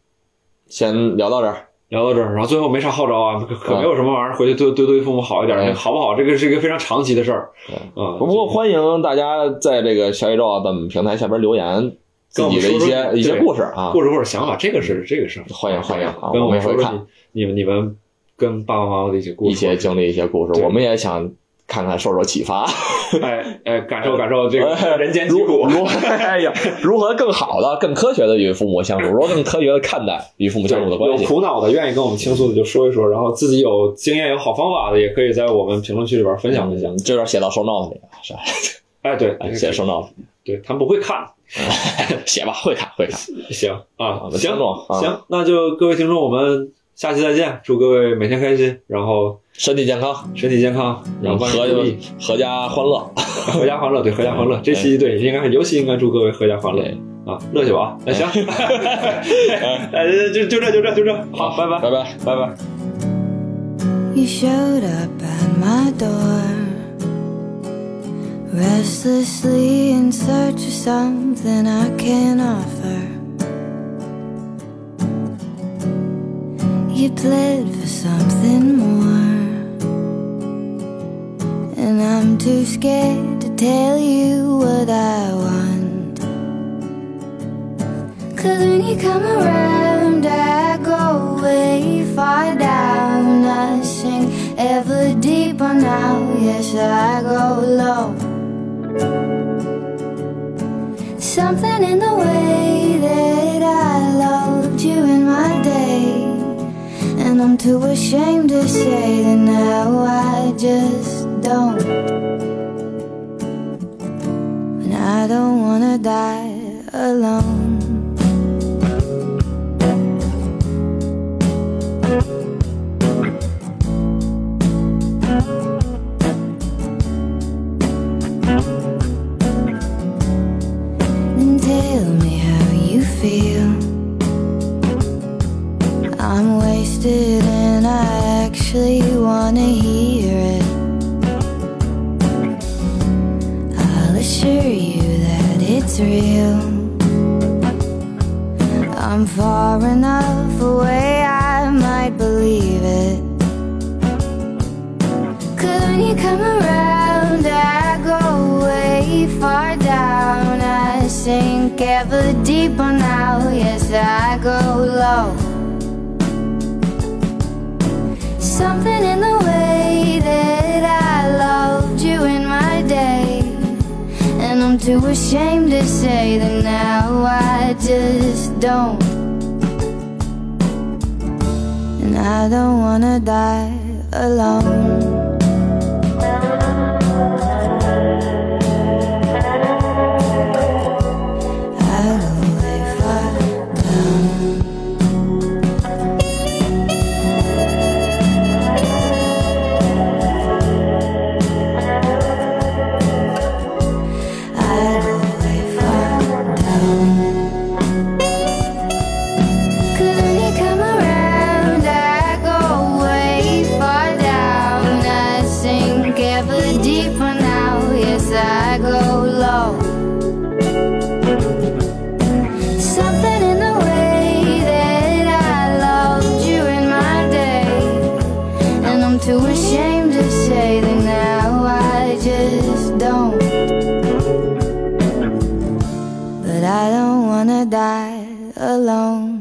S4: 先聊到这儿。
S1: 聊到这儿，然后最后没啥号召啊，可可
S4: 嗯
S1: 没有什么玩意儿，回去对对对父母好一点，
S4: 嗯
S1: 好不好？这个是一个非常长期的事儿，嗯，
S4: 哎不过欢迎大家在这个小宇宙啊咱们平台下边留言自
S1: 跟我
S4: 己
S1: 们
S4: 的一
S1: 说
S4: 些
S1: 说
S4: 一些
S1: 对
S4: 故事啊，
S1: 故事或者想法，这个
S4: 嗯
S1: 是这个是
S4: 欢迎欢迎啊，
S1: 跟我
S4: 们
S1: 们
S4: 也会
S1: 说
S4: 看
S1: 说你你们你们跟爸爸妈妈的一些故
S4: 一
S1: 事，
S4: 些经历一些故事，
S1: 对
S4: 我们也想看看受受启发。
S1: 哎哎，感 受感受 这个人间疾
S4: 哎如
S1: 苦。
S4: 如哎呀，如何更好的、更科学的与父母相处，如何更科学的看待与父母相处的关
S1: 有
S4: 系？
S1: 苦恼的，愿意跟我们倾诉的就说一说，然后自己有经验、有好方法的，也可以在我们评论区里边分享分享。
S4: 嗯这段写到收 note 里啊，是吧？
S1: 哎，对，
S4: 哎写收 note，
S1: 对他们不会看，
S4: 写吧，会看会看。
S1: 行啊
S4: 我，们
S1: 行
S4: 听众啊
S1: 行，那就各位听众，我们下期再见，祝各位每天开心，然后
S4: 身体健康，
S1: 身体健康，然后万
S4: 阖
S1: 事如意，
S4: 阖家欢乐。
S1: 阖家欢乐，对，阖家欢乐。这期对应该尤其应啊该祝各位阖家欢乐
S4: 嗯对
S1: 啊，乐去吧，那行， 哎，就就这就这就这，好，拜拜
S4: 拜拜。
S1: 拜拜。
S5: You showed up at my door, restlessly in search of something I can offer. You pled for something more, and I'm too scared to tell you what I want. Cause when you come around, I go way far down. I sink ever deeper now. Yes, I go low. Something in the way that I loved you in my day. And I'm too ashamed to say that now I just don't. And I don't wanna die alone. and tell me how you feel. I'm wasted and I actually wanna hear it. I'll assure you that it's real. I'm far enough away, I might believe it. Cause when you come around, I go way far down. I sink ever deeper now. Yes, I go low. Something in the way that I loved you in my day. And I'm too ashamed to say that now I just don't. And I don't wanna die alone. I go way far down. I go way far down. 'Cause when you come around, I go way far down. I sink ever deeper now. Yes, I go low. Something in the way that I loved you in my day. And I'm too ashamed to say that now I just don't. But I don't wanna die alone.